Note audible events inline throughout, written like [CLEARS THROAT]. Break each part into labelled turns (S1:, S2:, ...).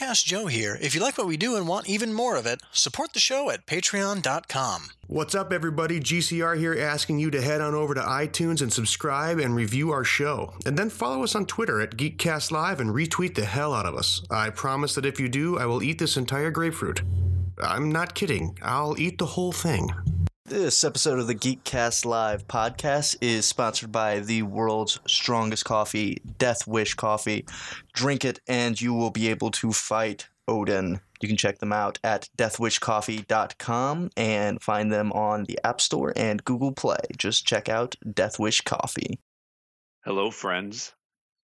S1: Ask Joe here. If you like what we do and want even more of it, support the show at patreon.com.
S2: What's up, everybody? GCR here, asking you to head on over to iTunes and subscribe and review our show. And then follow us on Twitter at GeekCast Live and retweet the hell out of us. I promise that if you do, I will eat this entire grapefruit. I'm not kidding. I'll eat the whole thing.
S3: This episode of the Geekcast Live podcast is sponsored by the world's strongest coffee, Death Wish Coffee. Drink it and you will be able to fight Odin. You can check them out at deathwishcoffee.com and find them on the App Store and Google Play. Just check out Death Wish Coffee.
S4: Hello, friends.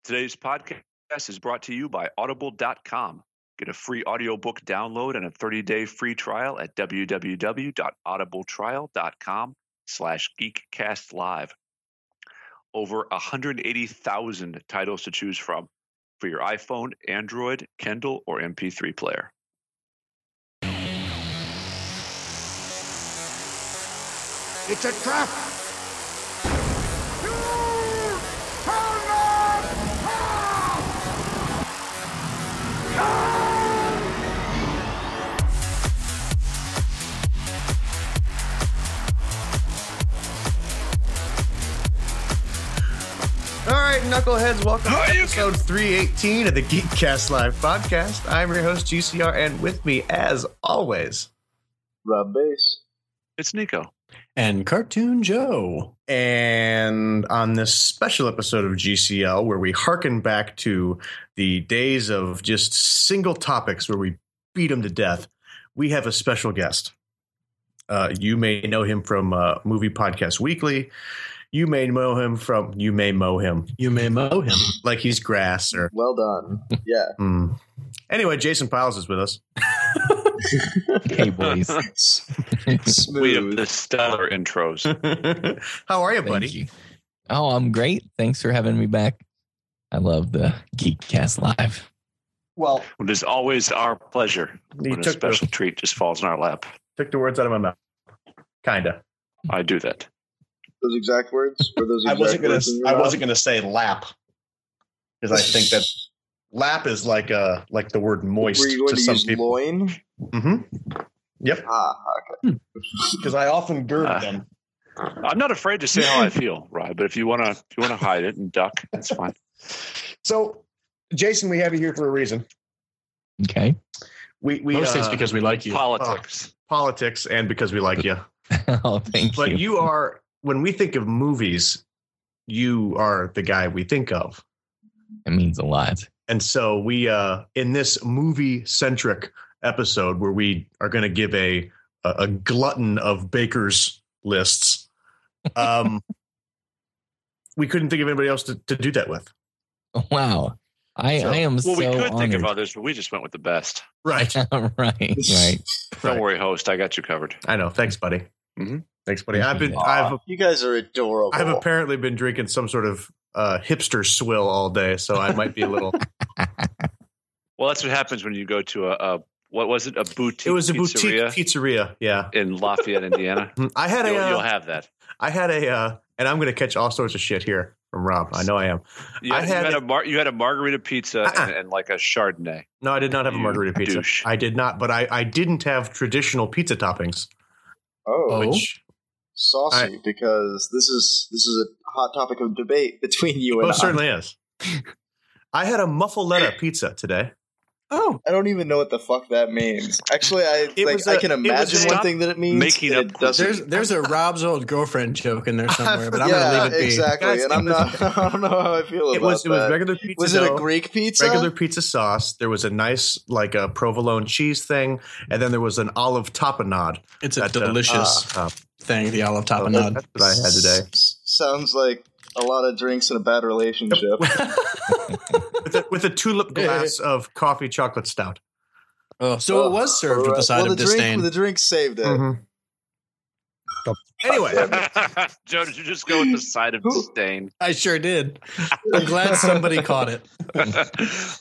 S4: Today's podcast is brought to you by Audible.com. Get a free audiobook download and a 30-day free trial at www.audibletrial.com slash geekcastlive. Over 180,000 titles to choose from for your iPhone, Android, Kindle, or MP3 player.
S5: It's a trap!
S2: All right, knuckleheads, welcome to episode 318 of the Geekcast Live podcast. I'm your host, GCR, and with me, as always,
S6: Rob Bass.
S4: It's Nico.
S7: and Cartoon Joe.
S2: And on this special episode of GCL, where we hearken back to the days of just single topics where we beat them to death, we have a special guest. Uh, you may know him from uh, Movie Podcast Weekly. You may know him from You May Mow Him,
S7: You may mow him.
S2: like he's grass or.
S6: Well done. Yeah.
S2: Hmm. Anyway, Jason Piles is
S7: [LAUGHS]
S2: with us.
S8: Hey boys,
S4: We have
S6: Smooth.
S4: the stellar intros.
S2: [LAUGHS] How are you,
S8: Thank
S2: buddy?
S8: you. Oh, I'm great. Thanks for having me back. I love the Geekcast Live.
S6: Well,
S4: It is always our pleasure
S2: You
S4: when a
S2: took the-
S4: special treat just falls in our lap.
S2: Took the words out of my mouth. Kinda.
S4: I do that.
S6: those exact words were those.
S9: I
S6: Exact
S9: wasn't gonna.
S6: words in your
S9: I
S6: mouth?
S9: wasn't gonna say lap because I think
S6: [LAUGHS]
S9: that lap is like uh like the word moist
S6: Were you going
S9: to
S6: to,
S9: some
S6: use
S9: people.
S6: loin?
S2: hmm
S6: Ah,
S9: Because I often gird
S7: Ah.
S4: Uh,
S9: them.
S4: I'm not afraid to say how I feel, Rod, but if you want to if you want to hide it and duck,
S2: [LAUGHS]
S4: that's fine.
S9: So, Jason, we have you here for a reason.
S8: Okay. [LAUGHS]
S2: We we
S7: Most things
S2: uh,
S7: because we like you.
S4: Politics.
S2: politics and because we like you.
S8: oh, thank
S2: But
S8: you.
S2: you are when we think of movies, you are the guy we think of.
S8: It means a lot.
S2: And so we uh in this movie centric episode where we are going to give a a a glutton of bakers lists um we couldn't think of anybody else to, to do that with.
S8: Wow. I,
S2: So-
S8: I am
S4: Well,
S8: so
S4: we could think of
S8: honored.
S4: others, but we just went with the best.
S2: Right.
S8: [LAUGHS] right, right.
S4: Don't
S2: Right.
S4: worry, host. I got you covered.
S2: I know. Thanks buddy.
S4: Mhm.
S2: Thanks buddy. I've been
S6: ah,
S2: I've
S6: you guys are adorable.
S2: I've apparently been drinking some sort of uh, hipster swill all day, so I might be a little.
S4: Well, that's what happens when you go to a, a what was it? A boutique.
S2: it was a boutique
S4: pizzeria
S2: pizzeria. Yeah,
S4: in Lafayette, Indiana.
S2: I [LAUGHS] had a,
S4: you'll, you'll
S2: uh,
S4: have that.
S2: I had a, uh, and I'm going to catch all sorts of shit here from Rob. I know I am.
S4: You
S2: I
S4: had,
S2: had
S4: you had
S2: a-
S4: a mar- you had a margarita pizza
S2: Uh-uh.
S4: and, and like
S2: [LAUGHS]
S4: a Chardonnay.
S2: No, I did not have a
S4: You
S2: margarita pizza.
S4: douche.
S2: I did not, but I, I didn't have traditional pizza toppings.
S6: oh,
S8: Oh.
S2: Which,
S6: saucy because this is this is a hot topic of debate [LAUGHS] between you and
S2: oh,
S6: I.
S2: certainly is. I had a muffaletta pizza today.
S8: Oh.
S6: I don't even know what the fuck that means. Actually, I
S2: It
S6: like
S2: was
S6: I
S2: a-
S6: can
S2: it was
S6: imagine
S4: a-
S6: one thing that it means.
S4: making
S6: and
S4: up
S6: it
S4: quiz.
S6: doesn't.
S7: There's there's a Rob's old girlfriend joke in
S6: [LAUGHS]
S7: there somewhere, but I'm
S6: yeah,
S7: gonna leave it be.
S6: exactly.
S2: Guys,
S6: and I'm
S2: it was-
S6: not. [LAUGHS] I don't know how I feel
S2: It
S6: about
S2: was it was
S6: that.
S2: regular pizza.
S6: was it a
S2: dough.
S6: Greek pizza?
S2: regular pizza sauce. There was a nice like a provolone cheese thing, and then there was an olive tapenade.
S7: It's a
S2: That, uh,
S7: delicious
S2: Uh,
S7: thing, the olive
S6: uh,
S2: so that-
S7: tapenade.
S2: that's what I had
S7: [LAUGHS]
S2: today.
S6: S- sounds like a lot of drinks and a bad relationship.
S2: With a, with a
S6: [LAUGHS]
S2: tulip glass of coffee chocolate stout.
S7: Oh, so it was served with a
S6: Alright.
S7: side
S6: uh, well,
S7: of
S6: the drink,
S7: disdain.
S6: The drink saved it.
S2: Mm-hmm.
S6: [LAUGHS]
S2: Anyway,
S4: Joe, did you just go with the side of
S6: Who-
S4: disdain?
S7: I sure did. I'm glad somebody caught it.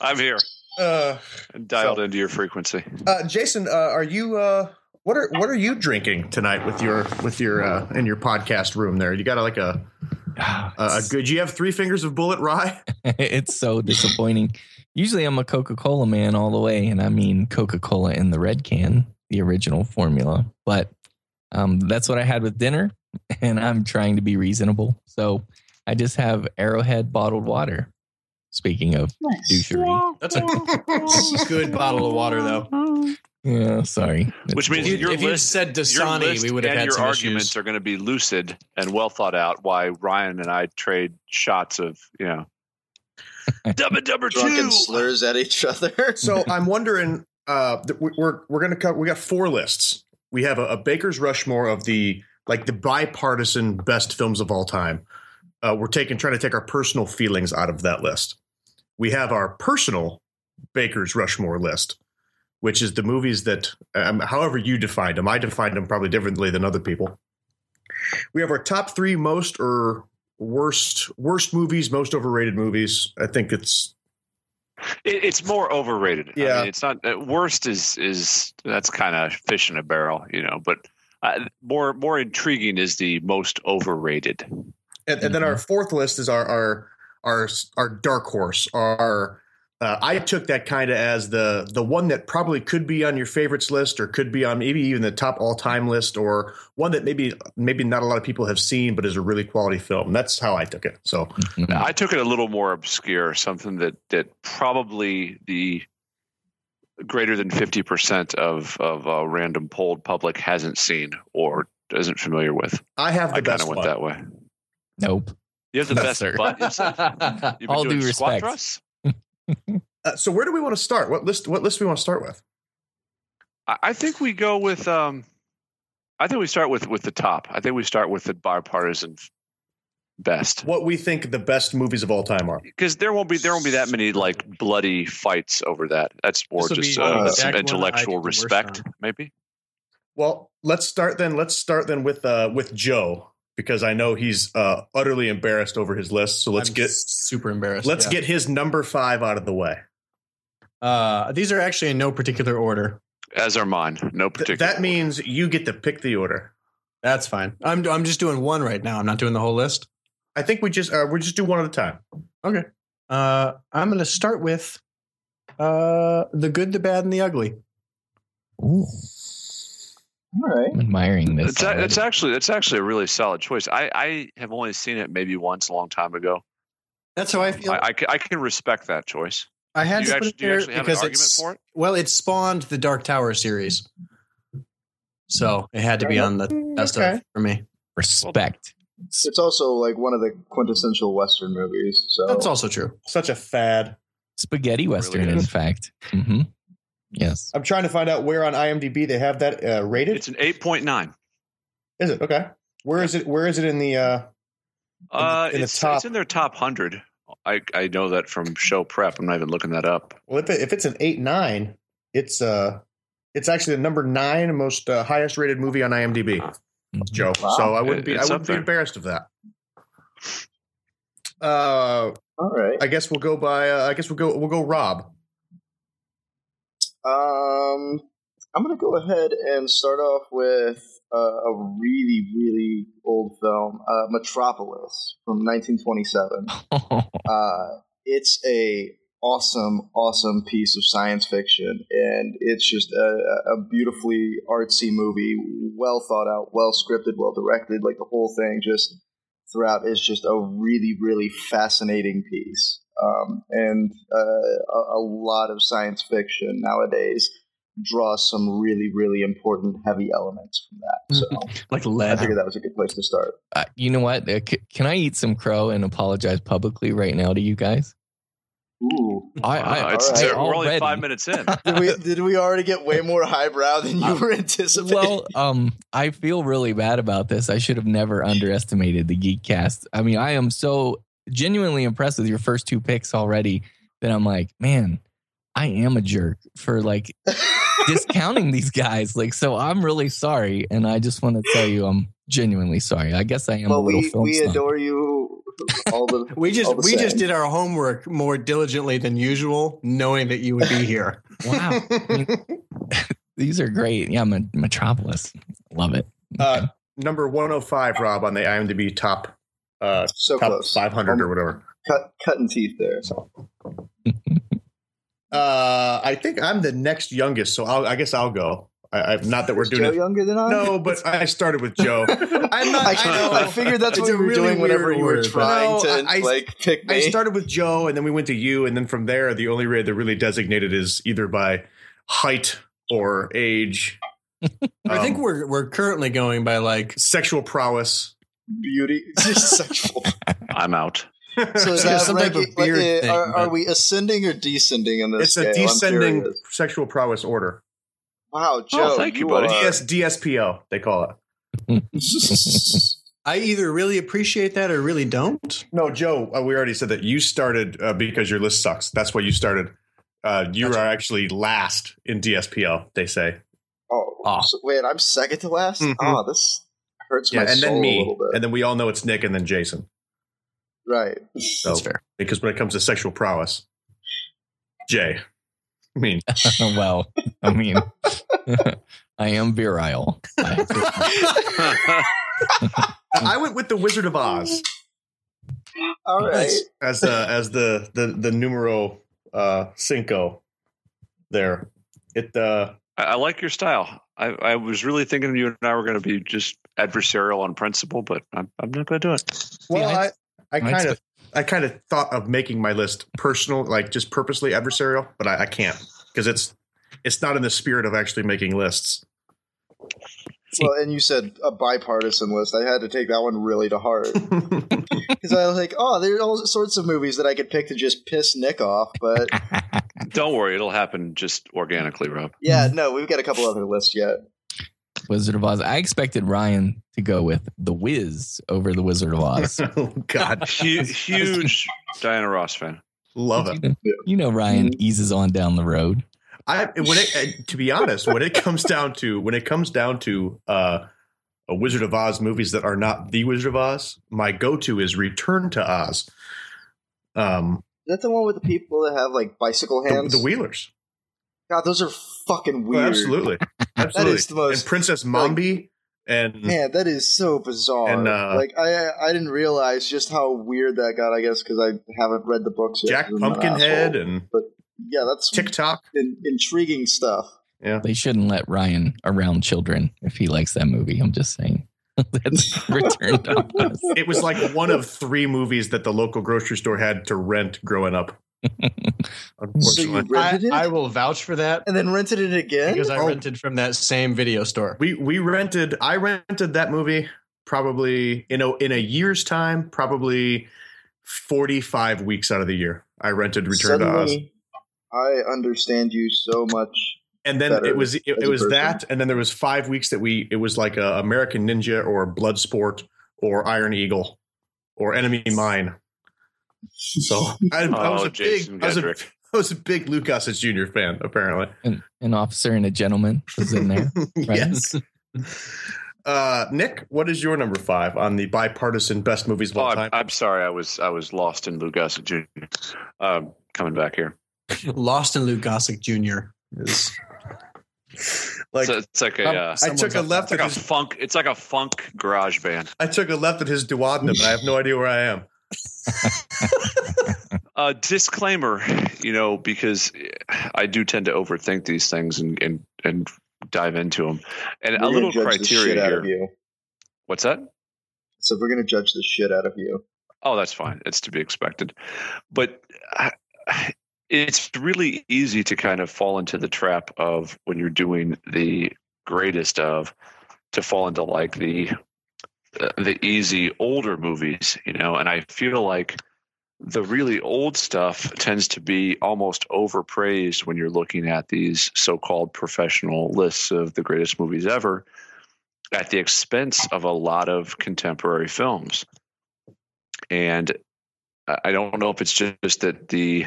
S4: [LAUGHS] I'm here
S9: Uh,
S4: and dialed into your frequency.
S9: uh, Jason, uh, are you? Uh,
S2: what are what are you drinking tonight with your with your uh, in your podcast room there? You got like Uh,
S8: [LAUGHS]
S2: a a, a good. You have three fingers of bullet rye.
S8: it's so disappointing. Usually I'm a Coca Cola man all the way, and I mean Coca Cola in the red can, the original formula. But um, that's what I had with dinner, [LAUGHS] and I'm trying to be reasonable. So I just have Arrowhead bottled water. Speaking of douchery.
S7: That's [LAUGHS] a good bottle of water, though.
S8: Yeah, sorry.
S4: Which
S8: It's
S4: means
S8: bullshit.
S4: Your
S7: if you
S4: list-
S7: said
S4: Your
S7: Dasani,
S4: list
S7: we would have
S4: and
S7: had
S4: your
S7: some
S4: arguments
S7: issues.
S4: are going to be lucid and well thought out. Why Ryan and I trade shots of
S7: [LAUGHS]
S4: you know, dubba dubber two.
S6: Drunken slurs at each other.
S2: [LAUGHS] So I'm wondering. Uh, th- we- we're we're gonna cut. We got four lists. We have a, a Baker's Rushmore of the like the bipartisan best films of all time. Uh, we're taking trying to take our personal feelings out of that list. We have our personal Baker's Rushmore list, which is the movies that, um, however you defined them, I defined them probably differently than other people. We have our top three most or worst worst movies, most overrated movies. I think it's
S4: It, it's more overrated. I
S2: Yeah.
S4: mean, it's not uh, worst is is that's kind of fish in a barrel, you know. But uh, more more intriguing is the most overrated.
S2: And, and then our fourth list is our our our our dark horse. Our uh, I took that kind of as the the one that probably could be on your favorites list, or could be on maybe even the top all time list, or one that maybe maybe not a lot of people have seen, but is a really quality film. That's how I took it. So
S8: No.
S4: I took it a little more obscure, something that that probably the greater than fifty percent of of uh, random polled public hasn't seen or isn't familiar with.
S2: I have the
S4: I kind
S2: best
S4: of went
S2: one.
S4: that way.
S8: Nope.
S4: You have the
S8: No,
S4: best
S8: sir.
S4: butt.
S8: [LAUGHS]
S4: You said-
S7: [LAUGHS]
S4: You've been
S8: All
S4: doing
S8: due
S4: squat
S8: respect.
S4: thrusts?
S2: Uh, so where do we want to start? What list? What list do we want to start with?
S4: I, I think we go with. Um, I think we start with with the top. I think we start with the bipartisan f- best
S2: What we think the best movies of all time are.
S4: because there won't be there won't be that many like bloody fights over that. That's more
S7: This will
S4: just
S7: be
S4: uh,
S7: the
S4: some
S7: exact one that I
S4: intellectual
S7: did the worst
S4: respect,
S7: on.
S4: maybe.
S2: Well, let's start then. Let's start then with uh, with Joe because I know he's uh, utterly embarrassed over his list. So let's
S7: I'm
S2: get
S7: super embarrassed.
S2: Let's
S7: yeah.
S2: get his number five out of the way.
S7: Uh, these are actually in no particular order.
S4: As are mine. No
S2: Th-
S4: particular.
S2: that
S4: order.
S2: means you get to pick the order.
S7: That's fine. I'm I'm just doing one right now. I'm not doing the whole list.
S2: I think we just uh, we just do one at a time.
S7: Uh, I'm going to start with uh, the good, the bad, and the ugly.
S8: Ooh,
S6: All right.
S8: I'm admiring this.
S4: It's, a,
S8: already.
S4: it's actually it's actually a really solid choice. I, I have only seen it maybe once a long time ago.
S7: That's how I feel.
S4: I, I, ca- I can respect that choice.
S7: I had
S4: Do
S7: to
S4: you
S7: put
S4: actually,
S7: it
S4: do you
S7: there
S4: actually have an
S7: because
S4: argument
S7: it's
S4: for it?
S7: well, it spawned the Dark Tower series, so it [LAUGHS] had to be on the best of for me.
S8: respect.
S6: It's also like one of the quintessential Western movies. So
S7: That's also true.
S2: Such a fad.
S8: Spaghetti western, in
S4: is.
S8: fact. hmm Yes.
S2: I'm trying to find out where on IMDb they have that uh, rated.
S4: It's an eight point nine.
S2: is it okay? Where is it? Where is it in the? Uh,
S4: Uh,
S2: in the
S4: it's,
S2: top-
S4: it's in their top hundred. I, I know that from show prep. I'm not even looking that up.
S2: well, if, it, if it's an eight nine, it's uh, it's actually the number nine most uh, highest rated movie on IMDb.
S8: Mhm.
S2: Joe.
S6: Wow.
S2: So I wouldn't be
S4: It's
S2: I
S4: up
S2: wouldn't be
S4: there.
S2: embarrassed of that. Uh,
S6: all right.
S2: I guess we'll go by. Uh, I guess we'll go. We'll go. Rob.
S6: Um, I'm gonna go ahead and start off with uh, a really, really old film, uh, Metropolis from 1927.
S8: [LAUGHS]
S6: Uh, it's a awesome, awesome piece of science fiction, and it's just a, a beautifully artsy movie, well thought out, well scripted, well directed. Like the whole thing, just throughout, is just a really, really fascinating piece, um, and uh, a, a lot of science fiction nowadays draws some really, really important heavy elements from that. So
S7: Like
S6: I
S8: Mm-hmm.
S7: lead.
S6: figured that was a good place to start.
S8: Uh, you know what? Uh, c- can I eat some crow and apologize publicly right now to
S4: [LAUGHS]
S8: you guys?
S6: Ooh,
S8: I, I,
S4: Wow, Uh, it's,
S6: all right.
S4: we're only
S8: Already.
S4: five
S8: [LAUGHS]
S4: minutes in.
S6: did we did we already get way more highbrow than you were anticipating? [LAUGHS]
S8: well, um, I feel really bad about this. I should have never underestimated the Geek Cast. I mean, I am so genuinely impressed with your first two picks already that I'm like, man, I am a jerk for like discounting
S4: [LAUGHS]
S8: these guys. Like, so I'm really sorry, and I just want to tell you, I'm genuinely sorry. I guess I am a
S6: Well,
S8: little
S6: we,
S8: film
S6: we
S8: snob.
S6: adore you. All the
S7: We just
S6: all the
S7: we just
S6: same.
S7: did our homework more diligently than usual, knowing that you would be [LAUGHS] here.
S8: Wow, [LAUGHS] these are great. Yeah, Me- Metropolis, love it. [LAUGHS]
S2: Uh, number 105, Rob, on the IMDb top uh,
S6: so
S2: top
S6: close. Um,
S2: 500 or whatever.
S6: Cut, cutting teeth there.
S2: Uh, I think I'm the next youngest, so I'll, I guess I'll go. I, I, not that we're
S6: Is
S2: doing
S6: Joe
S2: it.
S6: younger than I? [LAUGHS]
S2: No, but I started with Joe. I'm not.
S6: I,
S2: I know.
S6: I figured that's what
S2: It's
S6: you
S2: a
S6: were
S2: really
S6: doing whenever
S2: weird
S6: you were
S2: word, but-
S6: trying
S2: No,
S6: to
S2: I- I-
S6: like pick me.
S2: I started with Joe, and then we went to you, and then from there, the only way they're really designated is either by height or age.
S10: I think
S2: um,
S10: we're we're currently going by like
S2: sexual prowess.
S6: [LAUGHS]
S2: [LAUGHS]
S6: Beauty, sexual.
S4: I'm out. [LAUGHS]
S6: So is that
S10: Some
S6: like,
S10: type of beard
S6: like, uh,
S10: thing,
S6: are, are
S10: but-
S6: we ascending or descending in
S2: It's
S6: this?
S2: a
S6: scale? I'm
S2: descending
S6: curious.
S2: sexual prowess order.
S6: Wow, Joe,
S4: Oh, thank you,
S6: you,
S4: buddy.
S6: Are,
S2: DS, DSPO, they call it.
S6: [LAUGHS]
S10: I either really appreciate that or really don't.
S2: No, Joe, uh, we already said that you started uh, because your list sucks. That's why you started. Uh, you are actually last in DSPO, they say.
S6: oh,
S2: Ah.
S6: so- wait, I'm second to last.
S2: Mhm.
S6: Oh, this hurts
S2: Yeah,
S6: my
S2: and
S6: soul
S2: then
S6: a
S2: me.
S6: little bit.
S2: And then we all know it's Nick and then Jason.
S6: right.
S2: So,
S10: fair.
S2: Because when it comes to sexual prowess, Jay. I mean,
S8: well, I mean, [LAUGHS] I am virile. I-
S2: [LAUGHS] I went with the Wizard of Oz
S6: All right.
S10: Nice.
S2: as the as the the the numero uh, cinco. There, it uh,
S4: I, I like your style. I, I was really thinking you and I were going to be just adversarial on principle, but I'm, I'm not going to do it.
S2: well, I
S8: I-
S2: I
S8: I'd
S2: kind of I kind of thought of making my list personal, like just purposely adversarial, but I, I can't because it's it's not in the spirit of actually making lists. [LAUGHS]
S6: Well, and you said a bipartisan list. I had to take that one really
S2: [LAUGHS]
S6: to heart because I was like, oh, there are all sorts of movies that I could pick to just piss Nick off. But
S4: Don't worry, it'll happen just organically, Rob.
S2: Mm-hmm.
S6: yeah, no, we've got a couple other lists yet.
S8: [LAUGHS] Wizard of Oz. I expected Ryan to go with The Wiz over The Wizard
S2: [LAUGHS]
S8: of Oz.
S2: oh God,
S4: Hu- huge Diana Ross fan.
S2: love it.
S8: You know, Ryan eases on down the road.
S2: I when it uh, to be honest, when it comes down to when it comes down to uh, a Wizard of Oz movies that are not the Wizard of Oz, my go-to is Return to Oz. Um,
S6: Is that the one with the people that have like bicycle
S2: the,
S6: hands?
S2: the Wheelers,
S6: God, those are fucking
S2: Oh,
S6: weird.
S2: absolutely,
S6: [LAUGHS]
S2: absolutely,
S6: the most-
S2: and Princess Mombi, and
S6: Man, that is so bizarre.
S2: And, uh,
S6: like I, I didn't realize just how weird that got. I guess because I haven't read the books yet.
S2: Jack
S6: 'cause I'm an
S2: Pumpkinhead,
S6: asshole.
S2: and
S6: yeah, that's
S2: TikTok.
S6: in, intriguing stuff.
S8: They shouldn't let Ryan around children if he likes that movie. I'm just saying. [LAUGHS] That's Return to Oz.
S2: It was like one of three movies that the local grocery store had to rent growing up.
S6: So you
S2: Unfortunately,
S6: rented it
S11: I, I will vouch for that
S6: and then rented it again.
S11: because I
S2: Oh.
S11: rented from that same video
S10: [LAUGHS]
S11: store.
S2: We we rented. I rented that movie probably in a in a year's time, probably forty five weeks out of the year. I rented Return to Oz,
S6: Suddenly, I understand you so much.
S2: and then
S6: better
S2: it was it,
S6: as
S2: it
S6: a
S2: was
S6: person.
S2: that, and then there was five weeks that we it was like a American Ninja or Bloodsport or Iron Eagle or Enemy Mine. So I, [LAUGHS] I was
S4: Oh,
S2: a
S4: Jason
S2: big I was a,
S4: Gedrick.
S2: I was a big Luke Gossett Jr. fan apparently.
S8: [LAUGHS] An, an officer and a gentleman was
S2: [LAUGHS]
S8: in there.
S7: [LAUGHS]
S8: Right?
S2: yes. Uh, Nick, what is your number five on the bipartisan best movies of
S4: Oh,
S2: all
S4: I'm,
S2: time?
S4: I'm sorry, I was I was lost in Lou Gossett Jr. Um, coming back here,
S10: Lost in Lou Gossett Jr.
S2: is. Like
S4: so it's like a
S8: Um,
S4: uh,
S2: I took a left
S4: it's
S2: at
S4: like a
S2: his,
S4: funk. It's like a funk garage band.
S2: I took a left at his duodenum, and I have no idea where I am.
S4: Uh, disclaimer, you know, because I do tend to overthink these things and and, and dive into them. And
S6: We're
S4: a
S6: gonna
S4: little
S6: judge the shit
S4: criteria
S6: out of
S4: here.
S6: you.
S4: What's that?
S6: So we're gonna judge the shit out of you.
S4: Oh, that's fine. It's to be expected. But I- I- it's really easy to kind of fall into the trap of when you're doing the greatest of to fall into like the uh, the easy older movies, you know, and I feel like the really old stuff tends to be almost overpraised when you're looking at these so-called professional lists of the greatest movies ever at the expense of a lot of contemporary films and I I don't know if it's just that the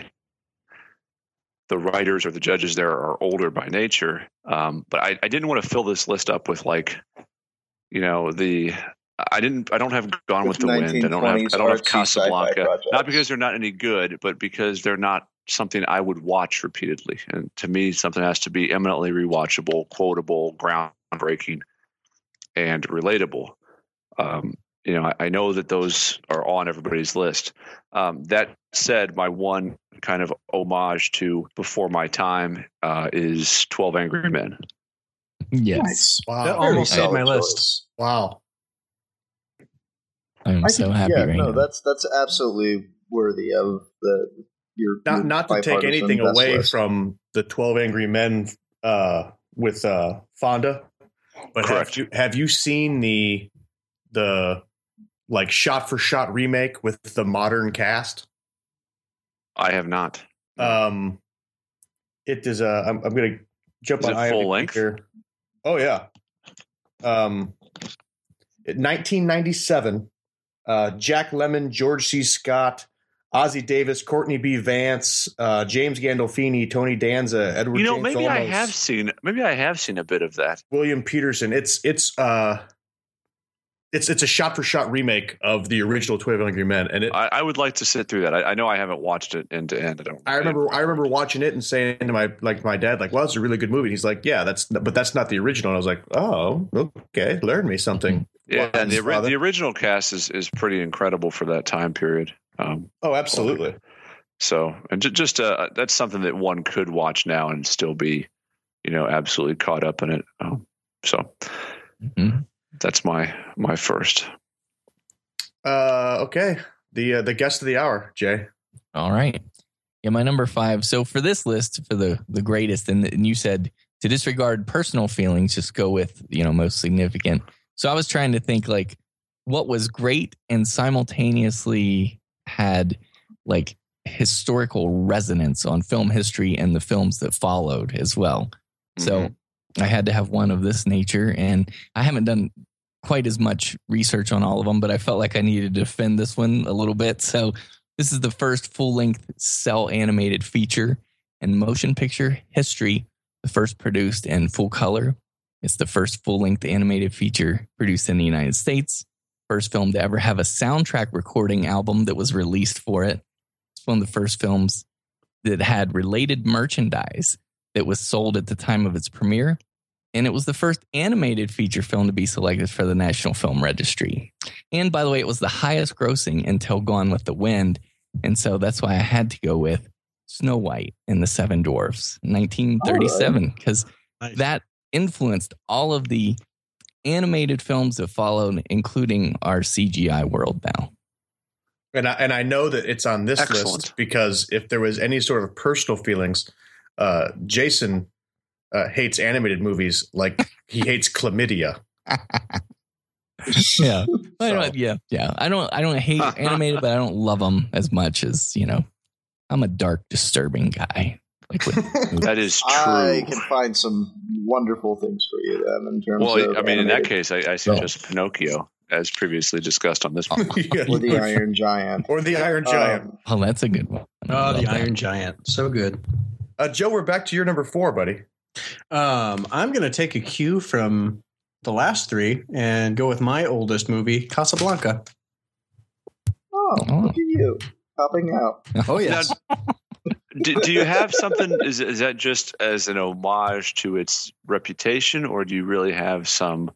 S4: the writers or the judges there are older by nature, um, but I, I didn't want to fill this list up with like, you know, the I didn't I don't have Gone with, the
S6: With
S4: Wind, I don't have
S6: 1920s
S4: I don't have
S6: artsy sci-fi
S4: Casablanca, not
S6: projects.
S4: because they're not any good, but because they're not something I would watch repeatedly. And to me, something has to be eminently rewatchable, quotable, groundbreaking, and relatable. Um, you know, I, I know that those are on everybody's list. Um, that said, my one kind of homage to before my time uh, is Twelve Angry Men.
S8: Yes.
S2: Wow.
S10: That almost made
S6: solid
S10: my list.
S6: choice.
S2: wow.
S8: I'm
S6: I
S8: so
S6: could-
S8: happy
S6: yeah,
S8: right
S6: no,
S8: now.
S6: that's that's absolutely worthy of the your your
S2: Not not to take
S6: bipartisan
S2: anything
S6: best
S2: away
S6: list.
S2: from the Twelve Angry Men uh, with uh, Fonda, but have
S4: Correct.
S2: you have you seen the the like shot for shot remake with the modern cast?
S4: I have not.
S2: Um, it is. Uh, I'm, I'm going to jump
S4: Is
S2: on
S4: it
S2: IMDb
S4: full length?
S2: here. Oh yeah. Um, in 1997. Uh, Jack Lemon, George C. Scott, Ozzie Davis, Courtney B. Vance, uh, James Gandolfini, Tony Danza, Edward.
S4: you know,
S2: James
S4: maybe I
S2: Olmos,
S4: have seen. Maybe I have seen a bit of that.
S2: William Peterson. It's it's uh, it's it's a shot for shot remake of the original Twelve Angry Men, and it
S4: I, I would like to sit through that. I, I know I haven't watched it end to end. I don't.
S2: I remember I remember watching it and saying to my like my dad like, "Well, it's a really good movie." And he's like, "Yeah, that's but that's not the original." And I was like, "Oh, okay, learn me something."
S4: Yeah,
S2: Well,
S4: and the, ori-
S2: Father.
S4: the original cast is is pretty incredible for that time period. Um,
S2: Oh, absolutely.
S4: So, and ju- just uh, that's something that one could watch now and still be, you know, absolutely caught up in it. Um, so
S8: Mhm.
S4: that's my my first.
S2: Uh, okay, the uh, the guest of the hour, Jay.
S8: All right. Yeah, my number five. So for this list, for the the greatest, and, and you said to disregard personal feelings, just go with you know most significant. So I was trying to think like what was great and simultaneously had like historical resonance on film history and the films that followed as well. So I had to have one of this nature, and I haven't done quite as much research on all of them, but I felt like I needed to defend this one a little bit. So this is the first full length cell animated feature in motion picture history, the first produced in full color. It's the first full length animated feature produced in the United States, first film to ever have a soundtrack recording album that was released for it. It's one of the first films that had related merchandise that was sold at the time of its premiere. And it was the first animated feature film to be selected for the National Film Registry. And by the way, it was the highest grossing until Gone with the Wind. And so that's why I had to go with Snow White and the Seven Dwarfs, 1937, because
S7: Nice.
S8: that influenced all of the animated films that followed, including our CGI world now.
S2: And I, and I know that it's on this list
S4: Excellent.
S2: because if there was any sort of personal feelings, uh, Jason uh, hates animated movies like he hates chlamydia. [LAUGHS]
S8: [LAUGHS] yeah. I
S2: So-
S8: don't, yeah, yeah. I don't. I don't hate animated, but I don't love them as much as you know. I'm a dark, disturbing guy. Like with
S4: That is true.
S6: I can find some wonderful things for you then in terms
S4: well,
S6: of
S4: I mean, in that
S6: animated
S4: case, I, I suggest Pinocchio, as previously discussed on
S2: [LAUGHS]
S4: this. One.
S2: Yeah.
S4: [LAUGHS]
S6: or the Iron Giant.
S2: Or the Iron
S6: Um,
S2: Giant.
S8: oh, that's a good one. I
S7: Oh,
S8: love
S7: the
S8: that.
S7: Iron Giant. So good.
S2: Uh, Joe, we're back to your number four, buddy.
S7: Um, I'm going to take a cue from the last three and go with my oldest movie, Casablanca.
S6: oh,
S8: Oh.
S6: look at you popping out.
S7: Oh, yes.
S4: do, do you have something? Is is that just as an homage to its reputation, or do you really have some?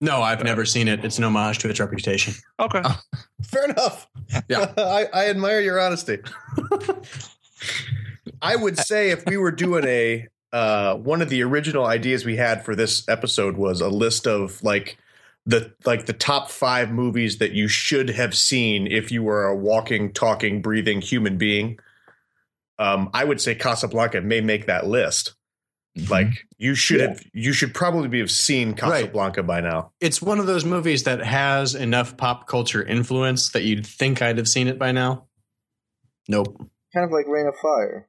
S7: no, I've never seen it. It's an homage to its reputation.
S4: Okay,
S2: Fair enough.
S7: Yeah.
S2: [LAUGHS] I, I admire your
S7: [LAUGHS]
S2: honesty. I would say if we were doing a uh, one of the original ideas we had for this episode was a list of like the like the top five movies that you should have seen if you were a walking, talking, breathing human being. Um, I would say Casablanca may make that list.
S7: Mm-hmm.
S8: Mhm. [LAUGHS]
S2: Like you should have, you should probably be have seen Casablanca by now.
S7: It's one of those movies that has enough pop culture influence that you'd think I'd have seen it by now. Nope. [LAUGHS]
S6: Kind of like Rain of Fire.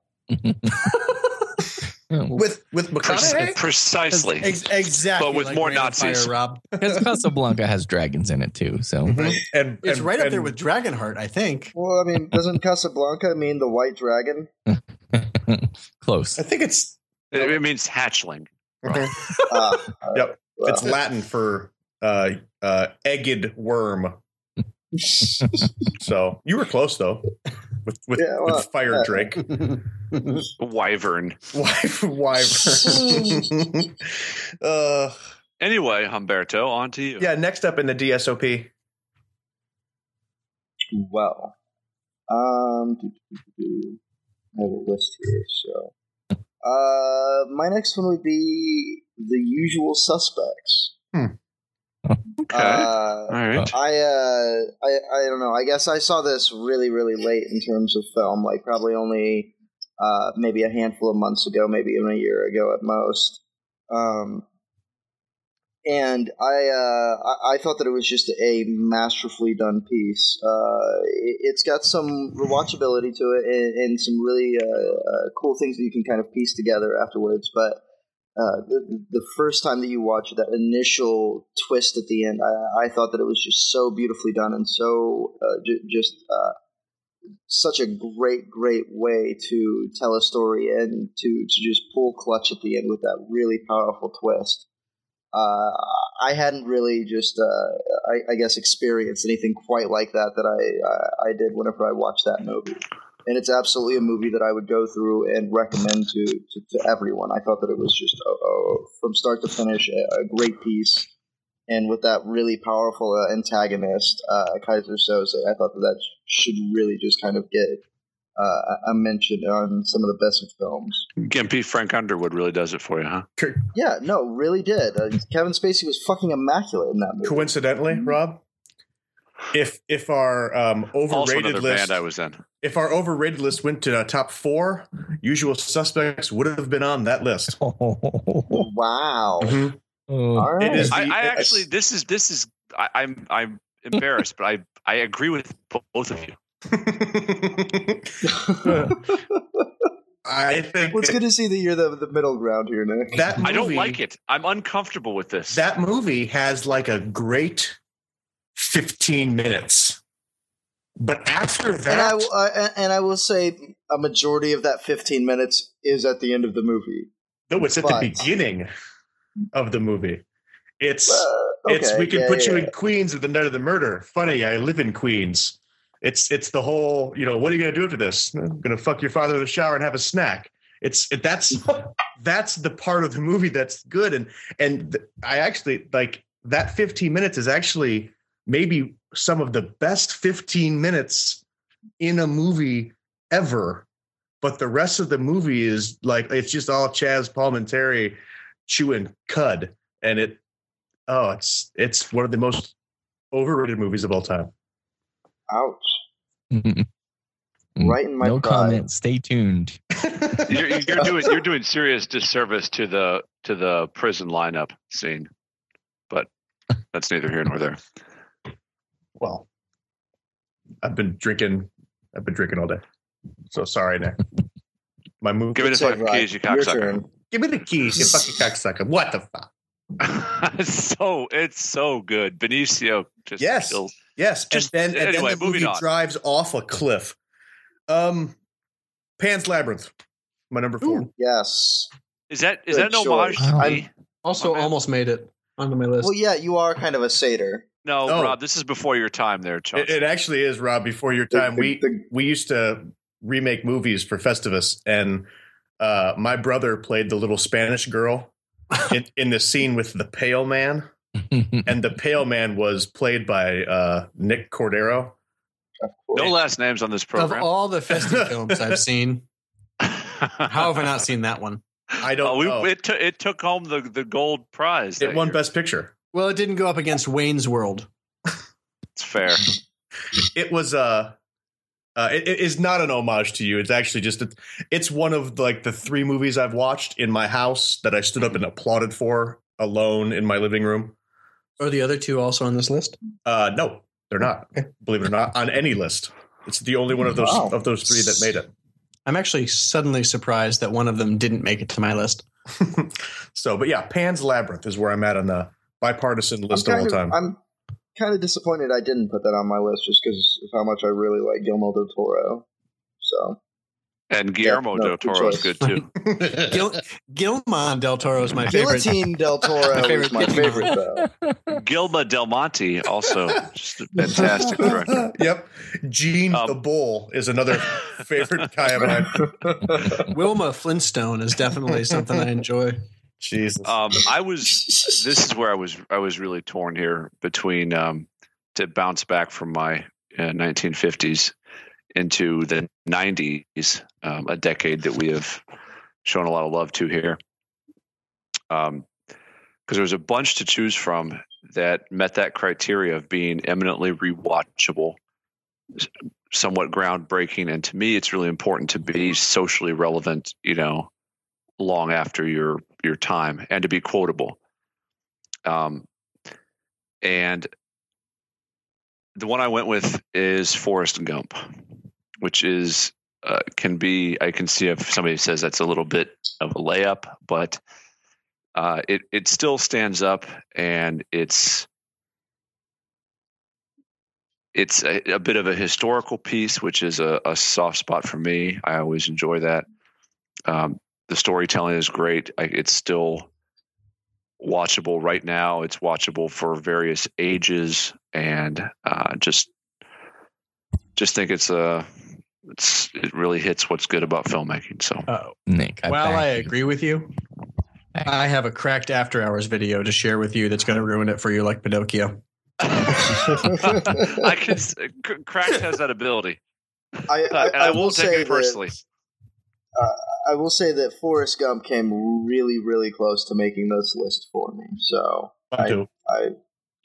S8: Yeah,
S2: With with
S4: Prec-
S2: McConaughey,
S4: precisely.
S7: exactly.
S4: But with more
S7: Rain on
S4: Nazis.
S7: Fire, Rob.
S8: 'Cause Casablanca has dragons in it too. So [LAUGHS]
S4: Mm-hmm.
S2: and
S7: It's
S2: and-
S7: right up
S2: and- [LAUGHS]
S7: there with Dragonheart, I think.
S6: Well, I mean, doesn't Casablanca mean the White Dragon?
S8: close.
S10: [LAUGHS]
S2: I think it's
S4: It, it means hatchling.
S6: Ah, all
S2: Yep.
S6: right. Well,
S2: It's Latin for uh, uh, egged worm. so you were close though, with with,
S6: Yeah, well,
S2: with fire
S6: [LAUGHS] uh,
S2: Drake,
S4: Wyvern.
S2: Wyver- wyvern. [LAUGHS] uh,
S4: Anyway, Humberto, on to you.
S12: Yeah, next up in the DSOP.
S6: Well, um, do, do, do, do. I have a list here. So, uh, my next one would be the usual suspects.
S4: okay. All
S6: Uh,
S4: right.
S6: I uh I, I don't know. I guess I saw this really, really late in terms of film, like probably only uh maybe a handful of months ago, maybe even a year ago at most. Um and I, uh, I I thought that it was just a masterfully done piece. Uh, it, it's got some rewatchability to it and, and some really uh, uh, cool things that you can kind of piece together afterwards. But uh, the, the first time that you watch it, that initial twist at the end, I, I thought that it was just so beautifully done and so uh, ju- just uh, such a great, great way to tell a story and to, to just pull clutch at the end with that really powerful twist. Uh, I hadn't really just, uh, I, I guess, experienced anything quite like that that I, I, I did whenever I watched that movie and it's absolutely a movie that I would go through and recommend to, to, to everyone. I thought that it was just a, a, from start to finish a, a great piece, and with that really powerful uh, antagonist, uh, Kaiser Soze, I thought that that should really just kind of get uh, a mention on some of the best of films.
S4: Gimpy Frank Underwood really does it for you, huh?
S6: Yeah, no, really did. Uh, Kevin Spacey was fucking immaculate in that movie.
S2: Coincidentally,
S6: Mm-hmm.
S2: Rob, if if our um,
S4: Also
S2: overrated
S4: another
S2: list
S4: band I was in.
S2: if our overrated list went to the top four, usual suspects would have been on that list.
S6: [LAUGHS]
S8: Oh,
S6: Wow.
S8: [LAUGHS]
S6: All right.
S2: It is
S4: I,
S2: the-
S4: I
S2: it's-
S4: actually, this is this is. I, I'm I'm embarrassed, but I I agree with bo- both of you.
S2: I think
S6: [LAUGHS] Well, it's good to see that you're the, the middle ground here, Nick.
S2: that movie,
S4: I don't like it. I'm uncomfortable with this.
S2: That movie has like a great fifteen minutes, but after
S6: And I,
S2: that,
S6: uh, and I will say a majority of that 15 minutes is at the end of the movie.
S2: no, it's at the
S6: but-
S2: beginning of the movie. It's
S6: Uh,
S2: it's we can
S6: yeah,
S2: put
S6: yeah,
S2: you
S6: yeah.
S2: in Queens of the night of the murder. Funny, I live in Queens. It's it's the whole you know what are you gonna do after this? I'm gonna fuck your father in the shower and have a snack. It's it,
S6: [LAUGHS]
S2: that's that's the part of the movie that's good and and th- I actually like that 15 minutes is actually maybe some of the best 15 minutes in a movie ever. But the rest of the movie is like it's just all Chaz Palminteri chewing cud, and it oh, it's it's one of the most overrated movies of all time.
S6: Ouch.
S8: Mm.
S6: Right in my
S8: no
S6: pride.
S8: comment. Stay tuned. [LAUGHS]
S4: you're, you're doing you're doing serious disservice to the to the prison lineup scene, but that's neither here nor there.
S2: Well, I've been drinking. I've been drinking all day. So sorry, [LAUGHS] Nick. My move.
S4: Give it a
S6: Save
S4: fucking
S6: Rod.
S4: keys, you
S6: uh, Your
S4: cocksucker.
S6: turn.
S2: Give me the keys, you fucking cocksucker. What the fuck?
S4: [LAUGHS] so it's so good. Benicio just
S2: Yes.
S4: kills-
S2: Yes.
S4: Just-
S2: and then, and
S4: anyway,
S2: then the
S4: moving
S2: movie
S4: on.
S2: drives off a cliff. Um, Pan's Labyrinth. My number four.
S6: Yes.
S4: Is that is
S6: Good
S4: that an homage to
S13: choice.
S4: me?
S10: Also,
S4: My Oh, man.
S10: almost made it onto my list.
S6: Well, yeah, you are kind of a satyr.
S4: No,
S2: Oh.
S4: Rob, this is before your time there, Chauncey.
S2: It, it actually is, Rob. Before your
S6: The-
S2: time,
S6: the-
S2: we
S6: the-
S2: we used to remake movies for Festivus, and uh, my brother played the little Spanish girl in, in the scene with the Pale Man, and the Pale Man was played by uh, Nick Cordero.
S4: no last names on this [LAUGHS]
S10: of
S4: program.
S10: all the festive [LAUGHS] films I've seen, how have I not seen that one?
S2: I don't
S4: Oh, we,
S2: know. It,
S4: It, t- it took home the, the gold prize. that
S2: won
S4: year.
S2: Best Picture.
S10: Well, it didn't go up against Wayne's World.
S4: It's fair.
S2: It was uh, uh, it- it is not an homage to you. It's actually just a, it's one of like the three movies I've watched in my house that I stood up and applauded for alone in my living room.
S10: Are the other two also on this list?
S2: Uh, no, they're not. Believe it or not, on any list, it's the only one of those
S6: Wow.
S2: of those three that made it.
S10: I'm actually suddenly surprised that one of them didn't make it to my list.
S2: [LAUGHS] So, but yeah, Pan's Labyrinth is where I'm at on the bipartisan list
S6: I'm
S2: of
S6: kind
S2: all
S6: of,
S2: time.
S6: I'm kind of disappointed I didn't put that on my list just because of how much I really like Guillermo del Toro. So
S4: And Guillermo
S6: no,
S4: del
S6: good
S4: Toro is
S6: choice.
S4: good
S2: [LAUGHS]
S4: too.
S10: Gil- Gilman del Toro is my favorite.
S6: Guillotine
S2: [LAUGHS]
S6: del Toro is my favorite though.
S4: Gilma Del Monte also just a fantastic director.
S2: [LAUGHS]
S6: [LAUGHS]
S2: yep, Gene
S4: Um,
S2: the Bull is another favorite guy of mine.
S4: [LAUGHS]
S10: Wilma Flintstone is definitely something I enjoy.
S2: Jesus.
S4: Um, I
S6: [LAUGHS]
S4: was. This is where I was. I was really torn here between um, to bounce back from my uh, 1950s into the 90s, um, a decade that we have shown a lot of love to here. Um, because there was a bunch to choose from that met that criteria of being eminently rewatchable, s- somewhat groundbreaking, and to me, it's really important to be socially relevant. You know, long after your your time, and to be quotable. Um, and the one I went with is Forrest Gump, which is uh, can be. I can see if somebody says that's a little bit of a layup, but uh, it it still stands up, and it's it's a, a bit of a historical piece, which is a, a soft spot for me. I always enjoy that. Um, the storytelling is great. I, it's still watchable right now. It's watchable for various ages, and uh, just just think it's a it's it really hits what's good about filmmaking. So
S6: [LAUGHS]
S8: Nick. I
S10: Well, I
S8: thank you.
S10: agree with you. I have a cracked after hours video to share with you that's going to ruin it for you like Pinocchio.
S4: [LAUGHS] I can s- C- Cracked has that ability,
S6: I,
S4: Uh, and I,
S6: will
S4: won't take
S6: say
S4: it personally.
S6: That, I will say that Forrest Gump came really, really close to making this list for me. So
S2: Mine too.
S6: I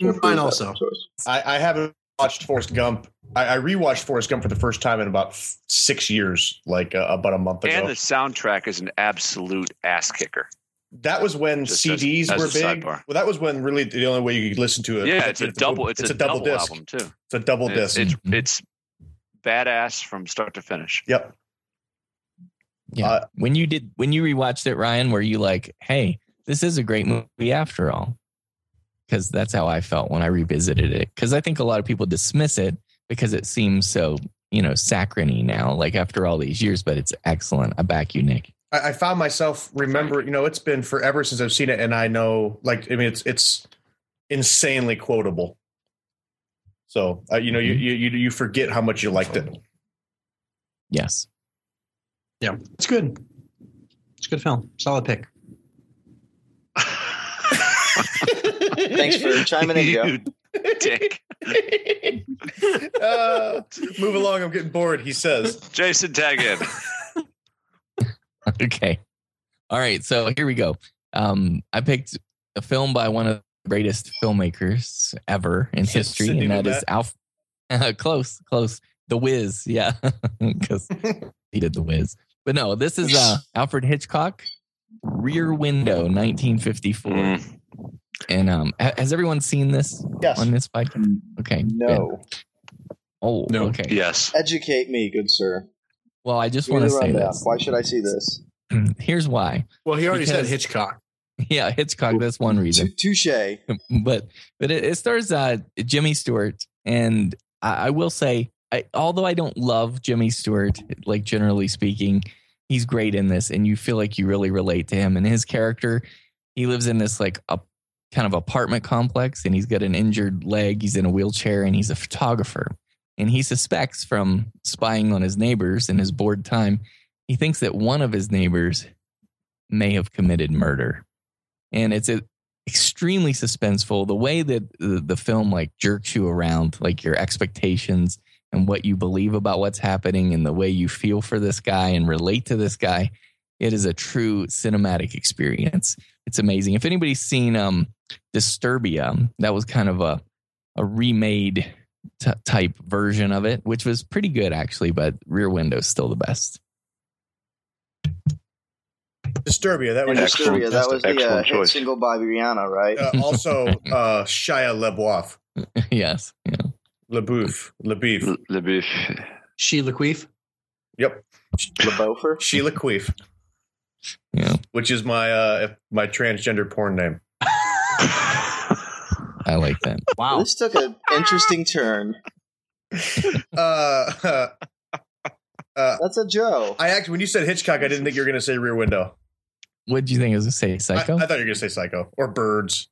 S6: approve
S10: Mine
S6: that
S10: also.
S6: choice.
S2: I, I haven't watched Forrest Gump. I, I rewatched Forrest Gump for the first time in about f- six years, like uh, about a month ago.
S4: and the soundtrack is an absolute ass kicker.
S2: that was when
S4: Just as-
S2: CDs
S4: as
S2: were
S4: a
S2: big.
S4: sidebar.
S2: Well, that was when really the only way you could listen to it.
S4: Yeah, it's a double. It's, a, double,
S2: disc.
S4: album too.
S2: It's a double
S4: It's,
S2: disc.
S4: it's it's badass from start to finish.
S2: yep.
S8: Yeah.
S2: Uh,
S8: when you did when you rewatched it, Ryan, were you like, "Hey, this is a great movie after all"? Because that's how I felt when I revisited it. Because I think a lot of people dismiss it because it seems so you know saccharine now, like after all these years. But it's excellent. I back you, Nick.
S2: I, I found myself remember, you know, it's been forever since I've seen it, and I know, like, I mean, it's it's insanely quotable. So uh, you know, you, you you you forget how much you liked it.
S8: Yes.
S10: Yeah, it's good. It's a good film. Solid pick.
S6: Thanks
S4: [LAUGHS]
S6: for chiming in, Joe.
S4: you [LAUGHS] dick,
S2: uh, move along, I'm getting bored. He says,
S4: Jason tag in.
S8: okay. All right. So here we go. Um, I picked a film by one of the greatest filmmakers ever
S10: [LAUGHS]
S8: in history,
S2: Sidney
S8: and that is
S2: Lumet?
S8: Alf. [LAUGHS] close, close. The Wiz, yeah, [LAUGHS]
S10: [LAUGHS]
S8: because he did The Wiz. But no, this is uh, Alfred Hitchcock, Rear Window, 1954.
S4: Mm.
S8: And um, ha- has everyone seen this
S2: "Yes."
S8: on this podcast? Okay. good.
S6: No.
S8: Oh,
S10: Mm, No.
S8: okay.
S4: Yes.
S6: Educate me, good sir.
S8: Well, I just
S6: Give
S8: want
S6: me
S8: to
S6: the
S8: say
S6: rundown.
S8: this.
S6: Why should I see this?
S8: [CLEARS THROAT] Here's why.
S10: Well, he already
S8: Because-
S10: said Hitchcock.
S8: [LAUGHS] Yeah, Hitchcock. That's one reason.
S6: Tou- Touche.
S8: [LAUGHS] but but it, it stars uh, Jimmy Stewart, and I, I will say, I, although I don't love Jimmy Stewart, like generally speaking, he's great in this, and you feel like you really relate to him and his character. He lives in this like a kind of apartment complex, and he's got an injured leg. He's in a wheelchair, and he's a photographer. And he suspects from spying on his neighbors in his bored time, he thinks that one of his neighbors may have committed murder. And it's a, extremely suspenseful. The way that the, the film like jerks you around, like your expectations and what you believe about what's happening, and the way you feel for this guy and relate to this guy, it is a true cinematic experience. It's amazing. If anybody's seen um, Disturbia, that was kind of a a remade t- type version of it, which was pretty good actually. But Rear Window's still the best. [LAUGHS]
S2: Disturbia. That was
S4: Excellent.
S6: Disturbia, that was the uh,
S4: Excellent
S6: hit
S4: choice.
S6: single by Rihanna, right?
S2: uh, also uh, Shia LaBeouf,
S8: yes. Yeah.
S2: LaBeouf, LaBeef.
S4: Le
S6: [LAUGHS]
S4: beef.
S10: She Laqueef.
S2: Yep,
S6: LaBeouf.
S2: Sheila Queef,
S8: Yeah.
S2: which is my uh, my transgender porn name.
S8: I like that.
S10: Wow.
S6: This took an interesting turn.
S2: Uh, [LAUGHS] uh,
S6: That's a Joe.
S2: I actually, when you said Hitchcock, I didn't think you were going to say Rear Window.
S8: What do you think I was gonna say?
S2: I, I
S8: Psycho.
S2: thought you were going to say Psycho or Birds.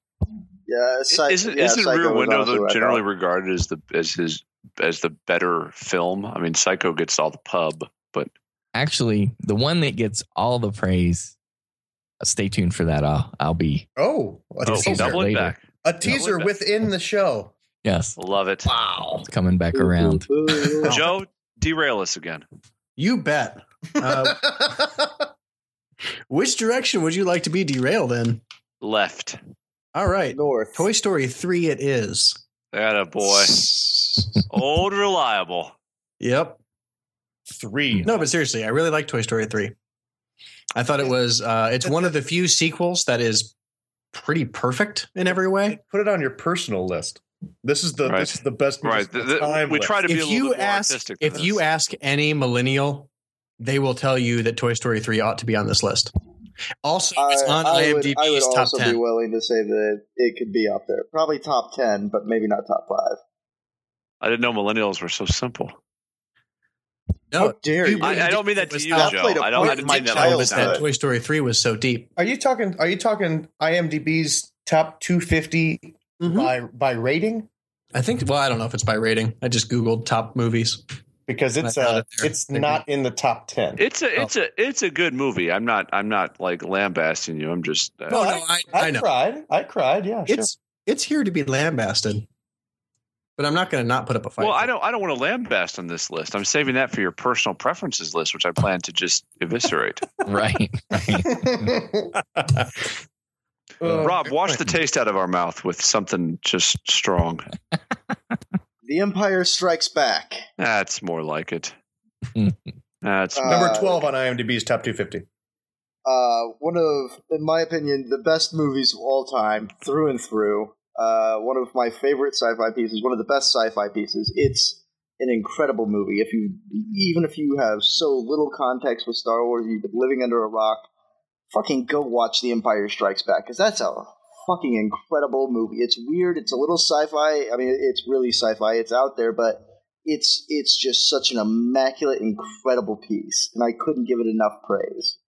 S6: yeah, Psy-
S4: isn't
S6: yeah,
S4: isn't
S6: Psycho
S4: Rear
S6: was
S4: Window
S6: honestly
S4: though
S6: what I
S4: generally
S6: thought.
S4: regarded as the as his as the better film? I mean, Psycho gets all the pub, but
S8: actually the one that gets all the praise uh, stay tuned for that. I'll I'll be
S2: Oh, a
S8: Oh,
S2: teaser,
S8: double-
S4: doubling
S8: later.
S4: back.
S2: a teaser within the show.
S8: yes,
S4: Love it.
S2: Wow.
S8: it's coming back around.
S6: Ooh, ooh,
S4: [LAUGHS]
S6: ooh.
S4: Joe, derail us again.
S10: You bet.
S7: [LAUGHS]
S10: Uh, which direction would you like to be derailed in?
S4: Left.
S10: All right.
S6: North.
S10: Toy Story 3 it is.
S4: That a
S10: [LAUGHS]
S4: boy. Old reliable.
S10: Yep.
S2: Three.
S10: No, but seriously, I really like Toy Story 3. I thought it was uh it's one of the few sequels that is pretty perfect in every way.
S2: Put it on your personal list. This is the
S4: Right.
S2: this is the best this
S4: Right.
S2: is
S4: th-
S2: the
S4: th-
S2: time
S4: we
S2: list.
S4: try to be a
S10: If
S4: little
S10: you
S4: bit more
S10: ask
S4: artistic.
S10: if
S4: than
S10: you
S4: this.
S10: ask any millennial, they will tell you that Toy Story 3 ought to be on this list. Also, it's on IMDb's
S6: would, I would
S10: top
S6: also
S10: 10.
S6: be willing to say that it could be up there. Probably top 10, but maybe not top 5.
S4: I didn't know millennials were so simple.
S10: No,
S6: How dare
S10: you-
S6: you?
S4: I, I don't mean that to
S10: It was
S4: you,
S10: not-
S4: Joe.
S6: played a
S4: I don't. I
S6: part
S4: didn't
S6: in my
S4: mean that.
S10: I was
S4: like that.
S10: that
S6: childhood.
S10: Toy Story 3 was so deep.
S2: Are you talking? Are you talking IMDb's top 250 by by rating?
S10: I think. Well, I don't know if it's by rating. I just googled top movies.
S2: Because it's
S10: Not
S2: uh,
S10: out there.
S2: it's not in the top ten.
S4: It's a it's a it's a good movie. I'm not I'm not like lambasting you. I'm just uh,
S10: Oh, No, no, I,
S2: I,
S10: I know
S2: cried. I cried. Yeah, sure.
S10: it's it's here to be lambasted, but I'm not going to not put up a fight.
S4: well. I don't I don't want to lambast on this list. I'm saving that for your personal preferences list, which I plan to just eviscerate.
S2: [LAUGHS]
S8: Right, [LAUGHS] right.
S2: Uh,
S4: Rob, wash the taste out of our mouth with something just strong.
S6: The Empire Strikes Back.
S4: That's more like
S2: [LAUGHS]
S4: it.
S8: Mhm.
S4: That's
S6: Uh,
S2: number twelve on IMDb's top 250.
S6: Uh, one of, in my opinion, the best movies of all time, through and through. Uh, one of my favorite sci-fi pieces. One of the best sci-fi pieces. It's an incredible movie. If you, even if you have so little context with Star Wars, you've been living under a rock. Fucking go watch The Empire Strikes Back because that's a fucking incredible movie. It's weird. It's a little sci-fi. I mean, it's really sci-fi. It's out there, but it's it's just such an immaculate, incredible piece, and I couldn't give it enough praise.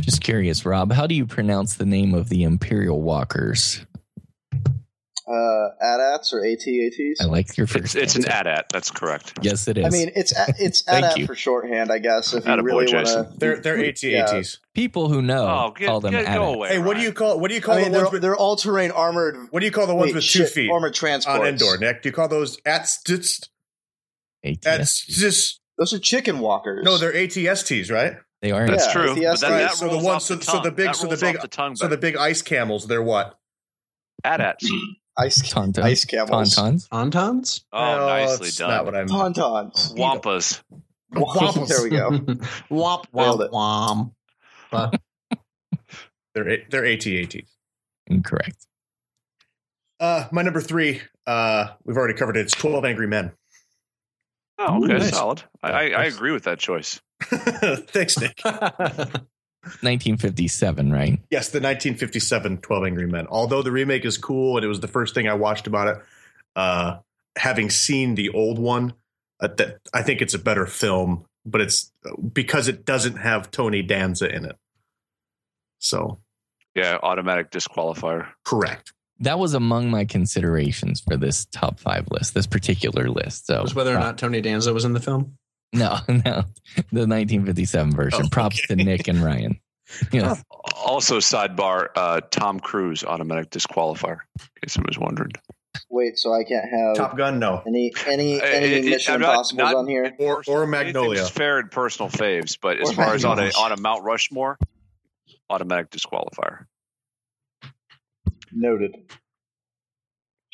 S8: Just curious, Rob. How do you pronounce the name of the Imperial Walkers?
S6: uh, AT-ATs or
S8: I
S6: AT-ATs?
S8: like your
S4: it's,
S8: first.
S4: it's an
S8: answer.
S4: AT-AT. That's correct.
S8: Yes, it is.
S6: I mean, it's a- it's
S8: Thank
S6: AT-AT
S8: you.
S6: for shorthand, I guess. If you
S4: Attaboy,
S6: really want
S4: Jason.
S6: to,
S2: They're they're AT-ATs.
S8: people who know
S4: Oh, get,
S8: call them
S4: get, go
S8: AT-ATs.
S4: away.
S2: Hey, what do you
S4: Ryan.
S2: call what do you call
S6: I mean,
S2: the ones
S6: they're,
S2: with
S6: they're all-terrain armored.
S2: what do you call the ones
S6: wait,
S2: with two
S6: shit,
S2: feet
S6: armored transports
S2: on indoor, Nick? Do you call those ats just
S8: ATS.
S2: ats just
S6: Those are chicken walkers.
S2: no? They're ATSTs, right?
S8: They are.
S4: That's
S6: Yeah,
S4: true.
S6: ATS,
S4: but that,
S2: right.
S4: that
S2: So the
S4: rolls
S2: one-
S4: off
S2: so-
S4: the
S2: so
S4: tongue.
S2: the big-
S4: That
S2: so the
S4: rolls
S2: big-
S4: off the tongue.
S2: So Oh, the big ice camels, they're what? [LAUGHS]
S4: AT-ATs.
S6: [CLEARS THROAT] ice
S8: Tauntaun.
S6: ice camels,
S8: Tauntauns.
S10: Tauntauns.
S4: Oh,
S2: No,
S4: nicely
S2: it's
S4: done.
S2: Not what I meant.
S6: tauntauns.
S4: Wampas.
S6: There we go.
S10: [LAUGHS] womp
S6: Nailed it.
S10: womp womp.
S2: They're A- they're AT-ATs.
S8: Incorrect.
S2: Uh, my number three. Uh, we've already covered it. It's Twelve Angry Men. [LAUGHS]
S4: Oh, okay,
S10: nice.
S4: solid. I, I, I agree with that choice.
S2: Thanks, Nick.
S8: 1957, right?
S2: Yes, the 1957 12 Angry Men. Although the remake is cool and it was the first thing I watched about it, uh, having seen the old one, uh, that I think it's a better film, but it's because it doesn't have Tony Danza in it. So,
S4: Yeah, automatic disqualifier.
S2: correct.
S8: That was among my considerations for this top five list, this particular list. So
S10: Was whether or not Tony Danza was in the film.
S8: No, [LAUGHS] no, the 1957 version.
S2: Oh,
S8: Props to Nick and
S4: [LAUGHS]
S8: Ryan. Yeah,
S4: Also, sidebar: uh, Tom Cruise automatic disqualifier. In case someone was wondering.
S6: Wait, so I can't
S14: Oh.
S6: have
S2: Top Gun,
S14: [LAUGHS]
S2: no.
S6: any any any
S4: It- it-
S6: Mission
S4: I'm not-
S6: Impossible
S4: not-
S6: on here.
S2: Or, or Magnolia.
S4: Anything's fair and personal faves, but as
S6: Or
S4: far as on a on
S6: Magnolia.
S4: a Mount Rushmore, automatic disqualifier.
S6: Noted.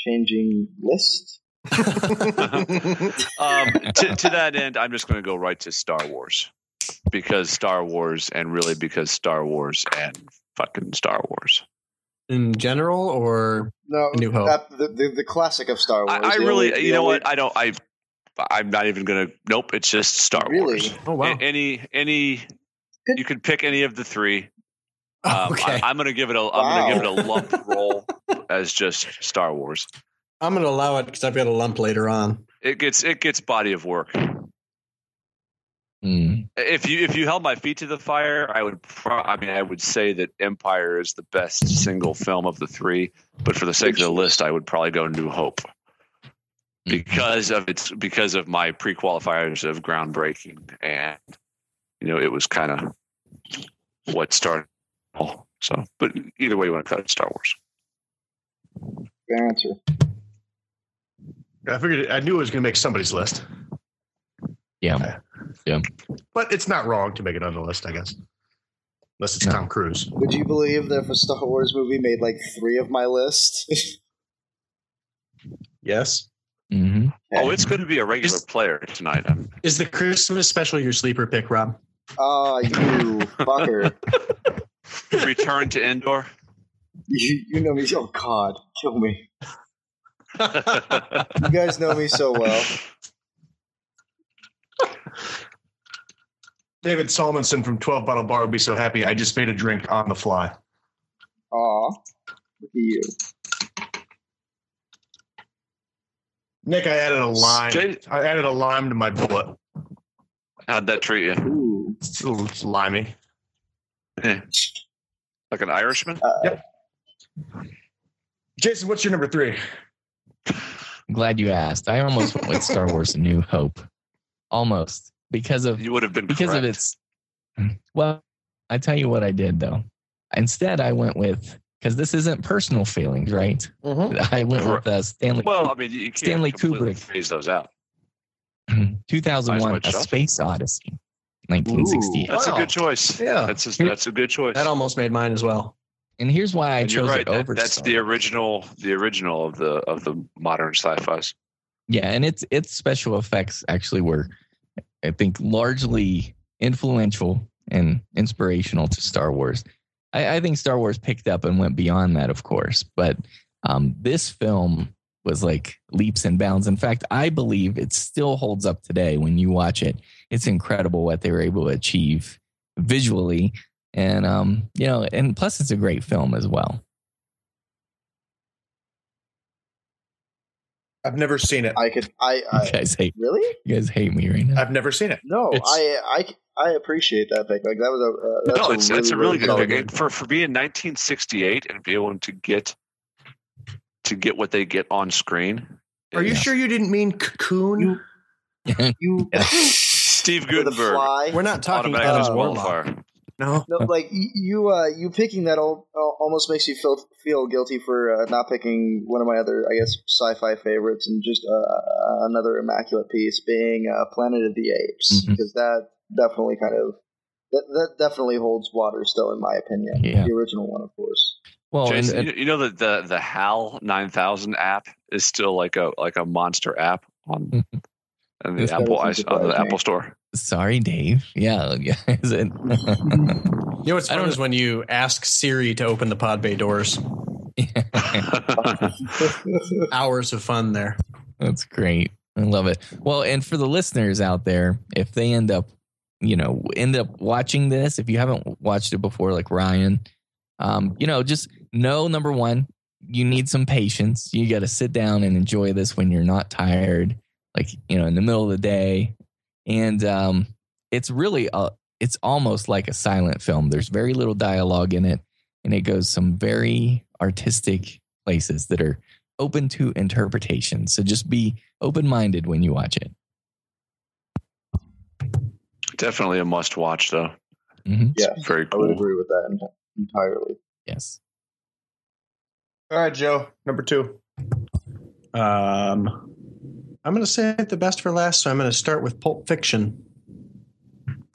S6: Changing list.
S4: Um, to, to that end, I'm just going to go right to Star Wars because Star Wars, and really because Star Wars and fucking Star Wars.
S10: In general, or
S6: No,
S10: A New Hope.
S6: that- the, the the classic of Star Wars.
S4: I, I
S6: The
S4: really,
S6: only-
S4: you
S6: the
S4: know
S6: only-
S4: what? I don't. I I'm not even going to. Nope. It's just Star
S6: Really?
S4: Wars.
S10: oh
S4: A- Any any
S6: Good.
S4: you could pick any of the three. Um,
S10: okay.
S4: I, am gonna give it a am
S6: Wow.
S4: gonna give it a lump roll as just Star Wars.
S10: I'm going to allow it because I've got a lump later on.
S4: It gets it gets body of work.
S8: Mm.
S4: If you if you held my feet to the fire, I would. Pro- I mean, I would say that Empire is the best single film of the three. But for the sake of the list, I would probably go New Hope because of its because of my pre qualifiers of groundbreaking and you know it was kind of what started all. So, but either way you want to cut it, Star Wars.
S6: Good answer.
S14: I figured I knew it was going to make somebody's list,
S8: Yeah.
S14: but it's not wrong to make it on the list, I guess. Unless it's Tom Cruise.
S6: Would you believe that if a Star Wars movie made like three of my list? [LAUGHS]
S2: Yes.
S8: Mm-hmm.
S4: Oh, it's going to be a regular player tonight. I'm,
S10: Is the Christmas special your sleeper pick, Rob?
S6: Ah, you fucker! [LAUGHS]
S4: return to Endor.
S6: You, you know me. Oh God, kill me! You guys know me so well. [LAUGHS]
S14: David Solomon from 12 Bottle Bar would be so happy. I just made a drink on the fly.
S6: Aw, look at you.
S14: Nick, I added a lime.
S4: Jay-
S14: I added a lime to my bullet.
S4: How'd that treat you?
S6: Ooh,
S14: It's a little slimy.
S4: Like an Irishman?
S14: Jason, what's your number three?
S8: Glad you asked. I almost went with Star Wars: A New Hope, almost because of
S4: You would have been
S8: because
S4: correct.
S8: of its. Well, I tell you what I did though. Instead, I went with because this isn't personal feelings, right? [LAUGHS] I went with uh, Stanley.
S4: Mm-hmm.
S8: [CLEARS THROAT]
S4: Well, I mean, you can't
S8: Stanley
S4: completely
S8: Kubrick.
S4: phase those out. Eyes
S8: 2001: A
S4: Wide Shut.
S8: Space Odyssey, 1968.
S4: That's
S10: Wow.
S4: a good choice.
S10: Yeah.
S4: That's a, that's a good choice.
S10: That almost made mine as well.
S8: And here's why I
S4: And you're
S8: chose
S4: right.
S8: it
S4: that-
S8: over.
S4: that's
S8: Star
S4: the
S8: Wars.
S4: original, the original of the of the modern sci-fi's.
S8: Yeah, and its its special effects actually were, I think, largely influential and inspirational to Star Wars. I, I think Star Wars picked up and went beyond that, of course, but um, this film was like leaps and bounds. In fact, I believe it still holds up today when you watch it. It's incredible what they were able to achieve visually, and um, you know, and plus it's a great film as well.
S2: I've never seen it.
S6: I could. I,
S8: You
S6: I
S8: guys hate
S6: really
S8: you guys hate me right now.
S2: I've never seen it.
S6: no.
S10: It's-
S6: I I I appreciate that pick. Like that was a. Uh, that's
S4: No, it's that's a really good
S6: solid
S4: pick And for for being 1968 and being able to get to get what they get on screen.
S14: Are you
S8: Yeah.
S14: sure you didn't mean cocoon?
S4: [LAUGHS]
S6: You [LAUGHS]
S4: Steve
S6: the
S4: Gutenberg
S6: fly.
S10: We're not talking
S4: automatically
S10: about
S4: is
S10: uh, Warlock.
S4: qualifier.
S14: No.
S6: No, like y- you, uh, you picking that all, al- almost makes you feel feel guilty for uh, not picking one of my other, I guess, sci-fi favorites, and just uh, another immaculate piece being uh, Planet of the Apes,
S8: Mhm.
S6: because that definitely kind of that, that definitely holds water still, in my opinion.
S8: Yeah.
S6: The original one,
S2: [LAUGHS]
S6: of course.
S8: [LAUGHS] Well, and-
S4: Jason, you- you know that the the HAL 9000 app is still like a like a monster app on on the
S8: That's
S4: Apple I,
S6: Mm-hmm. gotta be
S4: on the
S6: surprising.
S4: Apple Store.
S8: Sorry, Dave. Yeah, [LAUGHS] yeah. Is it?
S10: You know what's
S8: I
S10: fun
S8: don't-
S10: is when you ask Siri to open the pod bay doors. Hours of fun there.
S8: That's great. I love it. Well, and for the listeners out there, if they end up, you know, end up watching this, if you haven't watched it before, like Ryan, um, you know, just know number one, you need some patience. You got to sit down and enjoy this when you're not tired, like you know, in the middle of the day, and um, it's really a, it's almost like a silent film. There's very little dialogue in it, and it goes some very artistic places that are open to interpretation. So just be open minded when you watch it.
S4: [LAUGHS] Definitely a must watch though.
S8: Mhm.
S6: Yeah,
S4: Very
S6: I would
S4: cool.
S6: agree with that en- entirely.
S8: Yes. [LAUGHS]
S2: All right, Joe, number two.
S10: Um, I'm going to save the best for last, so I'm going to start with Pulp Fiction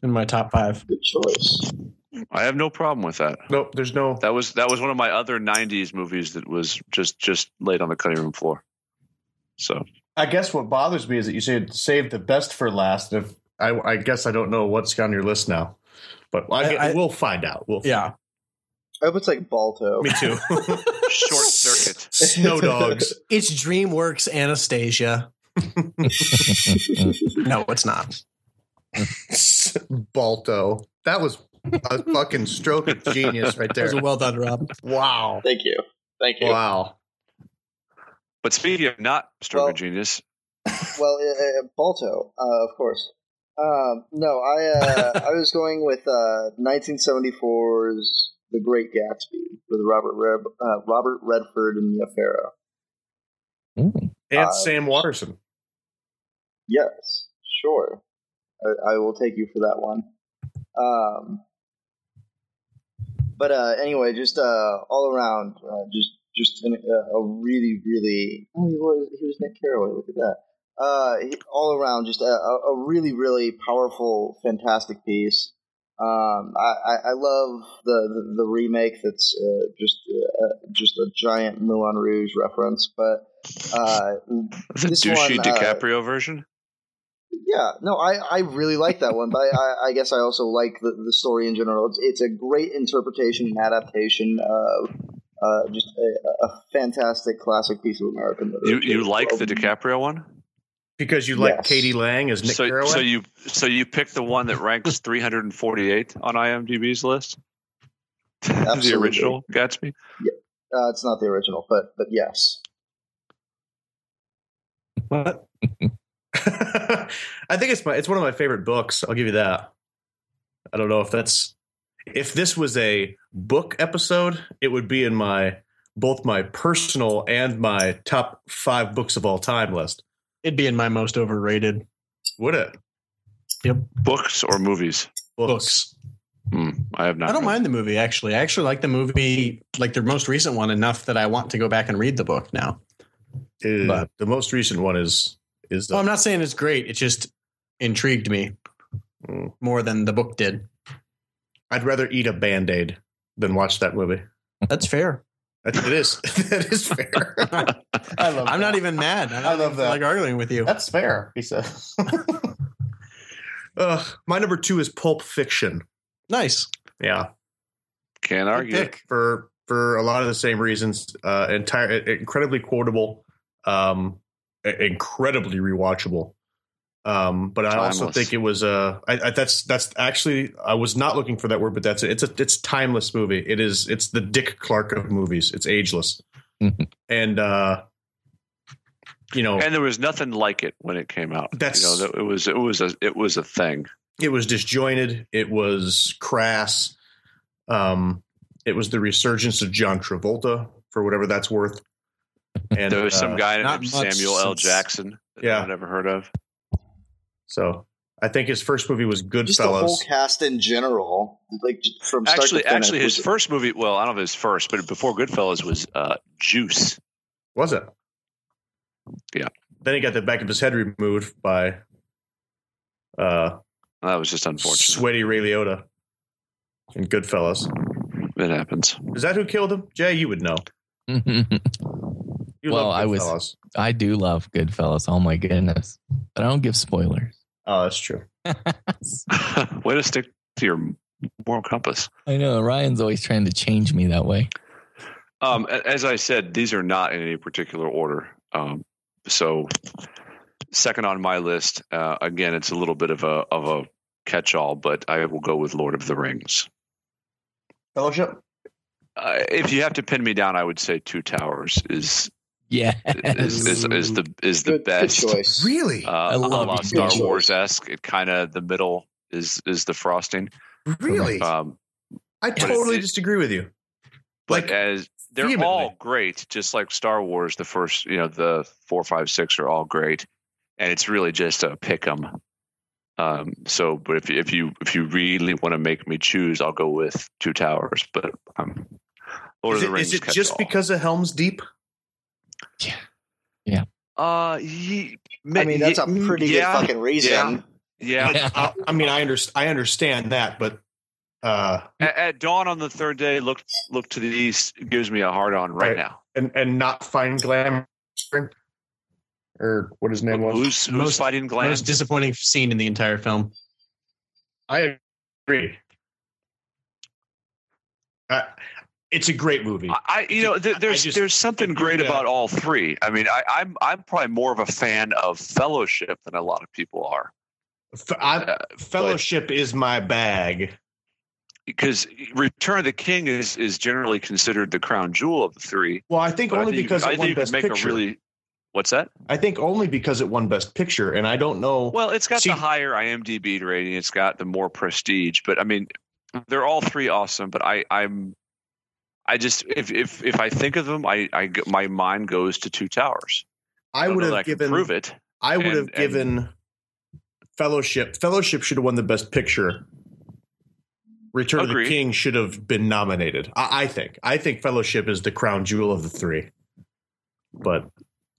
S10: in my top five.
S6: Good choice.
S4: I have no problem with that.
S2: Nope, there's no.
S4: That was that was one of my other '90s movies that was just just laid on the cutting room floor. So
S2: I guess what bothers me is that you said save the best for last. If I, I guess I don't know what's on your list now, but I,
S10: I- I-
S2: we'll find out. We'll
S10: Yeah.
S6: I hope it's like Balto.
S2: Me too.
S6: [LAUGHS]
S4: short circuit.
S2: Snow dogs.
S10: It's DreamWorks Anastasia. No, it's not.
S2: [LAUGHS] Balto. That was a fucking stroke of genius right
S10: That
S2: there.
S10: was well
S4: [LAUGHS]
S10: done, Rob.
S2: Wow.
S6: Thank you. Thank you.
S2: Wow.
S4: But speaking of not stroke
S6: Well-
S4: of genius,
S6: Well, uh, uh, Balto, uh, of course. Um, no, I uh, I was going with uh, 1974's The Great Gatsby with Robert Reb, uh, Robert Redford and Mia Farrow.
S8: Ooh. [LAUGHS]
S2: And
S6: Uh,
S2: Sam Watterson.
S6: Yes, sure, I, I will take you for that one. Um, But uh, anyway, just uh, all around, uh, just just an, uh, a really, really. Oh, he was he was Nick Carraway. Look at that. Uh, he, all around, just a, a a really, really powerful, fantastic piece. Um, I, I, I love the, the, the remake. That's uh, just uh, just a giant Moulin Rouge reference, but uh,
S4: The
S6: This
S4: douchey
S6: one, uh,
S4: DiCaprio version.
S6: yeah, no, I, I really like that one, but I, I guess I also like the, the story in general. It's, it's a great interpretation and adaptation of uh, just a, a fantastic classic piece of American
S4: You
S6: literature.
S4: you like the
S6: Um,
S4: DiCaprio one?
S14: because you like
S6: Yes.
S14: Katie Lang as Nick
S4: So,
S14: Carraway.
S4: so you so you picked the one that ranks 348 on IMDb's list. [LAUGHS] the
S6: Absolutely.
S4: original Gatsby.
S6: Uh, it's not the original, but but yes.
S2: What? [LAUGHS] I think it's my it's one of my favorite books. I'll give you that. I don't know if that's if this was a book episode, it would be in my both my personal and my top five books of all time list.
S10: It'd be in my most overrated
S2: Would it?
S4: Books or movies?
S10: books.
S4: Hmm, I have not.
S10: I don't
S4: read.
S10: mind the movie actually. I actually like the movie, like the most recent one, enough that I want to go back and read the book now.
S2: Uh,
S10: But-
S2: the most recent one is is the
S10: Well, I'm not saying it's great. It just intrigued me
S2: Mm.
S10: more than the book did.
S2: I'd rather eat a band aid than watch that movie.
S10: That's fair.
S2: That, it is [LAUGHS] that is fair.
S10: I love. I'm not even mad. I, love that. Like arguing with you.
S7: That's fair, he
S2: [LAUGHS]
S7: says.
S2: Uh, my number two is Pulp Fiction.
S10: Nice.
S2: Yeah,
S4: Can't argue.
S2: Good pick for for a lot of the same reasons. Uh, entire incredibly quotable, um, i- incredibly rewatchable. Um, but I also
S4: Timeless.
S2: think it was a I, I, that's that's actually I was not looking for that word, but that's it. It's a it's timeless movie. It is it's the Dick Clark of movies. It's [LAUGHS] ageless, and uh, you know
S4: And there was nothing like it when it came out.
S2: That's-
S4: you know, that- it was it was a it was a thing.
S2: it was disjointed. It was crass. Um, it was the resurgence of John Travolta for whatever that's
S4: [LAUGHS]
S2: worth. And
S4: there was some
S2: uh,
S4: guy
S10: not
S4: named
S10: much
S4: Samuel L.
S10: since-
S4: Jackson that
S2: Yeah.
S4: I've never heard of.
S2: So I think his first movie was
S6: Just the whole
S2: Goodfellas.
S6: cast in general, like j- from start
S4: Actually,
S6: to finish.
S4: actually, his first movie. Well, I don't know if his first, but before Goodfellas was uh, Juice.
S2: Was it?
S4: Yeah.
S2: Then he got the back of his head removed by uh,
S4: That was just unfortunate.
S2: sweaty Ray Liotta in Goodfellas.
S4: it happens. [LAUGHS]
S2: Is that who killed him? Jay, you would know. You
S8: Well,
S2: love
S8: I was-
S2: Goodfellas.
S8: I do love Goodfellas. Oh my goodness. But I don't give spoilers. [LAUGHS]
S2: Oh, that's true.
S4: Way to stick to your moral compass.
S8: I know Ryan's always trying to change me that way.
S4: Um, a- as I said, these are not in any particular order. Um, so, second on my list, uh, again, it's a little bit of a of a catch-all, but I will go with Lord of the Rings.
S6: fellowship.
S4: Uh, if you have to pin me down, I would say Two Towers is
S8: Yeah.
S4: is is, is the is the
S6: Good, good
S4: best.
S6: choice.
S14: really?
S4: Uh,
S8: I
S4: a
S8: love
S4: la
S8: it.
S4: Star
S6: Good choice.
S4: Wars esque. It kind of the middle is is the frosting.
S14: really?
S4: Um,
S2: I
S4: But
S2: totally
S4: it-
S2: disagree with you.
S4: but
S2: Like,
S4: as they're all
S2: vehemently.
S4: great, just like Star Wars, the first, you know, the four, five, six are all great, and it's really just a pick 'em. Um, so, but if if you if you really want to make me choose, I'll go with Two Towers. But um, Lord
S2: Is
S4: of the
S2: it,
S4: Rings.
S2: is it
S4: catch
S2: just
S4: all.
S2: because of Helm's Deep?
S4: Uh, ye, mm,
S6: I mean, that's a pretty
S4: yeah,
S6: good fucking reason. [LAUGHS]
S4: Yeah,
S2: I, uh, I mean, I understand. I understand that, but uh,
S4: at, at dawn on the third day, look look to the east gives me a hard on right,
S2: Right.
S4: now.
S2: and and not find glamour, or what his name was.
S4: Who's who's
S10: Most-
S4: fighting Glenn?
S10: Most disappointing scene in the entire film.
S2: I agree. Uh, it's a great movie.
S4: I, I- you know, th- there's
S2: just-
S4: there's something great
S2: yeah.
S4: about all three. I mean, I, I'm I'm probably more of a fan of Fellowship than a lot of people are
S2: F-
S4: uh,
S2: I- Fellowship is my bag.
S4: because Return of the King is is generally considered the crown jewel of the three.
S2: Well, I think
S4: But I
S2: only
S4: think you-
S2: because
S4: I
S2: it won
S4: think you
S2: Best
S4: could make
S2: Picture.
S4: a really what's that?
S2: I think only because it won Best Picture, and I don't know.
S4: Well, it's got
S2: See-
S4: the higher IMDb rating. It's got the more prestige. But I mean, they're all three awesome. But I, I'm, I just if if if I think of them, I, I g- my mind goes to Two Towers.
S2: I
S4: don't
S2: would
S4: know that
S2: have
S4: can
S2: given.
S4: prove it.
S2: I would
S4: and-
S2: have given Fellowship. Fellowship should have won the Best Picture
S14: Return of
S4: Agreed.
S14: the
S2: King should have been nominated. I, I think. I think Fellowship is the crown jewel of the three. But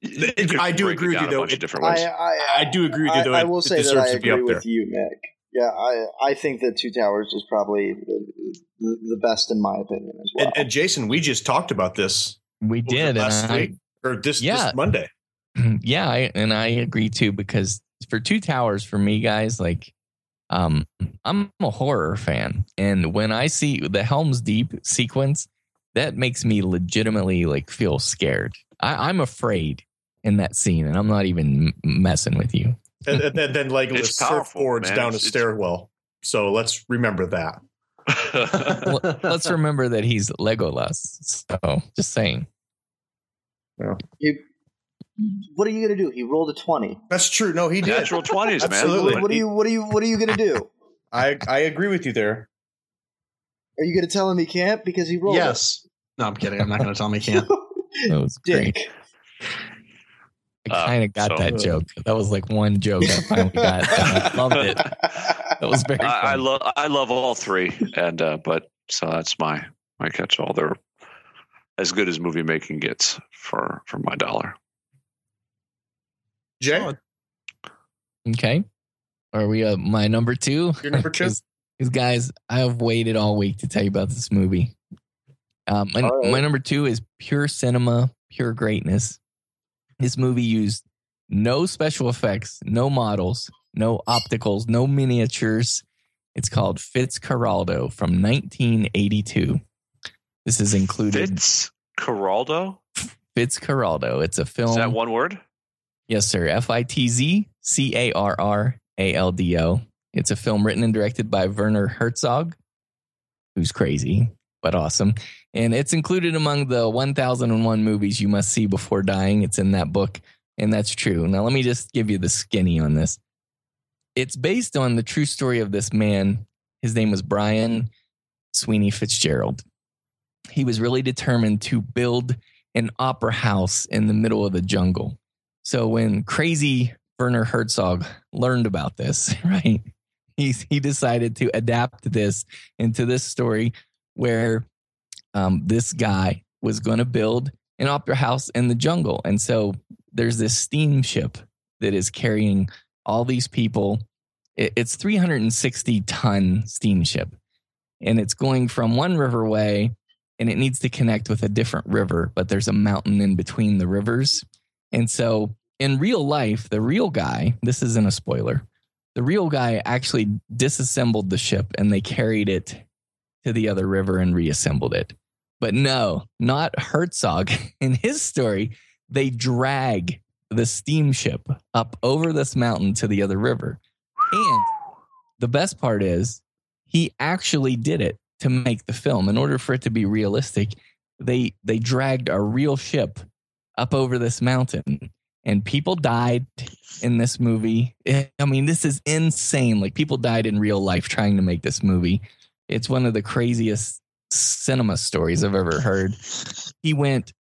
S4: You
S14: It-
S4: could
S14: I do
S4: break it
S14: agree with
S4: down
S14: you,
S4: a
S14: though.
S4: bunch of
S14: It-
S4: different ways.
S6: I, I,
S14: I do agree with you,
S6: I,
S14: though.
S6: I
S14: It-
S6: will
S14: it
S6: say that
S14: deserves
S6: I
S14: to be
S6: agree
S14: up
S6: with you, Nick. Yeah, I I think that Two Towers is probably the, the the best in my opinion as well.
S14: and, and Jason, we just talked about this
S8: We
S14: was it
S8: did. and
S14: last
S8: I-
S14: week or this,
S8: Yeah.
S14: this Monday.
S8: [CLEARS THROAT] yeah, I, and I agree too because for Two Towers, for me, guys, like, um, I'm a horror fan, and when I see the Helm's Deep sequence, that makes me legitimately like feel scared. I, I'm afraid in that scene, and I'm not even m- messing with you.
S14: and, and, then- then Legolas
S4: [LAUGHS] It's powerful,
S14: surfboards
S4: man.
S14: down a
S4: It's- it's-
S14: stairwell. So let's remember that.
S4: [LAUGHS]
S8: Well, Let's remember that he's Legolas. So, just saying.
S6: what are you gonna do? He rolled a twenty.
S2: that's true. No, he did.
S4: Natural twenties, man.
S2: Absolutely.
S6: What are you? What are you? What are you gonna do?
S2: I, I agree with you there.
S6: Are you gonna tell him he can't because he rolled? a
S10: Yes. No, I'm kidding. I'm not going to tell him I can't. [LAUGHS]
S8: That was great.
S6: [LAUGHS] Dick.
S8: I kind of got
S4: so-
S8: that joke. That was like one joke I finally got.
S4: [LAUGHS]
S8: and I [LAUGHS] loved it. That was very. funny.
S4: I, I love I love all three, and uh, but so that's my my catch-all. They're as good as movie making gets for for my dollar.
S2: Jay,
S8: Oh, Okay. Are we uh, my number two?
S2: Your
S8: [LAUGHS]
S2: number two?
S8: Because guys, I have waited all week to tell you about this movie. Um, my,
S6: All right.
S8: my number two is pure cinema, pure greatness. This movie used no special effects, no models, no opticals, no miniatures. It's called Fitzcarraldo from 1982. This is included
S4: Fitz Caraldo.
S8: Fitzcarraldo. It's a film.
S4: Is that one word?
S8: Yes, sir. F I T Z C A R R A L D O. It's a film written and directed by Werner Herzog, who's crazy, but awesome. And it's included among the 1001 movies you must see before dying. It's in that book, and that's true. Now, let me just give you the skinny on this. It's based on the true story of this man. His name was Brian Sweeney Fitzgerald. He was really determined to build an opera house in the middle of the jungle. So when crazy Werner Herzog learned about this, [LAUGHS] right, he he decided to adapt this into this story where um, this guy was going to build an opera house in the jungle, and so there's this steamship that is carrying all these people. It- it's 360 ton steamship, and it's going from one riverway. And it needs to connect with a different river, but there's a mountain in between the rivers. And so in real life, the real guy, this isn't a spoiler, the real guy actually disassembled the ship and they carried it to the other river and reassembled it. But no, not Herzog. [LAUGHS] In his story, they drag the steamship up over this mountain to the other river. And the best part is, he actually did it to make the film. In order for it to be realistic, they they dragged a real ship up over this mountain and people died in this movie It- i mean this is insane like people died in real life trying to make this movie it's one of the craziest cinema stories i've ever heard he went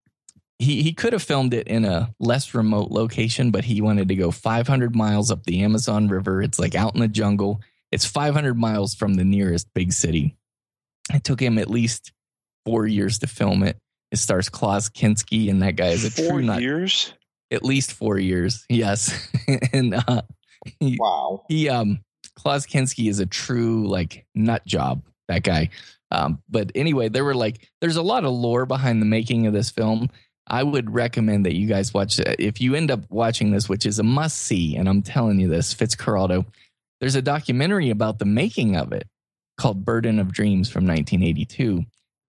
S8: he, he could have filmed it in a less remote location but he wanted to go 500 miles up the amazon river it's like out in the jungle it's 500 miles from the nearest big city it took him at least four years to film it it stars klaus kinski and that guy is a
S4: Four
S8: true nut
S4: years.
S8: at least four years. [LAUGHS] Yes, and uh, he,
S6: [LAUGHS] Wow.
S8: he um Klaus Kinski is a true like nut job. That guy. Um, but anyway, there were like there's a lot of lore behind the making of this film. I would recommend that you guys watch it. if you end up watching this, which is a must see. And I'm telling you this, Fitzcarraldo. There's a documentary about the making of it called Burden of Dreams from 1982.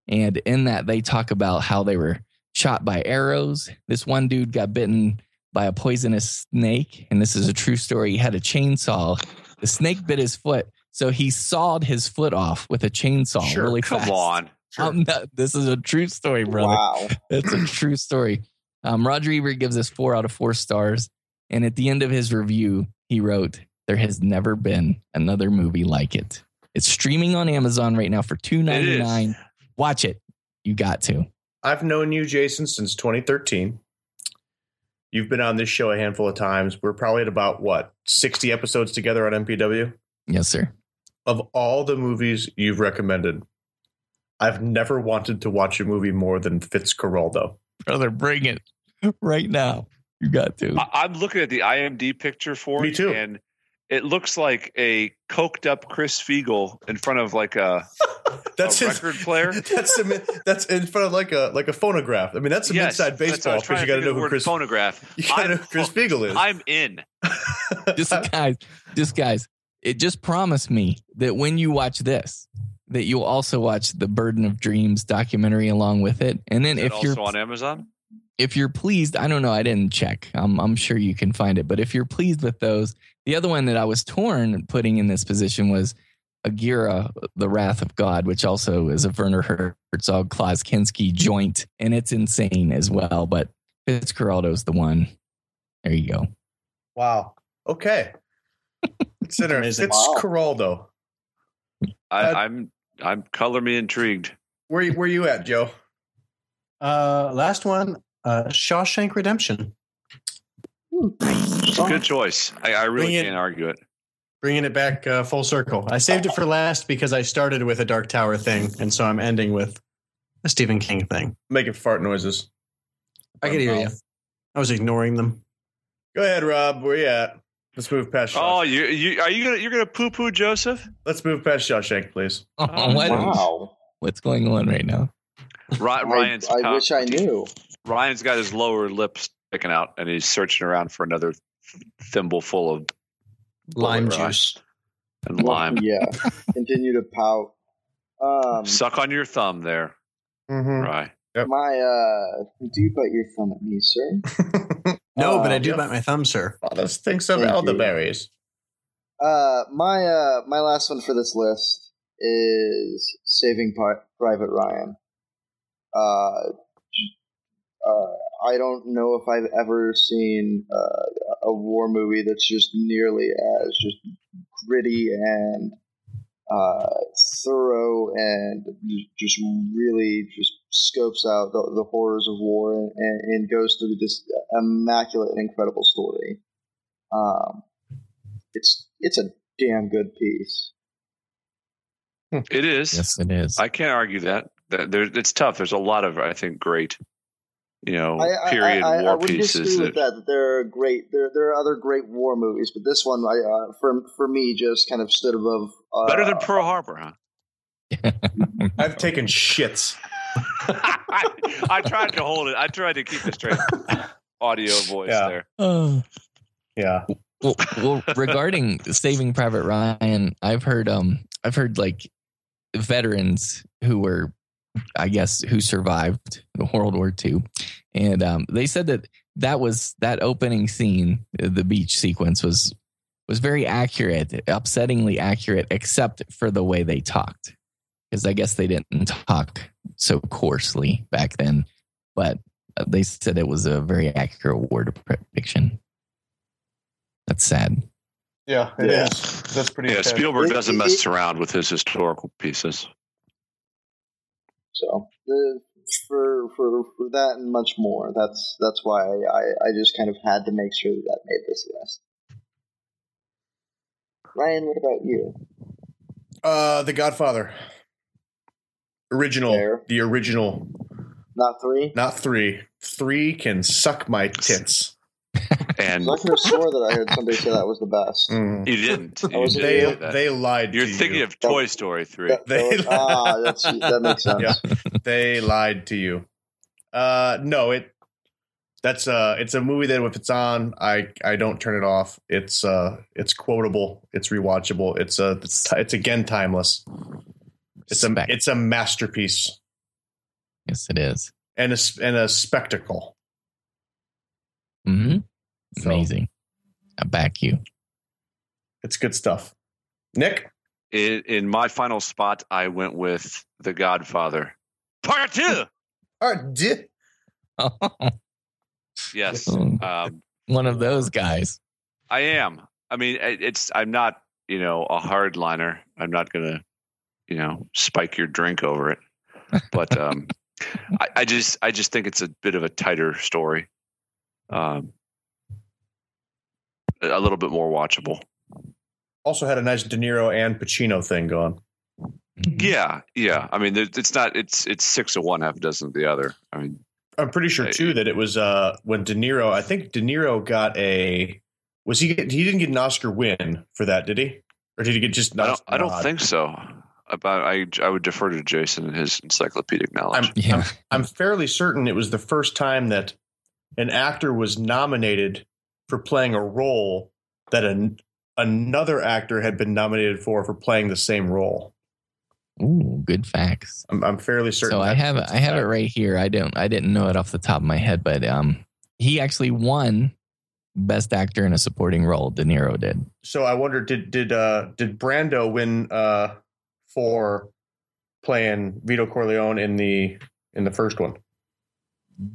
S8: And in that, they talk about how they were shot by arrows. This one dude got bitten by a poisonous snake. And this is a true story. He had a chainsaw. The snake bit his foot. So he sawed his foot off with a chainsaw
S2: Sure,
S8: really
S4: Come
S8: fast.
S4: on.
S8: I'm not, this is a true story, brother.
S6: Wow.
S8: It's a true story. Um, Roger Ebert gives us four out of four stars. And at the end of his review, he wrote, There has never been another movie like it. It's streaming on Amazon right now for two ninety nine. Watch it. You got to.
S2: I've known you, Jason, since 2013. You've been on this show a handful of times. We're probably at about what 60 episodes together on MPW.
S8: Yes, sir.
S2: of all the movies you've recommended, I've never wanted to watch a movie more than Fitzcarraldo.
S8: brother. Bring it [LAUGHS] right now. You got to. [LAUGHS]
S4: I, I'm looking at the IMD picture for
S2: Me
S4: it,
S2: too.
S4: and it looks like a coked up Chris Fiegel in front of like a, a
S2: That's in,
S4: record
S14: [LAUGHS]
S2: [LAUGHS]
S4: player.
S2: that's in, that's in front of like a like a phonograph. I mean, that's a
S4: Yes,
S2: midside
S4: that's what I was
S2: baseball
S4: trying
S2: because you
S4: to
S2: got to know
S4: figure the
S2: who
S4: word
S2: Chris
S4: phonograph.
S2: [LAUGHS] you got to know
S4: I'm- oh,
S2: who Chris Fiegel is.
S4: I'm in.
S8: just guys, just guys, it just promise me that when you watch this, that you'll also watch the Burden of Dreams documentary along with it. And then
S4: Is
S8: if
S4: it
S8: you're
S4: also on Amazon,
S8: if you're pleased, I don't know, I didn't check. I'm I'm sure you can find it, but if you're pleased with those, the other one that I was torn putting in this position was Agira, The Wrath of God, which also is a Werner Herzog Klaus Kinski joint, and it's insane as well. But Fitzcarraldo's the one. There you go.
S2: [LAUGHS] wow. Okay. Consider
S10: Amazing.
S2: Fitzcarraldo.
S4: I,
S2: Uh,
S4: I'm. I'm color me intrigued.
S2: Where you- where you at, Joe?
S10: Uh, last one, uh, Shawshank Redemption,
S4: It's a good choice. I, I really
S10: Bring it.
S4: can't argue it.
S10: bringing it back uh, full circle. I saved it for last because I started with a Dark Tower thing, and so I'm ending with a Stephen King thing.
S2: Making fart noises.
S10: I could hear you. I was ignoring them.
S2: Go ahead, Rob. Where you at? Let's move past.
S4: Oh,
S2: Shawshank.
S4: you you are you gonna you're gonna poo poo Joseph?
S2: Let's move past Shawshank, please.
S4: Oh,
S8: [LAUGHS] What-
S6: Wow.
S8: what's going on right now?
S4: Ry- Ryan's.
S6: I, I
S4: cock-
S6: wish I knew.
S4: Ryan's got his lower lip sticking out, and he's searching around for another thimble full of
S10: Lime
S4: Bullet Rock.
S10: juice.
S4: and lime.
S6: Yeah. Continue to pout. Um,
S4: Suck on your thumb there,
S2: Mm-hmm.
S4: Ryan.
S6: my uh, do you bite your thumb at me, sir?
S10: [LAUGHS] No, but I
S6: Um,
S10: do
S2: yeah.
S10: bite my thumb, sir.
S2: Oh, those things of
S6: Thank you.
S2: elderberries.
S6: Uh, my uh, my last one for this list is Saving Pri- Private Ryan. Uh, j- uh, I don't know if I've ever seen uh, a war movie that's just nearly as just gritty and uh, thorough and j- just really just scopes out the, the horrors of war and, and, and goes through this immaculate and incredible story. Um, it's it's a damn good piece.
S4: It is.
S8: Yes, it is.
S4: I can't argue that. That there, it's tough. There's a lot of I think great, you know,
S6: I,
S4: Oh, period
S6: I, I,
S4: war
S6: I would
S4: pieces.
S6: disagree
S4: That,
S6: with that. that There are great. There, there are other great war movies, but this one, I, uh, for for me, just kind of stood above. Uh,
S4: Better than Pearl Harbor, huh?
S2: I've taken shits.
S4: I, [LAUGHS] I tried to hold it. I tried to keep a straight audio voice
S2: Yeah.
S4: there.
S8: [SIGHS] Oh.
S2: Yeah.
S8: well, well regarding saving private ryan i've heard um i've heard like veterans who were i guess who survived world war ii and um they said that that was that opening scene uh, the beach sequence was was very accurate upsettingly accurate except for the way they talked because i guess they didn't talk so coarsely back then but uh, they said it was a very accurate war depiction that's sad
S2: Yeah, it is.
S6: Yeah.
S2: That's pretty.
S4: Yeah,
S2: intense.
S4: Spielberg
S6: It-
S4: doesn't
S6: it-
S4: mess around with his historical pieces.
S6: So the, for for for that and much more. That's that's why I, I, I just kind of had to make sure that that made this list. Ryan, what about you?
S2: Uh, The Godfather. Original.
S6: Fair.
S2: The original.
S6: Not three.
S2: Not three. Three can suck my tits.
S4: And
S6: Zucker swore that I heard somebody say that was
S4: [LAUGHS]
S6: the best.
S2: Mm.
S4: you
S6: [LAUGHS]
S4: didn't. You
S6: was
S4: didn't
S2: They
S4: do that.
S2: they lied.
S4: You're
S2: to
S4: thinking
S2: you.
S4: of Toy Story 3.
S6: That- that
S2: They-
S6: was- ah, that's, that
S4: [LAUGHS]
S6: makes sense.
S2: Yeah. they lied to you. Uh, no, it. That's uh, it's a movie that if it's on, I I don't turn it off. It's uh, it's quotable. It's rewatchable. It's a it's, ti- it's again timeless. It's a
S8: Spec-
S2: it's a masterpiece
S8: yes, it is.
S2: and a s- and a spectacle.
S8: Mm-hmm.
S2: So-
S8: Amazing. I
S2: [LAUGHS]
S8: back you.
S2: It's good stuff. Nick,
S4: In, in my final spot, I went with The Godfather. Part 2!
S2: all right, di-
S4: Yes.
S2: Hmm.
S8: Mm.
S4: Um,
S8: One of those guys.
S4: I am. I mean, it- it's. I'm not, you know, a hardliner. I'm not going to, you know, spike your drink over it. But
S8: [LAUGHS]
S4: um, I, I just I just think it's a bit of a tighter story. Um, a a little bit more watchable.
S2: also had a nice De Niro and Pacino thing going.
S8: Mm-hmm.
S4: Yeah, yeah. I mean, there- it's not. It's it's six of one, half a dozen of the other. I mean,
S2: I'm pretty sure too that it was uh when De Niro. I think De Niro got a was he get- he didn't get an Oscar win for that, did he? Or did he get just?
S4: I don't. I
S2: nod?
S4: don't think so. About I, I would defer to Jason and his encyclopedic knowledge.
S2: I'm,
S8: Yeah.
S2: I'm I'm fairly certain it was the first time that an actor was nominated for playing a role that an another actor had been nominated for for playing the same role.
S8: Ooh, good facts.
S2: I'm, I'm fairly certain.
S8: So I
S2: that-
S8: have I have it right here. I don't I didn't know it off the top of my head, but um, he actually won best actor in a supporting role. De Niro did.
S2: So I wonder did did uh did Brando win uh for playing Vito Corleone in the in the first one?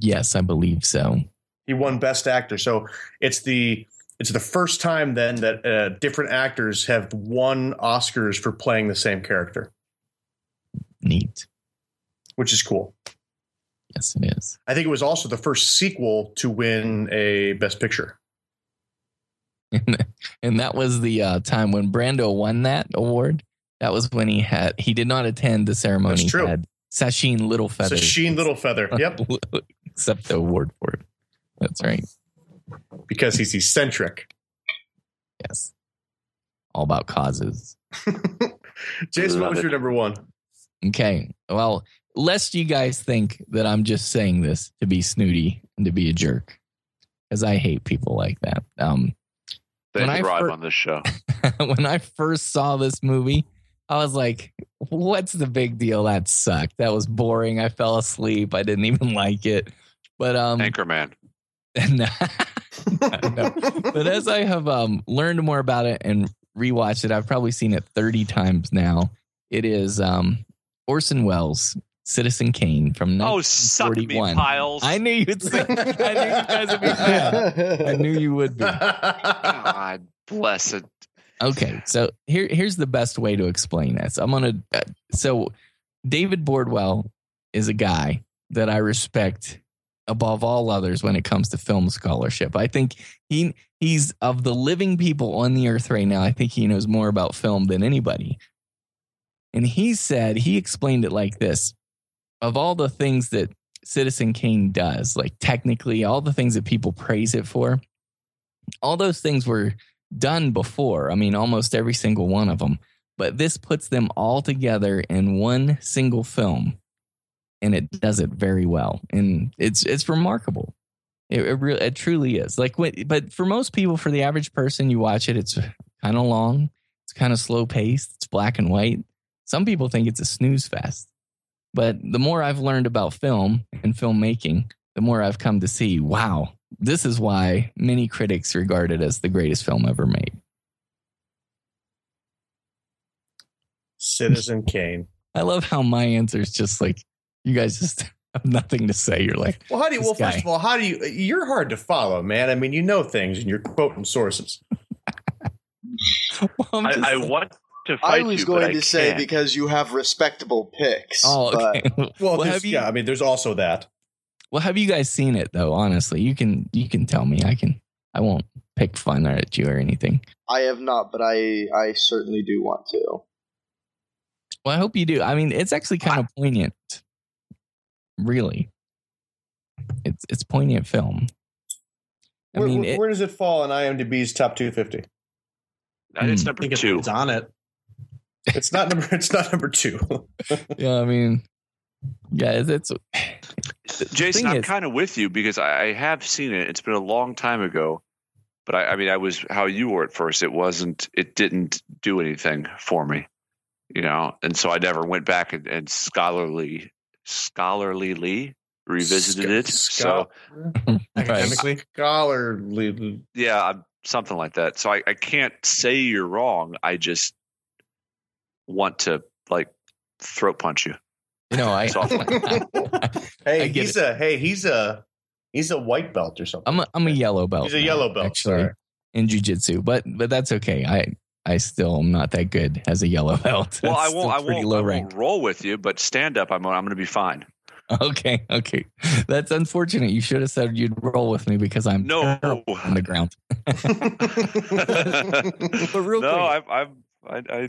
S8: Yes, I believe so.
S2: He won Best Actor. So it's the it's the first time then that uh, different actors have won Oscars for playing the same character,
S8: Neat.
S2: which is cool.
S8: Yes, it is.
S2: I think it was also the first sequel to win a Best Picture.
S8: [LAUGHS] and that was the uh, time when Brando won that award. That was when he had he did not attend the ceremony.
S2: That's true.
S8: He had Sachin Little Feather.
S2: Sasheen
S8: [LAUGHS]
S2: Littlefeather. Yep.
S8: Accept the award for it. That's right.
S2: because he's eccentric. [LAUGHS]
S8: Yes. All about causes.
S2: Jason, what
S4: Love
S2: was
S4: it.
S2: your number one?
S8: Okay. Well, lest you guys think that I'm just saying this to be snooty and to be a jerk, because I hate people like that. Um,
S4: they
S8: when I
S4: thrive
S8: fir-
S4: on this show.
S8: [LAUGHS] when I first saw this movie, I was like, what's the big deal? That sucked. That was boring. I fell asleep. I didn't [LAUGHS] even like it. But um [LAUGHS]
S4: Anchorman.
S8: no. but as I have um learned more about it and rewatched it, I've probably seen it 30 times now. It is um Orson Welles, Citizen Kane from
S4: Oh, suck me,
S8: 1941.
S4: Piles.
S8: I knew you'd say [LAUGHS] I knew you
S2: [LAUGHS]
S8: guys would be mad. I knew you would be.
S4: God bless it.
S8: Okay, so here here's the best way to explain this. I'm gonna uh, so David Bordwell is a guy that I respect above all others when it comes to film scholarship. I think he he's of the living people on the earth right now. I think he knows more about film than anybody. And he said he explained it like this: of all the things that Citizen Kane does, like technically, all the things that people praise it for, all those things were done before. I mean, almost every single one of them. But this puts them all together in one single film, and it does it very well. And it's it's remarkable. It it, re- it truly is. Like, what, but for most people, for the average person, you watch it, it's kind of long, it's kind of slow paced, it's black and white. Some people think it's a snooze fest. But the more I've learned about film and filmmaking, the more I've come to see, wow, this is why many critics regard it as the greatest film ever made.
S2: Citizen Kane.
S8: I love how my answer is just like, you guys just [LAUGHS] have nothing to say. You're like, [LAUGHS]
S2: Well, how do you?
S8: This
S2: Well, first
S8: guy.
S2: of all, how do you? You're hard to follow, man. I mean, you know things, and you're quoting sources.
S8: well, I'm just-
S4: I, I want to
S6: I
S4: fight
S6: was
S4: you, but
S6: going
S4: I
S6: to say
S4: can't.
S6: because you have respectable picks.
S8: oh, okay. [LAUGHS]
S2: Well,
S8: Well,
S2: there's-
S8: have you-
S2: yeah. I mean, there's also that.
S8: well, have you guys seen it though? Honestly, you can, you can tell me. I can, I won't pick fun at you or anything.
S6: But I have not, but I I certainly do want to.
S8: Well, I hope you do. I mean, it's actually kind of poignant, really. It's it's poignant film. I
S2: Where,
S8: mean,
S2: where,
S8: it-
S2: where does it fall in IMDb's top 250?
S4: And it's
S8: Mm.
S4: number
S10: it's,
S4: two.
S10: it's on it.
S2: It's not number. It's not number two.
S8: yeah, I mean, guys, it's [SIGHS] the
S4: Jason,
S8: thing
S4: I'm
S8: is-
S4: kind of with you because I, I have seen it. It's been a long time ago, but I, I mean, I was how you were at first. It wasn't. It didn't do anything for me, you know. And so I never went back and, and scholarly, scholarlyly revisited it. So
S2: Academically, scholarly.
S4: yeah, I'm, something like that. So I, I can't say you're wrong. I just want to like throat punch you.
S8: you know, I,
S4: It's awful.
S2: Hey,
S8: I get
S2: he's a hey, he's a he's a white belt or something.
S8: [LAUGHS] I'm a, I'm a yellow belt.
S2: he's a
S8: now,
S2: yellow belt.
S8: actually
S2: Sorry.
S8: in jujitsu, but but that's okay. I I still am not that good as a yellow [LAUGHS] belt.
S4: Well,
S8: It's
S4: I
S8: still
S4: won't. I
S8: Pretty
S4: won't,
S8: low
S4: I
S8: rank.
S4: won't roll with you, but stand up. I'm. I'm going to be fine.
S8: [LAUGHS] Okay, okay. That's unfortunate. You should have said you'd roll with me because I'm
S4: No.
S8: terrible
S4: [LAUGHS]
S8: on the ground.
S4: no, [LAUGHS]
S10: [LAUGHS]
S8: But real quick,
S4: I've, I've, I, I,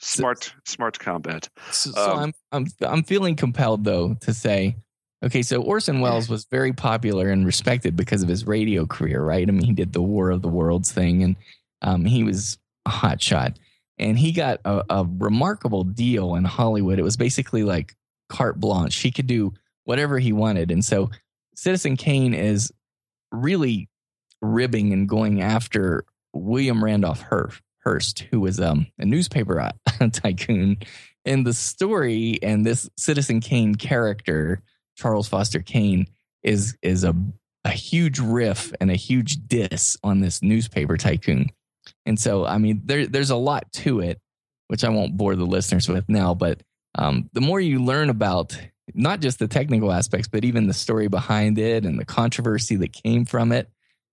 S4: smart, smart combat.
S8: so, so
S4: um,
S8: I'm I'm I'm feeling compelled though to say, okay, so Orson Welles was very popular and respected because of his radio career, right? I mean, he did the War of the Worlds thing, and um, he was a hot shot, and he got a, a remarkable deal in Hollywood. It was basically like carte blanche; he could do whatever he wanted, and so Citizen Kane is really ribbing and going after William Randolph Hearst, Hearst who was um, a newspaper uh, [LAUGHS] tycoon. And the story and this Citizen Kane character, Charles Foster Kane, is is a a huge riff and a huge diss on this newspaper tycoon. And so, I mean, there there's a lot to it, which I won't bore the listeners with now. But um, the more you learn about not just the technical aspects, but even the story behind it and the controversy that came from it,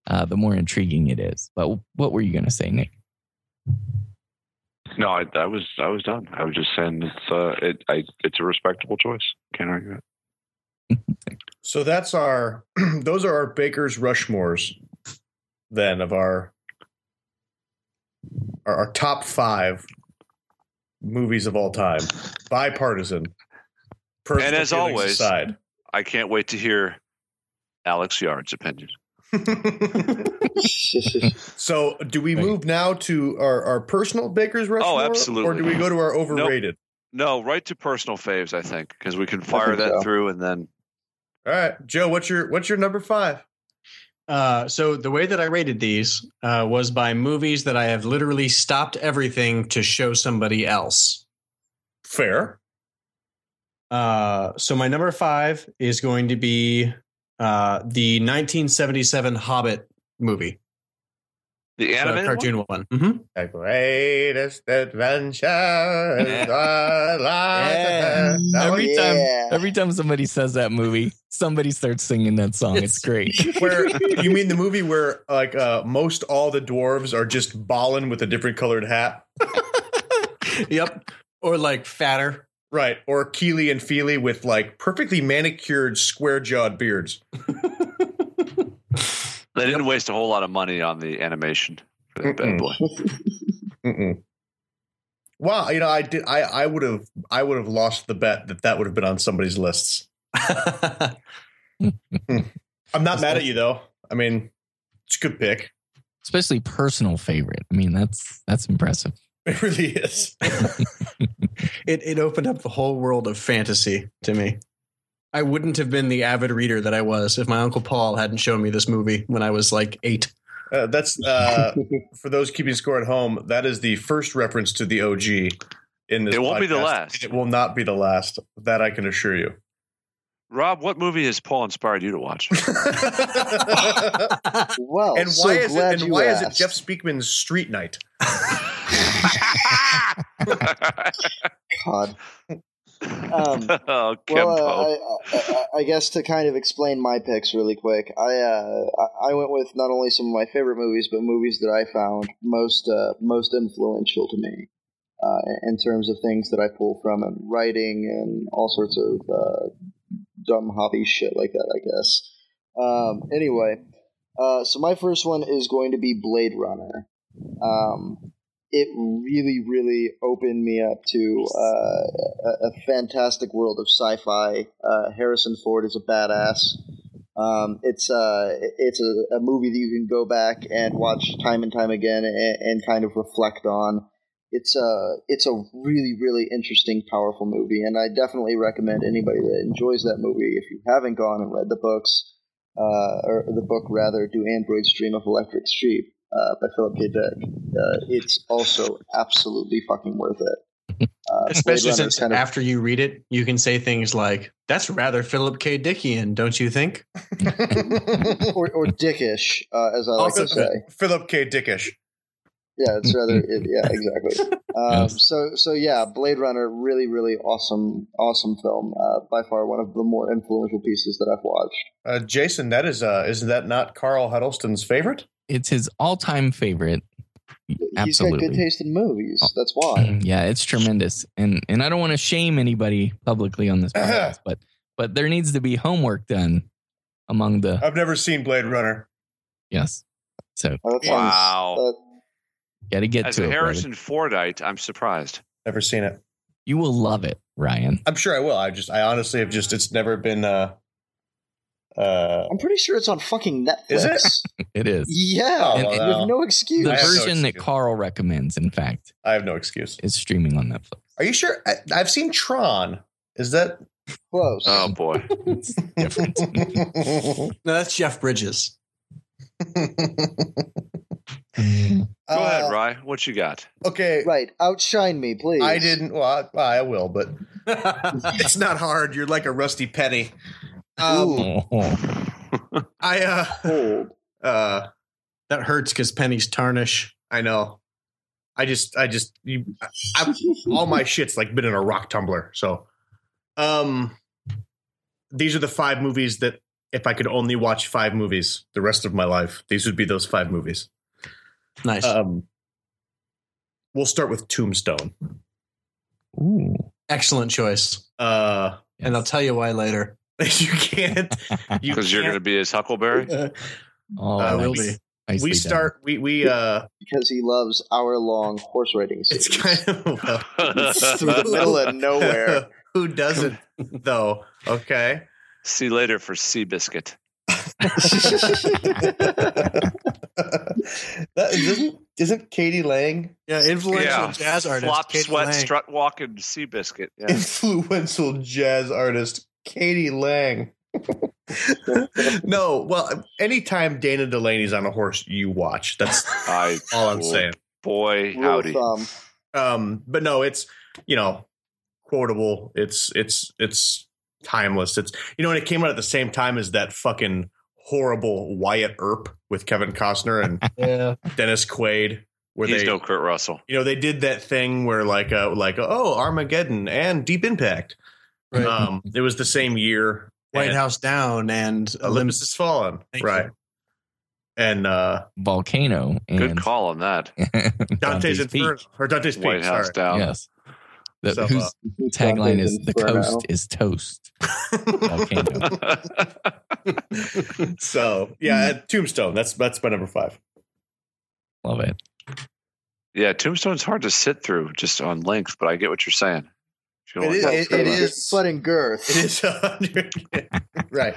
S8: uh, the more intriguing it is. But what were you going to say, Nick?
S4: No, I, I was, I was done. I was just saying it's, uh, it, I, it's a respectable choice. Can't argue it.
S2: So that's our [CLEARS THROAT] those are our Baker's Rushmores then of our our, our top five movies of all time. Bipartisan. Personal
S4: And as
S2: feelings
S4: always-
S2: aside.
S4: I can't wait to hear Alex Yard's opinion.
S6: [LAUGHS]
S2: so do we
S8: Right.
S2: move now to our, our personal Baker's Rushmore? Or
S4: Oh, absolutely.
S2: do we go to our overrated?
S4: No, right to personal faves, I think, because we can fire
S6: think
S4: that
S6: so.
S4: through and then
S2: All right. Joe, what's your what's your number five?
S10: Uh, so the way that I rated these uh, was by movies that I have literally stopped everything to show somebody else.
S2: Fair.
S10: Uh, so my number five is going to be uh, the 1977 Hobbit movie,
S4: the
S10: the
S4: animated
S10: cartoon one. Mhm.
S2: The greatest
S4: [LAUGHS]
S2: adventure is the
S8: Yeah.
S2: life ahead.
S8: Every
S6: yeah.
S8: time, every time somebody says that movie, somebody starts singing that song. It's great.
S2: where you mean the movie where like uh, most all the dwarves are just ballin with a different colored hat,
S10: Yep. Or like fatter.
S2: right? Or Keely and Feely with like perfectly manicured square jawed beards.
S4: They didn't waste a whole lot of money on the animation for that bad
S2: Mm-mm.
S4: boy.
S2: Mm-mm. Wow, you know, I did. I I would have I would have lost the bet that that would have been on somebody's lists. Hmm. I'm not mad at you though. I mean, it's a good pick. [LAUGHS]
S8: especially personal favorite. I mean, that's that's impressive.
S2: It really is.
S10: it, it opened up the whole world of fantasy to me. I wouldn't have been the avid reader that I was if my Uncle Paul hadn't shown me this movie when I was like eight.
S2: Uh, that's
S6: [LAUGHS]
S2: uh, for those keeping score at home. That is the first reference to the OG in this.
S4: It won't be the
S2: podcast.
S4: last.
S2: It will not be the last. That I can assure
S6: [LAUGHS]
S2: you.
S4: Rob, what movie has Paul inspired you to watch?
S2: and
S6: Well,
S2: why
S6: so
S2: is
S6: glad
S2: it?
S6: you
S2: And why
S6: asked.
S2: is it Jeff Speakman's Street
S6: [LAUGHS]
S2: Night?
S6: Um, God. Um,
S4: [LAUGHS] oh, Kempo.
S6: Well, uh, I, I, I- I guess to kind of explain my picks really quick, I uh, I I went with not only some of my favorite movies, but movies that I found most uh, most influential to me uh, in terms of things that I pull from and writing and all sorts of uh, dumb hobby shit like that. I guess. Um, anyway, uh, so my first one is going to be Blade Runner. Um, it really, really opened me up to uh, a, a fantastic world of sci-fi. Uh, Harrison Ford is a badass. Um, it's uh, it's a, a movie that you can go back and watch time and time again and, and kind of reflect on. It's a it's a really really interesting, powerful movie, and I definitely recommend anybody that enjoys that movie if you haven't gone and read the books uh, or the book rather, "Do Androids Dream of Electric Sheep" uh, by Philip K. Dick. Uh, it's also absolutely fucking worth it. Uh, Blade
S10: Especially
S6: Runner
S10: since
S6: kind of-
S10: after you read it, you can say things like, that's rather Philip K. Dickian, don't you think?
S2: [LAUGHS]
S6: or, or dickish, uh, as I like
S2: also,
S6: to say.
S2: Philip K. Dickish.
S6: Yeah, it's rather. It, yeah, exactly. Um,
S8: Yes.
S6: So, so yeah, Blade Runner, really, really awesome, awesome film. Uh, by far, one of the more influential pieces that I've watched.
S2: Uh, Jason, that is uh, isn't that not Carl Huddleston's favorite?
S8: It's his all-time favorite.
S6: He's got good
S8: Absolutely. Mm-hmm.
S6: taste in movies. That's why. [LAUGHS]
S8: Yeah, it's tremendous. And and I don't want to shame anybody publicly on this podcast, but but there needs to be homework done among the
S6: Uh,
S2: I've never seen Blade Runner.
S8: yes. So
S6: That uh, sounds-
S4: Wow.
S6: that-
S8: got to get
S4: As
S8: to
S4: a
S8: it. brother.
S4: Harrison Fordite, I'm surprised.
S2: Never seen it.
S8: You will love it, Ryan.
S2: I'm sure I will. I just I honestly have just it's never been uh uh
S6: I'm pretty sure it's on fucking Netflix.
S2: Is it?
S8: It is
S6: [LAUGHS] Yeah,
S2: Oh,
S6: with
S2: well, now-
S6: no
S8: the
S6: excuse.
S2: I have no
S8: version that
S2: excuse.
S8: Carl recommends. In fact,
S2: I have no excuse.
S8: is streaming on
S6: [LAUGHS]
S8: Netflix.
S2: Are you sure I, I've seen Tron? Is that
S6: Close.
S4: Oh boy.
S8: It's different.
S10: No, that's Jeff Bridges.
S4: Go ahead,
S2: Uh,
S4: Rye. What you got?
S2: Okay.
S6: right, outshine me, please.
S2: I
S6: [LAUGHS]
S2: didn't. Well, I, well, I will, but [LAUGHS] it's not hard. You're like a rusty penny. Um,
S6: Ooh,
S2: I uh,
S6: cold.
S2: uh,
S10: That hurts because Penny's tarnish.
S2: I know. I just, I just, you, I, I- all my shit's like been in a rock tumbler. So, um, these are the five movies that if I could only watch five movies the rest of my life, these would be those five movies.
S10: Nice.
S2: Um, we'll start with Tombstone.
S8: [LAUGHS] Ooh.
S10: Excellent choice.
S2: Uh, [LAUGHS]
S10: And I'll tell you why later.
S2: you can't,
S4: [LAUGHS]
S2: you
S4: Because you're going to
S2: can't.
S4: be
S2: [LAUGHS]
S4: his Huckleberry.
S8: Oh,
S2: I
S10: will
S8: nice.
S10: uh, be.
S8: Nicely
S2: we
S8: done.
S2: start. We we uh.
S6: because he loves hour-long horse
S2: [LAUGHS]
S6: riding.
S2: It's [LAUGHS]
S6: series.
S2: kind of
S6: [LAUGHS]
S2: well,
S6: It's
S4: [LAUGHS]
S6: through the middle of nowhere.
S2: [LAUGHS] Who doesn't though? Okay.
S4: See you later for Seabiscuit.
S2: that, isn't isn't Katie Lang
S10: Yeah, influential
S4: Yeah.
S10: jazz artist.
S4: Flop,
S10: Kate
S4: sweat,
S10: Lang.
S4: strut, walking Seabiscuit. Yeah.
S2: influential jazz artist Katie Lang? [LAUGHS] no, well, anytime Dana Delaney's on a horse, you watch. [LAUGHS] That's
S4: [LAUGHS] I,
S2: all I'm
S4: well,
S2: saying.
S4: Boy,
S6: Rule of
S4: howdy.
S6: thumb.
S2: Um, but no, it's you know quotable. It's it's it's timeless. It's you know, and it came out at the same time as that fucking horrible Wyatt Earp with Kevin Costner and
S10: [LAUGHS] Yeah.
S2: Dennis Quaid, where
S4: He's
S2: they
S4: no Kurt Russell.
S2: you know they did that thing where like uh, like oh Armageddon and Deep Impact.
S10: Right.
S2: Um, it was the same year.
S10: White
S2: and
S10: House Down and
S2: Olympus Has Fallen,
S10: Thank you.
S2: right? And uh,
S8: volcano and
S4: Good call on that.
S8: [LAUGHS] Dante's,
S2: Dante's, Inferno
S8: Peak.
S2: or Dante's Peak.
S4: White House
S2: sorry.
S4: down.
S8: Yes. The,
S2: So, uh,
S8: whose [LAUGHS] tagline
S6: Oh. Dante's
S8: is the
S6: Inferno.
S8: coast is toast.
S4: [LAUGHS]
S8: Volcano.
S2: [LAUGHS] so yeah, Tombstone. That's that's my number five.
S8: Love it.
S4: yeah, Tombstone's hard to sit through just on length, but I get what you're saying. If you don't
S2: It
S4: like-
S2: is- it is-
S6: butt and
S2: [LAUGHS]
S6: girth.
S2: It is a hundred. right.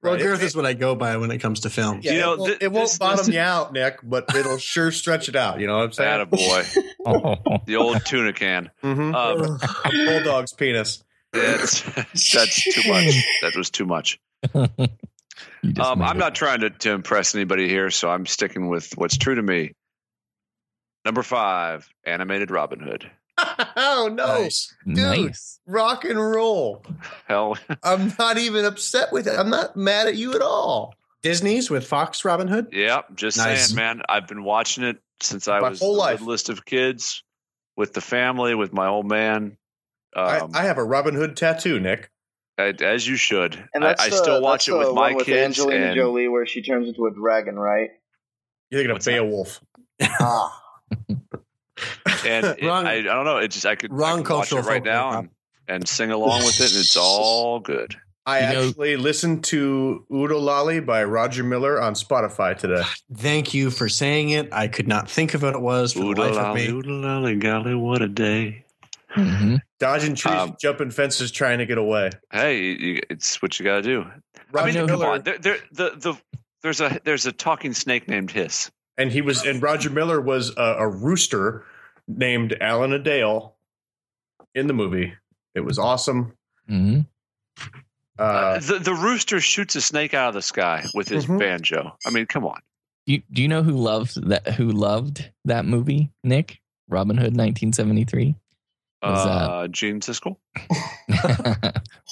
S10: Well,
S2: Right.
S10: girth
S2: It-
S10: is what I go by when it comes to film.
S2: Yeah,
S4: You know,
S2: it, won't-
S4: thi-
S2: it won't
S4: this-
S2: bottom
S4: this-
S2: you out, Nick, but it'll sure stretch it out. You know what I'm saying?
S4: Attaboy.
S8: Oh, [LAUGHS]
S4: the old tuna can.
S2: Mhm.
S4: Um,
S2: [LAUGHS] Bulldog's penis.
S4: it's, that's [LAUGHS]
S2: [LAUGHS]
S4: too much. That was too much.
S8: you just
S4: Um,
S8: made
S4: I'm
S8: it.
S4: not trying to, to impress anybody here, so I'm sticking with what's true to me. Number five, animated Robin Hood.
S2: oh no,
S10: Nice.
S8: nice.
S2: rock and roll.
S4: [LAUGHS] Hell,
S2: I'm not even upset with it. I'm not mad at you at all.
S10: Disney's with Fox Robin Hood.
S4: yeah, just
S10: Nice.
S4: saying, man. I've been watching it since I
S2: My
S4: was
S2: whole
S4: the
S2: life.
S4: list of kids with the family, with my old man. Um,
S2: I, I have a Robin Hood tattoo, Nick.
S4: I- as you should.
S6: [LAUGHS] And
S4: I,
S6: that's
S4: I
S6: the-
S4: still watch
S6: that's
S4: it with
S6: the
S4: my
S6: one with
S4: kids.
S6: Angelina
S4: and
S6: Jolie, where she turns into a dragon,
S4: [LAUGHS]
S6: right?
S2: You're thinking of
S4: What's that?
S2: Beowulf.
S6: ah,
S10: [LAUGHS]
S4: and it-
S10: Wrong-
S4: I, I don't know. It just I could, I
S10: wrong
S4: could watch it
S10: cultural
S4: right
S10: folklore,
S4: now
S10: Rob.
S4: and, and sing along with it, and
S10: [LAUGHS]
S4: it's all good.
S2: I
S8: You know-
S2: actually listened to Oodalali by Roger Miller on Spotify today.
S10: Thank you for saying it. I could not think of what it was for the life
S4: Oodalolly,
S10: of me.
S4: oodalolly, golly, what a day!
S8: Mhm.
S2: Dodging trees,
S4: Um,
S2: jumping fences, trying to get away.
S4: Hey, you, it's what you got to do. I
S2: Roger
S4: mean, come
S2: Miller,
S4: on. There, there, the, the, there's a there's a talking snake named Hiss.
S2: and he was, and Roger Miller was a, a rooster named Alan Adale in the movie. It was awesome.
S8: Mhm.
S2: Uh,
S4: Uh, the the rooster shoots a snake out of the sky with his
S10: Mm-hmm.
S2: Mhm.
S4: banjo. I mean, come on.
S8: You, do you know who loves that? Who loved that movie? Nick Robin Hood, 1973. Was, uh,
S4: Uh, Gene Siskel.
S8: [LAUGHS]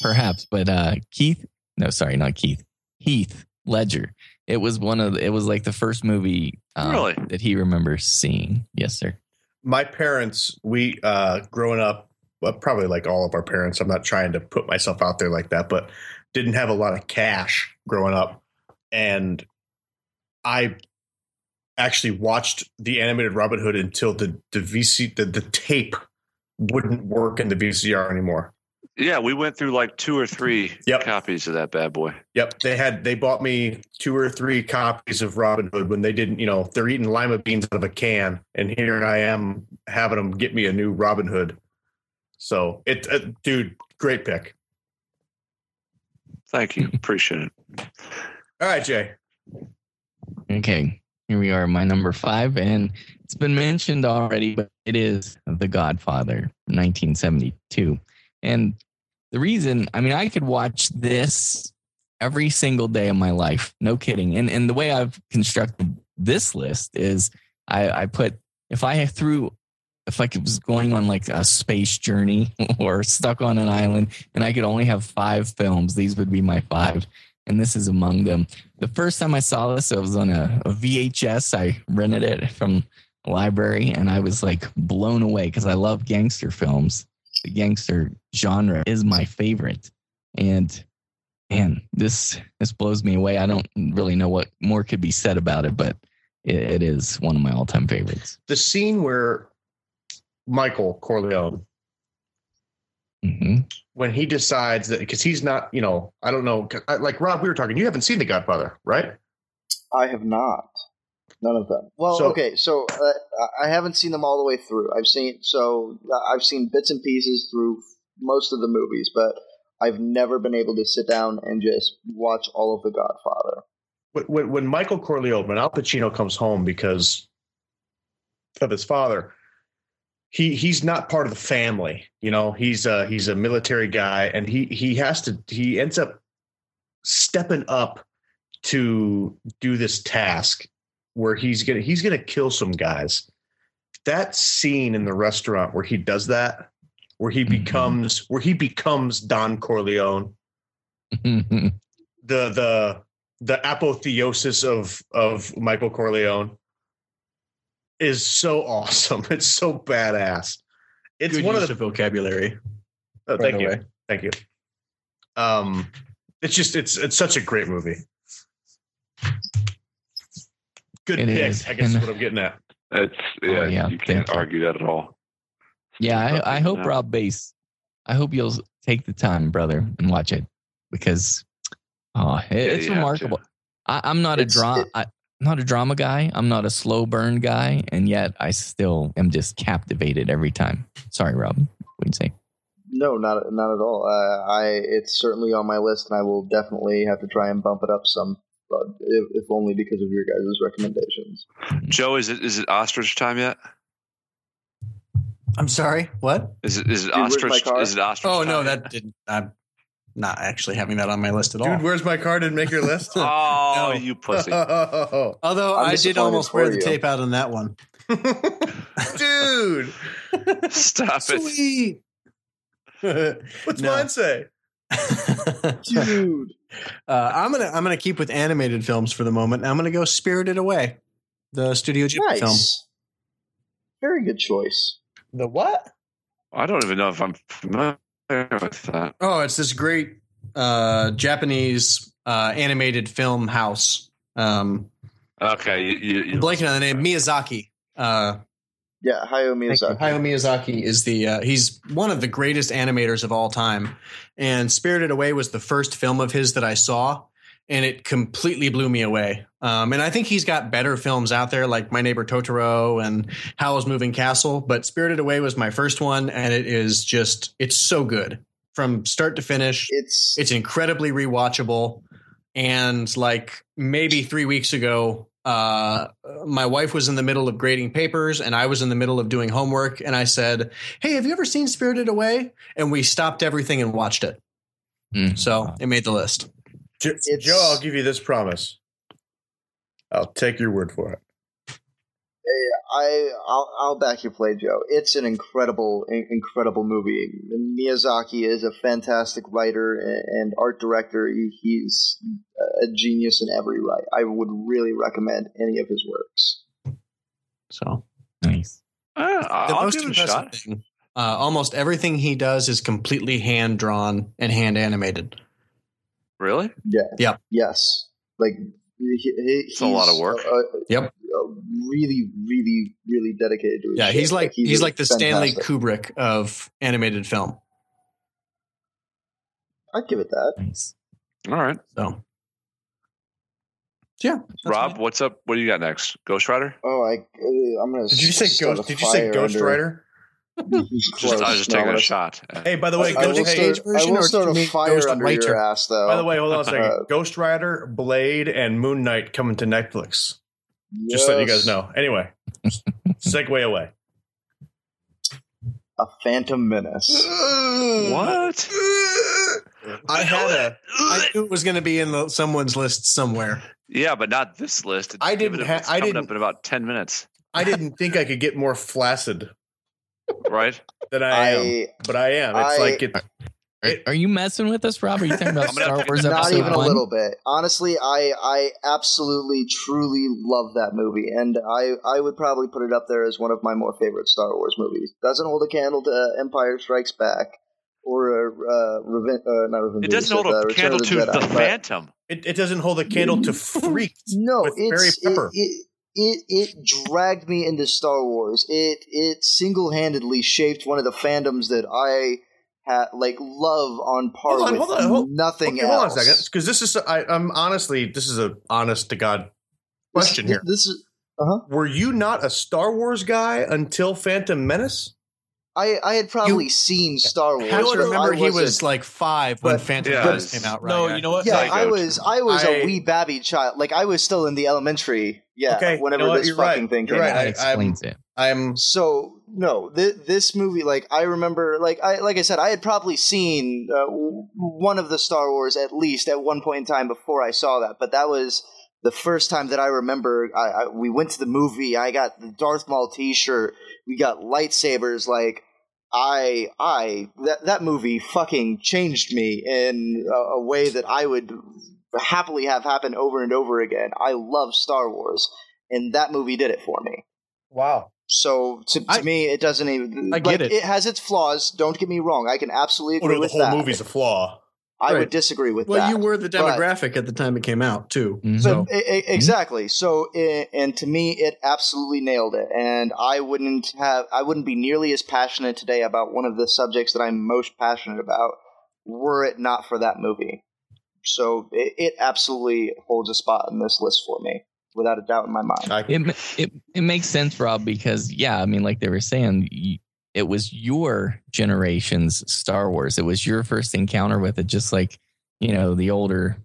S8: Perhaps, but uh, Keith. No, sorry, not Keith. Heath Ledger. It was one of. The, it was like the first movie um,
S4: Really?
S8: that he remembers seeing. Yes, sir.
S2: my parents we uh growing up well, probably like all of our parents i'm not trying to put myself out there like that but didn't have a lot of cash growing up and i actually watched the animated robin hood until the the vc the, the tape wouldn't work in the vcr anymore
S4: Yeah, we went through like two or three
S2: Yep.
S4: copies of that bad boy.
S2: Yep, they had they bought me two or three copies of Robin Hood when they didn't, you know, they're eating lima beans out of a can, and here I am having them get me a new Robin Hood. So it, uh, dude, great pick.
S4: Thank you. Appreciate it.
S2: All right, Jay.
S8: Okay, here we are, my number five, and it's been mentioned already, but it is The Godfather, 1972. And the reason, I mean, I could watch this every single day of my life, no kidding. And and the way I've constructed this list is I, I put if I threw if I was going on like a space journey [LAUGHS] or stuck on an island and I could only have five films, these would be my five. And this is among them the first time I saw this, it was on a, a VHS. I rented it from a library and I was like blown away because I love gangster films. The gangster genre is my favorite. And man, this this blows me away. I don't really know what more could be said about it, but it, it is one of my all time favorites.
S2: The scene where Michael Corleone
S8: hmm
S2: when he decides that because he's not, you know, I don't know, 'cause I- like Rob, we were talking. You haven't seen The Godfather, right?
S6: I have not. None of them. Well,
S2: So-
S6: okay, so uh, I haven't seen them all the way through. I've seen so uh, I've seen bits and pieces through most of the movies, but I've never been able to sit down and just watch all of The Godfather.
S2: When- when, when Michael Corleone, when Al Pacino comes home because of his father, he he's not part of the family. You know, he's a he's a military guy, and he he has to he ends up stepping up to do this task where he's gonna he's gonna kill some guys. That scene in the restaurant where he does that, where he
S8: Mhm.
S2: becomes where he becomes Don Corleone
S8: Mm-hmm. [LAUGHS]
S2: the the the apotheosis of of Michael Corleone is so awesome. [LAUGHS] It's so badass. It's
S10: Good
S2: one
S10: use
S2: of the
S10: vocabulary.
S2: oh, thank
S10: right
S2: you,
S10: away.
S2: thank you. Um, it's just it's it's such a great movie. Good
S8: It
S2: pick.
S8: is.
S2: I guess is
S8: And-
S2: what I'm getting at.
S4: It's
S8: Oh,
S4: yeah,
S8: yeah,
S4: you can't
S8: thank you.
S4: argue that at all.
S8: yeah, I, I hope
S4: Yeah.
S8: Rob Bass, I hope you'll take the time, brother, and watch it because oh, it- it's
S4: you have to.
S8: remarkable. I, I'm not
S6: It's-
S8: a drama.
S6: it-
S8: I, I'm not a drama guy. I'm not a slow burn guy, and yet I still am just captivated every time. Sorry, Rob. What'd you say?
S6: No, not not at all. Uh, I it's certainly on my list, and I will definitely have to try and bump it up some, but if, if only because of your guys' recommendations.
S8: Mm-hmm.
S4: Joe, is it is it ostrich time yet?
S10: I'm sorry. What?
S4: Is it is it
S6: Dude, where's my
S4: ostrich?
S6: car?
S4: Is it ostrich?
S10: Oh
S4: time
S10: no,
S4: yet?
S10: that didn't. I'm not actually having that on my list at all.
S2: Dude,
S6: [LAUGHS]
S2: where's my car? Didn't make your list.
S10: [LAUGHS]
S4: Oh,
S10: No.
S4: you
S10: [LAUGHS]
S4: pussy!
S10: Although
S6: Oh, I'm
S10: i did
S6: disappointed
S10: almost wear
S6: for
S10: the
S6: you.
S10: tape out on that one.
S6: [LAUGHS]
S10: [LAUGHS]
S2: Dude,
S4: Stop it!
S10: Sweet. [LAUGHS]
S2: what's
S10: No.
S2: mine say?
S10: [LAUGHS] uh,
S6: Dude,
S10: I'm gonna I'm gonna keep with animated films for the moment. and I'm gonna go Spirited Away, the Studio Ghibli
S6: nice,
S10: film.
S6: very good choice.
S10: The what?
S4: I don't even know if I'm familiar with that.
S10: Oh, it's this great uh, Japanese uh, animated film house. Um,
S4: Okay, you, you, you
S10: I'm blanking on the name. Miyazaki. Uh,
S6: Yeah, Hayao
S10: Thank you.
S6: Miyazaki.
S10: Hayao Miyazaki is the uh, he's one of the greatest animators of all time, and Spirited Away was the first film of his that I saw, and it completely blew me away. Um, and I think he's got better films out there like My Neighbor Totoro and Howl's Moving Castle, but Spirited Away was my first one, and it is just it's so good from start to finish.
S6: It's
S10: It's incredibly rewatchable. And like maybe three weeks ago, uh, my wife was in the middle of grading papers and I was in the middle of doing homework. And I said, Hey, have you ever seen Spirited Away? And we stopped everything and watched it.
S8: Mm.
S10: So it made the list.
S2: Jo-
S6: It's-
S2: Joe, I'll give you this promise. I'll take your word for it.
S6: I I'll, I'll back your play, Joe. It's an incredible, in- incredible movie. Miyazaki is a fantastic writer a- and art director. He- He's a genius in every way. I would really recommend any of his works.
S10: So
S8: Nice.
S4: Uh,
S10: the
S4: I'll
S10: most
S4: give it a
S10: impressive
S4: shot.
S10: thing uh, almost everything he does is completely hand drawn and hand animated.
S4: Really?
S6: Yes, like he, he,
S4: It's a lot of work.
S6: uh, uh,
S10: Yep.
S6: uh, Really, really, really dedicated to his
S10: Yeah,
S6: shit.
S10: he's like he's, like the Stanley
S6: fantastic.
S10: Kubrick of animated film.
S6: I'd give it that.
S8: Nice.
S4: All right,
S10: So, yeah. that's
S4: Rob,
S10: it.
S4: what's up? What do you got next? Ghost Rider?
S6: Oh, I, I'm gonna.
S2: Did you say Ghost? Did you say Ghost
S6: [LAUGHS]
S2: Rider?
S4: Just, I was just taking a shot. Uh,
S10: [LAUGHS]
S2: Hey, by the way,
S6: I, will
S2: Ghost. Hey,
S6: start, I
S10: version
S6: will
S10: or
S6: start
S10: do you
S6: a
S10: mean
S6: fire
S10: Ghost
S6: under
S10: Writer?
S6: your ass, though.
S2: by the way, hold on a second.
S6: [LAUGHS] Uh,
S2: Ghost Rider, Blade, and Moon Knight coming to Netflix. Just letting you
S6: Yes.
S2: guys know.
S6: [LAUGHS]
S2: Anyway, segue away.
S6: a Phantom Menace.
S4: What?
S2: I had a.
S10: I knew it was going to be in the, someone's list somewhere.
S4: Yeah, but not this list. It's
S2: I
S4: given
S2: didn't
S4: up-
S2: ha-
S4: it's
S2: I
S4: coming
S2: didn't-
S4: up in about ten minutes,
S2: I didn't think I could get more flaccid
S4: right?
S2: than I, am,
S6: I
S2: but I am. It's
S6: I-
S2: like it,
S8: Are, are you messing with us, Rob? Are you talking about
S4: I'm gonna-
S8: Star Wars
S6: not
S8: Episode
S6: even a
S8: One?
S6: little bit. Honestly, I I absolutely truly love that movie, and I I would probably put it up there as one of my more favorite Star Wars movies. Doesn't hold a candle to uh, Empire Strikes Back or uh, Reven- uh, not Revenge.
S4: It doesn't hold a candle to the Phantom.
S2: it, it doesn't hold a candle to freak.
S6: No,
S2: with
S6: it's
S2: Barry
S6: it,
S2: Pepper.
S6: it, it it dragged me into Star Wars. It it single handedly shaped one of the fandoms that I ha- like love on par
S2: Hold on,
S6: with
S2: hold on, hold-
S6: nothing
S2: Okay,
S6: else.
S2: hold on a second, because this is I, I'm honestly this is a honest to god
S6: This-
S2: question here.
S6: This is
S2: Were you not a Star Wars guy until Phantom Menace?
S6: I I had probably seen Star Wars.
S10: I
S6: but
S10: remember
S6: I
S10: he was
S6: wasn't-
S10: like five when
S2: But-
S10: Phantom
S4: Yeah,
S10: Menace
S4: it's- [LAUGHS]
S10: came out. Right?
S7: No, you know what?
S6: yeah,
S4: Psycho.
S6: I was I was a
S2: uh, I-
S6: wee babby child. Like I was still in the elementary. Yeah,
S2: Okay, you
S6: whenever
S2: know what?
S6: this
S2: You're
S6: fucking
S2: right.
S6: thing
S2: You're
S6: came
S2: right.
S6: out.
S2: I-
S8: That explains it.
S2: I'm
S6: So no, th- this movie, like I remember, like I like I said, I had probably seen uh, w- one of the Star Wars at least at one point in time before I saw that, but that was the first time that I remember. I, I we went to the movie. I got the Darth Maul T-shirt. We got lightsabers. Like I, I that that movie fucking changed me in a, a way that I would happily have happen over and over again. I love Star Wars, and that movie did it for me.
S2: wow.
S6: So to, to
S10: I-
S6: me, it doesn't even.
S10: I get
S6: like,
S10: it.
S6: has its flaws. Don't get me wrong. I can absolutely
S2: Oh
S6: agree
S2: no, the
S6: with
S2: whole
S6: that.
S2: movie's a flaw.
S6: I
S10: Right.
S6: would disagree with
S10: well,
S6: that.
S10: you were the
S6: but-
S10: demographic at the time it came out too.
S8: Mhm.
S10: So
S6: But, e- e- exactly. So, i- and to me, it absolutely nailed it. And I wouldn't have, I wouldn't be nearly as passionate today about one of the subjects that I'm most passionate about, were it not for that movie. So, it, it absolutely holds a spot in this list for me, without a doubt in my mind.
S2: I,
S8: It, ma- it it makes sense, Rob, because yeah, I mean, like they were saying, y- it was your generation's Star Wars. It was your first encounter with it, just like you know the older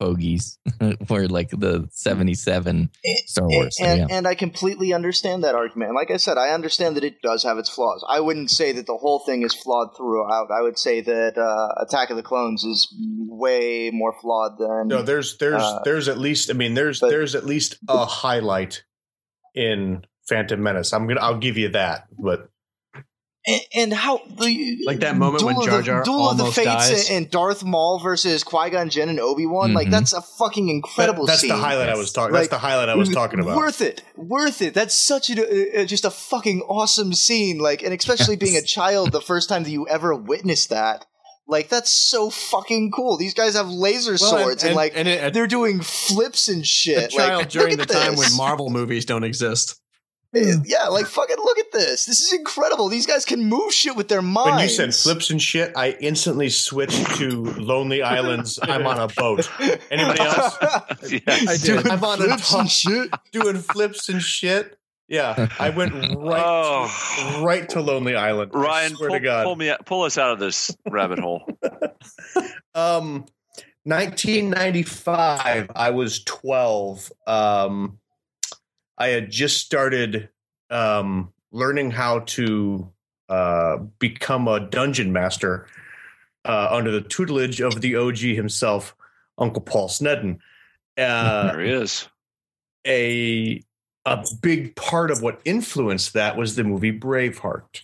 S8: bogies [LAUGHS] were like the '77 Star Wars. So,
S6: Eh, And,
S8: yeah.
S6: and I completely understand that argument. And Like I said, I understand that it does have its flaws. I wouldn't say that the whole thing is flawed throughout. I would say that uh, Attack of the Clones is way more flawed than.
S2: no, there's there's
S6: Uh,
S2: there's at least I mean there's
S6: but-
S2: there's at least a highlight in Phantom Menace. I'm gonna I'll give you that, but
S6: and, and how the
S10: Like that moment when
S6: Duel of
S10: Jar
S6: the-
S10: Jar
S6: Duel of the
S10: almost
S6: Fates
S10: dies. Mm-hmm.
S6: and Darth Maul versus Qui Gon Jinn and Obi Wan. Like
S8: Mhm.
S6: that's a fucking
S2: that,
S6: incredible.
S2: that's
S6: scene.
S2: the highlight I was talking.
S6: Like,
S2: that's the highlight I was talking about.
S6: Worth it, worth it. That's such a uh, just a fucking awesome scene. Like, and especially being a child,
S10: [LAUGHS]
S6: the first time that you ever witnessed that, like, that's so fucking cool. These guys have laser
S10: Well,
S6: swords and, like
S10: and it,
S6: they're doing flips and
S10: a, a
S6: shit.
S10: child
S6: like,
S10: during the
S6: look at
S10: time
S6: this.
S10: when Marvel movies don't exist.
S6: Uh, [LAUGHS] yeah, like fucking look at this. This is incredible. These guys can move shit with their minds.
S2: When you said flips and shit, I instantly switched to Lonely Islands.
S4: [LAUGHS]
S2: I'm on a boat.
S6: [LAUGHS]
S2: Anybody else?
S4: yeah.
S10: I
S6: Dude,
S2: I'm on a
S6: flips and
S2: boat
S6: shit.
S2: doing flips and shit. Yeah, I went right
S4: Oh.
S2: to, right to Lonely Island. I
S4: Ryan,
S2: swear
S4: pull,
S2: to God.
S4: pull me out, pull us out of this rabbit [LAUGHS] hole.
S2: Um, 1995. I was 12. Um, I had just started um, learning how to uh, become a dungeon master uh, under the tutelage of the OG himself, Uncle Paul Sneddon.
S4: [LAUGHS]
S2: Uh,
S4: There he is.
S2: a a big part of what influenced that was the movie Braveheart.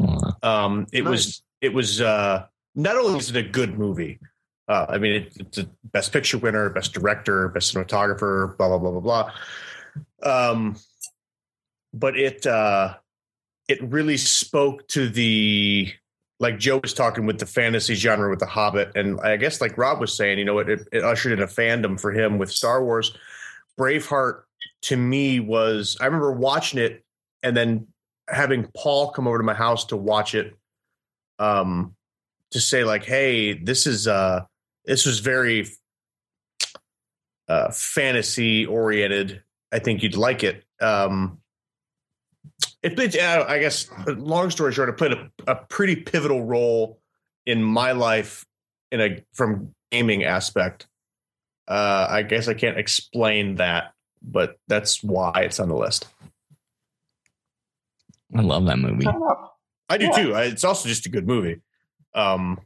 S8: Aw.
S2: Um, it was it was uh, not only is it a good movie. Uh, I mean, it, it's a best picture winner, best director, best cinematographer, blah blah blah blah blah. Um, but it uh, it really spoke to the like Joe was talking with the fantasy genre with The Hobbit, and I guess like Rob was saying, you know, it, it, it ushered in a fandom for him with Star Wars. Braveheart to me was I remember watching it and then having Paul come over to my house to watch it um, to say like, hey, this is uh this was very uh fantasy oriented. I think you'd like it. Um it played, uh, I guess, long story short, it played a, a pretty pivotal role in my life in a from gaming aspect. Uh, I guess I can't explain that, but that's why it's on the list.
S8: I love that movie.
S6: Um,
S2: I do
S6: Yeah.
S2: too. I, it's also just a good movie. Um,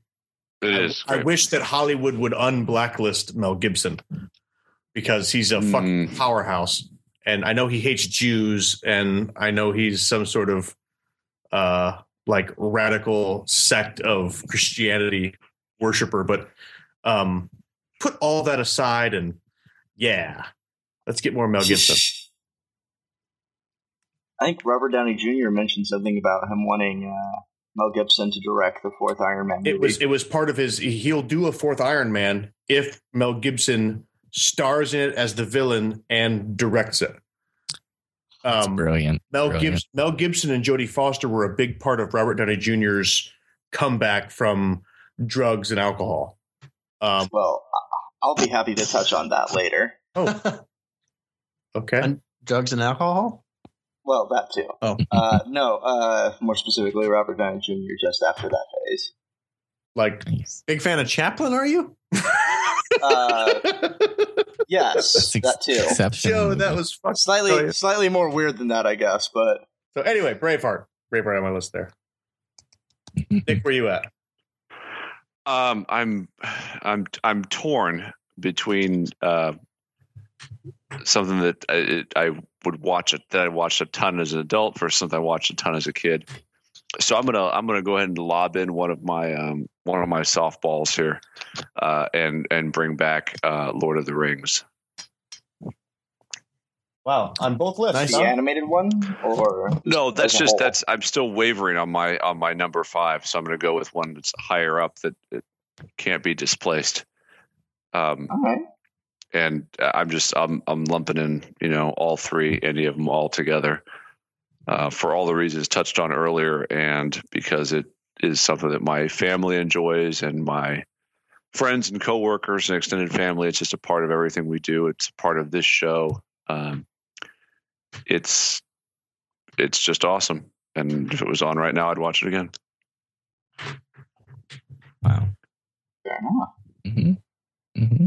S4: It
S2: I,
S4: is.
S2: I wish that Hollywood would unblacklist Mel Gibson because he's a fucking
S4: Mm.
S2: powerhouse, and I know he hates Jews, and I know he's some sort of uh, like radical sect of Christianity worshiper. But um, put all that aside, and yeah, let's get more Mel Gibson.
S6: I think Robert Downey Jr. mentioned something about him wanting uh, Mel Gibson to direct the fourth Iron Man.
S2: It
S6: movie.
S2: was it was part of his. He'll do a fourth Iron Man if Mel Gibson stars in it as the villain and directs it.
S8: It's
S2: Um,
S8: brilliant.
S2: Mel
S8: brilliant.
S2: Gibson, Mel Gibson, and Jodie Foster were a big part of Robert Downey Jr.'s comeback from drugs and alcohol. Um,
S6: well. I- I'll be happy to touch on that later.
S2: okay,
S10: Drugs and alcohol?
S6: Well, that too.
S10: Oh.
S6: Uh, no, uh, more specifically, Robert Downey Jr. just after that phase.
S2: like
S8: Nice.
S10: Big fan of Chaplin,
S2: [LAUGHS]
S10: are you?
S6: Uh, yes,
S8: That's ex-
S6: that too.
S8: exceptional.
S2: Joe,
S8: movie.
S2: that was fucking.
S6: Slightly,
S2: brilliant.
S6: slightly more weird than that, I guess. But
S2: So anyway, Braveheart, Braveheart on my list there. Nick, where you at?
S4: Um, I'm, I'm, I'm torn between uh, something that I, I would watch it that I watched a ton as an adult versus something I watched a ton as a kid. So I'm gonna, I'm gonna go ahead and lob in one of my, um, one of my softballs here, uh, and and bring back uh, Lord of the Rings.
S2: Wow, on both lists.
S10: Nice.
S6: the animated one, or
S4: No, that's
S6: as a
S4: just
S6: whole?
S4: that's I'm still wavering on my on my number five, so I'm gonna go with one that's higher up that it can't be displaced. Um,
S6: all right.
S4: and uh, I'm just I'm I'm lumping in you know all three any of them all together uh, for all the reasons touched on earlier, and because it is something that my family enjoys and my friends and coworkers and extended family. It's just a part of everything we do. It's a part of this show. Um, it's it's just awesome. And if it was on right now, I'd watch it again.
S8: wow.
S6: Fair enough.
S8: hmm hmm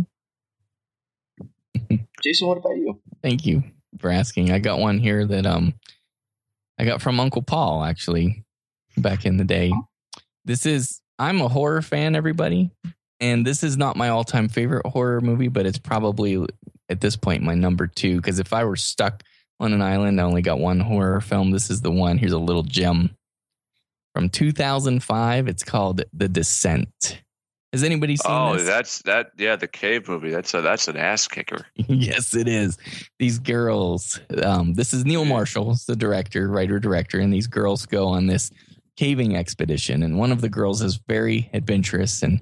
S6: Jason, what about you?
S8: Thank you for asking. I got one here that um I got from Uncle Paul actually back in the day. This is I'm a horror fan, everybody, and this is not my all-time favorite horror movie, but it's probably at this point my number two because if I were stuck on an island, I only got one horror film. This is the one. Here's a little gem from 2005. It's called The Descent. Has anybody seen
S4: Oh,
S8: this?
S4: that's that. Yeah, the cave movie. That's a that's an ass kicker.
S8: [LAUGHS] yes, it is. These girls. Um, this is Neil Marshall's the director, writer, director, and these girls go on this caving expedition, and one of the girls is very adventurous, and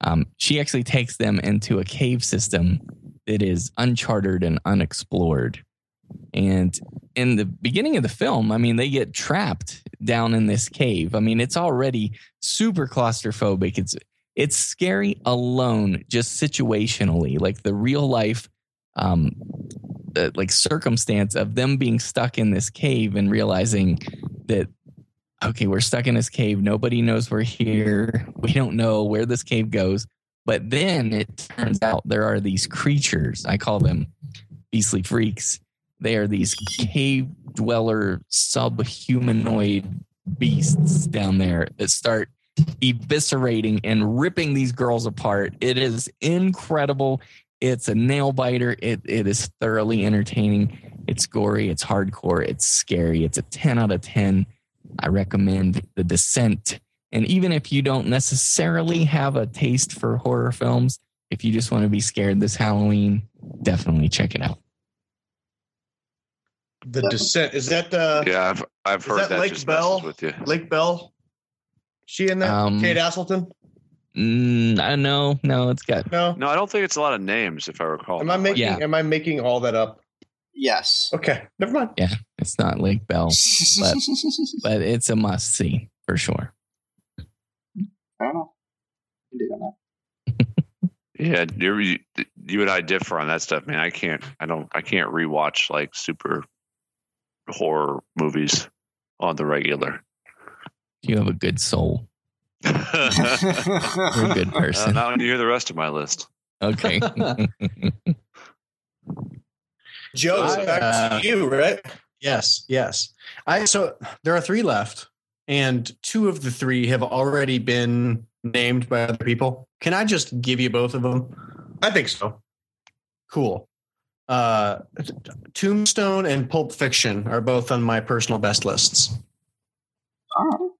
S8: um, she actually takes them into a cave system that is uncharted and unexplored. And in the beginning of the film, I mean, they get trapped down in this cave. I mean, it's already super claustrophobic. It's it's scary alone, just situationally, like the real life, um, uh, like circumstance of them being stuck in this cave and realizing that okay, we're stuck in this cave. Nobody knows we're here. We don't know where this cave goes. But then it turns out there are these creatures. I call them beastly freaks. They are these cave dweller subhumanoid beasts down there that start eviscerating and ripping these girls apart. It is incredible. It's a nail biter. It it is thoroughly entertaining. It's gory. It's hardcore. It's scary. It's a ten out of ten. I recommend The Descent. And even if you don't necessarily have a taste for horror films, if you just want to be scared this Halloween, definitely check it out.
S2: The Descent is that uh,
S4: Yeah, I've I've
S2: Is
S4: heard
S2: that
S4: that,
S2: Lake
S4: just
S2: Bell?
S4: messes with you.
S2: Lake Bell? She in that?
S8: Um,
S2: Kate Asselton?
S8: Mm, I know, no, it's got
S2: No.
S4: No, I don't think it's a lot of names, if I recall.
S2: Am I making
S8: Yeah.
S2: am I making all that up?
S6: Yes.
S2: Okay, never mind.
S8: it's not Lake Bell,
S6: [LAUGHS]
S8: but it's a must see for sure.
S6: Fair enough. can dig on that.
S4: Yeah, you're, you you and I differ on that stuff, man. I can't, I don't, I can't rewatch like super horror movies on the regular. [LAUGHS]
S8: You have a good soul.
S4: [LAUGHS] Uh,
S8: You're a good person.
S4: not when you hear the rest of my list.
S8: Okay.
S2: Joe, it's
S10: I,
S2: back
S10: uh,
S2: to you, right?
S10: Yes, yes. I so there are three left, and two of the three have already been named by other people. Can I just give you both of them?
S2: I think so.
S10: Cool. Uh, Tombstone and Pulp Fiction are both on my personal best lists.
S6: All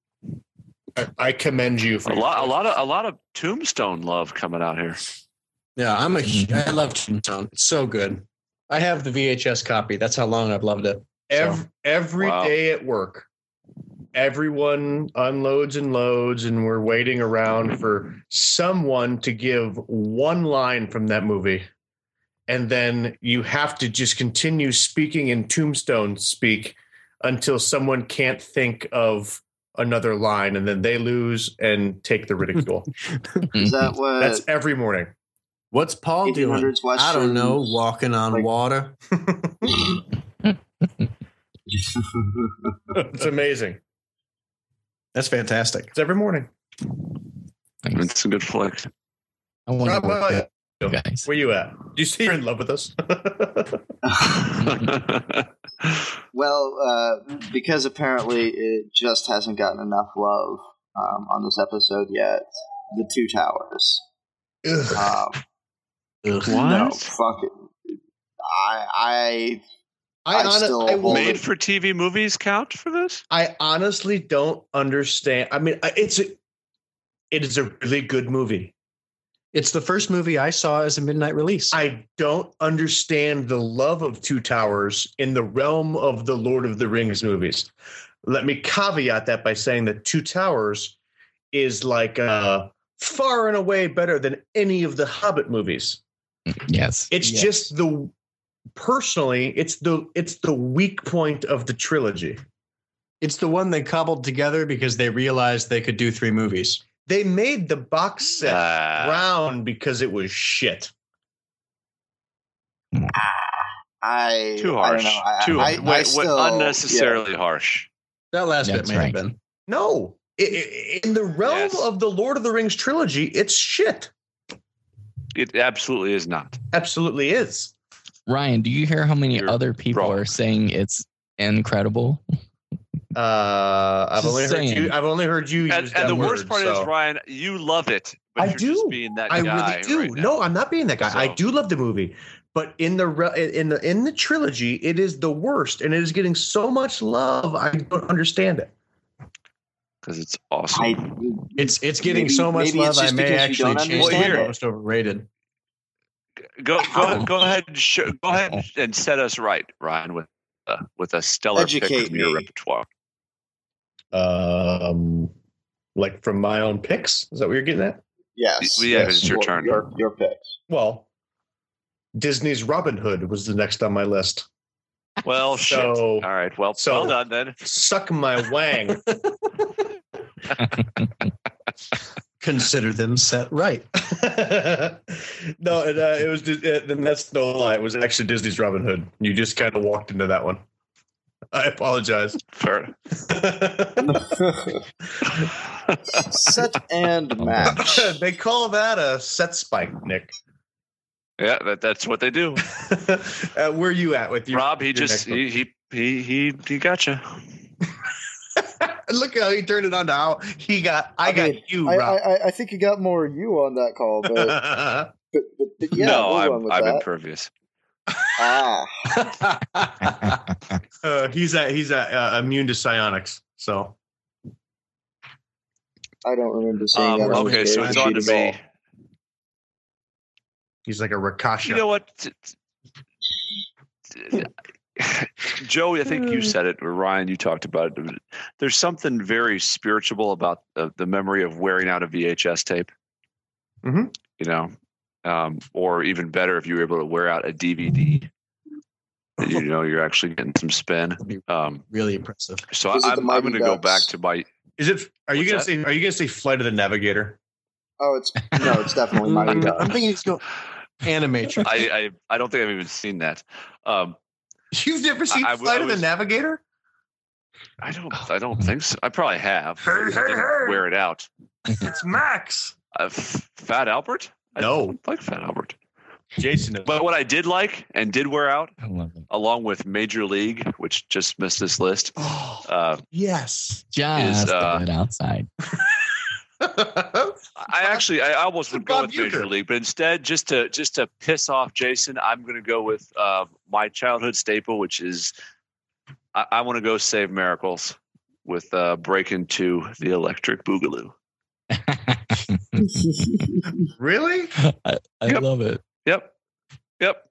S2: I, I commend you for
S4: A
S2: your-
S4: lot, a lot of, a lot of Tombstone love coming out here.
S10: Yeah, I'm a. hu-
S6: Mm-hmm.
S10: I love Tombstone. It's so good. I have the VHS copy. That's how long I've loved it.
S2: Ev- every day
S4: Wow.
S2: at work everyone unloads and loads and we're waiting around for someone to give one line from that movie and then you have to just continue speaking in tombstone speak until someone can't think of another line and then they lose and take the
S10: [LAUGHS]
S2: ridicule
S6: right. Is that what
S2: that's every morning
S10: What's Paul doing?
S6: 1800s Western?
S10: I don't know.
S4: [LAUGHS]
S10: Walking on
S6: like-
S10: water.
S2: [LAUGHS] it's amazing
S10: That's fantastic.
S2: it's every morning
S8: [LAUGHS] Thanks.
S4: It's a good flick. [LAUGHS]
S8: I want
S2: Rob,
S8: to work
S2: uh,
S8: with you guys.
S2: where you at do you see you're in love with us [LAUGHS]
S6: Well, uh, because apparently it just hasn't gotten enough love um, on this episode yet. The Two Towers. Um, No, fucking. I, I I
S2: hon-
S6: still hold
S4: Made for TV movies count for this?
S2: I honestly don't understand. I mean, I- it's a, it is a really good movie.
S10: It's the first movie I saw as a midnight release.
S2: I don't understand the love of Two Towers in the realm of the Lord of the Rings movies. Let me caveat that by saying that Two Towers is like uh, far and away better than any of the Hobbit movies.
S8: Yes.
S2: It's
S8: Yes.
S2: just the personally, it's the it's the weak point of the trilogy.
S10: It's the one they cobbled together because they realized they could do three movies.
S2: They made the box set
S4: Ah.
S2: round because it was shit.
S6: I
S4: Too
S6: I
S4: harsh.
S6: don't know. I,
S4: Too
S6: I, I
S4: wait, wait,
S6: still-
S4: unnecessarily harsh.
S10: That last bit
S8: That's
S10: may have
S8: right.
S10: been.
S2: No, I- I- in the realm
S4: Yes.
S2: of the Lord of the Rings trilogy, it's shit.
S4: It absolutely is not.
S2: Absolutely is.
S8: Ryan, do you hear how many
S4: You're
S8: other people
S4: wrong.
S8: are saying it's incredible?
S2: Uh, I've
S8: Just
S2: only
S8: saying.
S2: heard you. I've only heard you. Use
S4: And,
S2: that
S4: and the
S2: word,
S4: worst part
S2: so-
S4: is, Ryan, you love it, but
S2: I
S4: you're
S2: do.
S4: just being that
S2: I
S4: guy.
S2: really do.
S4: right now.
S2: no, I'm not being that guy. I
S4: So-
S2: do love the movie, but in the re- in the in the trilogy, it is the worst, and it is getting so much love. I don't understand it.
S4: because it's awesome.
S6: I,
S10: It's it's getting
S6: Maybe-
S10: so much
S6: maybe
S10: love.
S6: it's
S10: I
S6: just
S10: may
S6: because you
S10: actually
S6: don't
S10: change
S4: understand
S10: the
S4: it.
S10: most overrated.
S4: go go go ahead and show, go ahead and set us right, Ryan, with uh, with a stellar pick
S6: Educate
S4: from your
S6: me.
S4: repertoire.
S2: Um, like from my own picks, is that what you're getting at?
S6: yes,
S4: Yeah,
S6: yes.
S4: it's your
S6: Well,
S4: turn.
S6: Your,
S4: [LAUGHS]
S6: your picks.
S2: Well, Disney's Robin Hood was the next on my list.
S4: Well, Oh, shit.
S2: So-
S4: All right. Well,
S2: so-
S4: well done then.
S2: Suck my wang.
S10: Consider them set right.
S2: [LAUGHS] no, it, uh, it was. Dis- uh, Then that's no lie. It was actually Disney's Robin Hood. You just kind of walked into that one. I apologize.
S4: Fair.
S2: [LAUGHS]
S6: Set and
S2: [LAUGHS]
S6: match.
S2: they call that a set spike, Nick. [LAUGHS]
S4: yeah, that, that's what they do.
S2: uh, where you at with your
S4: Rob, he
S2: your
S4: just
S2: next one.
S4: he, he he he he gotcha.
S2: [LAUGHS] Look how he turned it on to how he got. I,
S6: I
S2: got
S6: mean,
S2: you,
S6: I,
S2: Rob.
S6: I, I think you got more you on that
S2: [LAUGHS]
S6: call, but,
S2: Uh,
S6: but, but, but yeah,
S4: no,
S6: we'll run
S4: I'm
S6: with
S4: I'm
S6: that.
S4: impervious.
S6: Ah,
S2: Uh, he's at, he's at, uh, immune to psionics. So
S6: I don't remember seeing
S4: Um,
S6: that. on
S4: okay,
S6: the
S4: so
S6: game
S4: it's on
S6: sheet
S4: to
S6: at all.
S4: me.
S2: he's like a Rakasha.
S4: You know what? T- t- [LAUGHS] Joey, I think you
S6: Mm.
S4: said it, or Ryan, you talked about it. There's something very spiritual about the, the memory of wearing out a VHS tape.
S6: Mm-hmm.
S2: Mhm.
S4: You know, um, or even better, if you were able to wear out a DVD, that
S6: [LAUGHS]
S4: you know you're actually getting some spin. Um,
S10: really impressive.
S4: so
S6: Was it the
S4: I'm, I'm
S6: Mighty
S4: going to go
S6: Ducks?
S4: back to my
S2: Is it? Are you
S4: What's
S2: gonna
S4: that?
S2: say? Are you gonna say Flight of the Navigator?
S6: Oh, it's no,
S8: [LAUGHS]
S6: it's definitely Mighty Ducks.
S10: I'm thinking he's going Animatrix.
S4: I, I I don't think I've even seen that. Um,
S14: [LAUGHS] You've never seen
S4: I- I
S14: Flight
S4: w- I
S14: of the
S4: was-
S14: Navigator?
S4: I don't I
S6: Oh.
S4: don't think so. I probably have. I just didn't Wear it out.
S15: It's Max.
S4: Uh, F- Fat Albert? I
S14: No.
S4: don't like Fat Albert.
S15: Jason. is-
S4: But what I did like and did wear out,
S8: I love it.
S4: along with Major League, which just missed this list,
S14: Oh,
S4: uh,
S14: yes. [LAUGHS]
S8: Just
S4: uh,
S8: throw it outside. [LAUGHS]
S4: I actually I almost would go
S14: Bob
S4: with Major
S14: Uecker.
S4: League, but instead, just to just to piss off Jason, I'm going to go with uh, my childhood staple, which is I, I want to go save miracles with uh, break into the electric boogaloo.
S14: really?
S8: I, I
S4: Yep.
S8: love it.
S4: Yep, yep.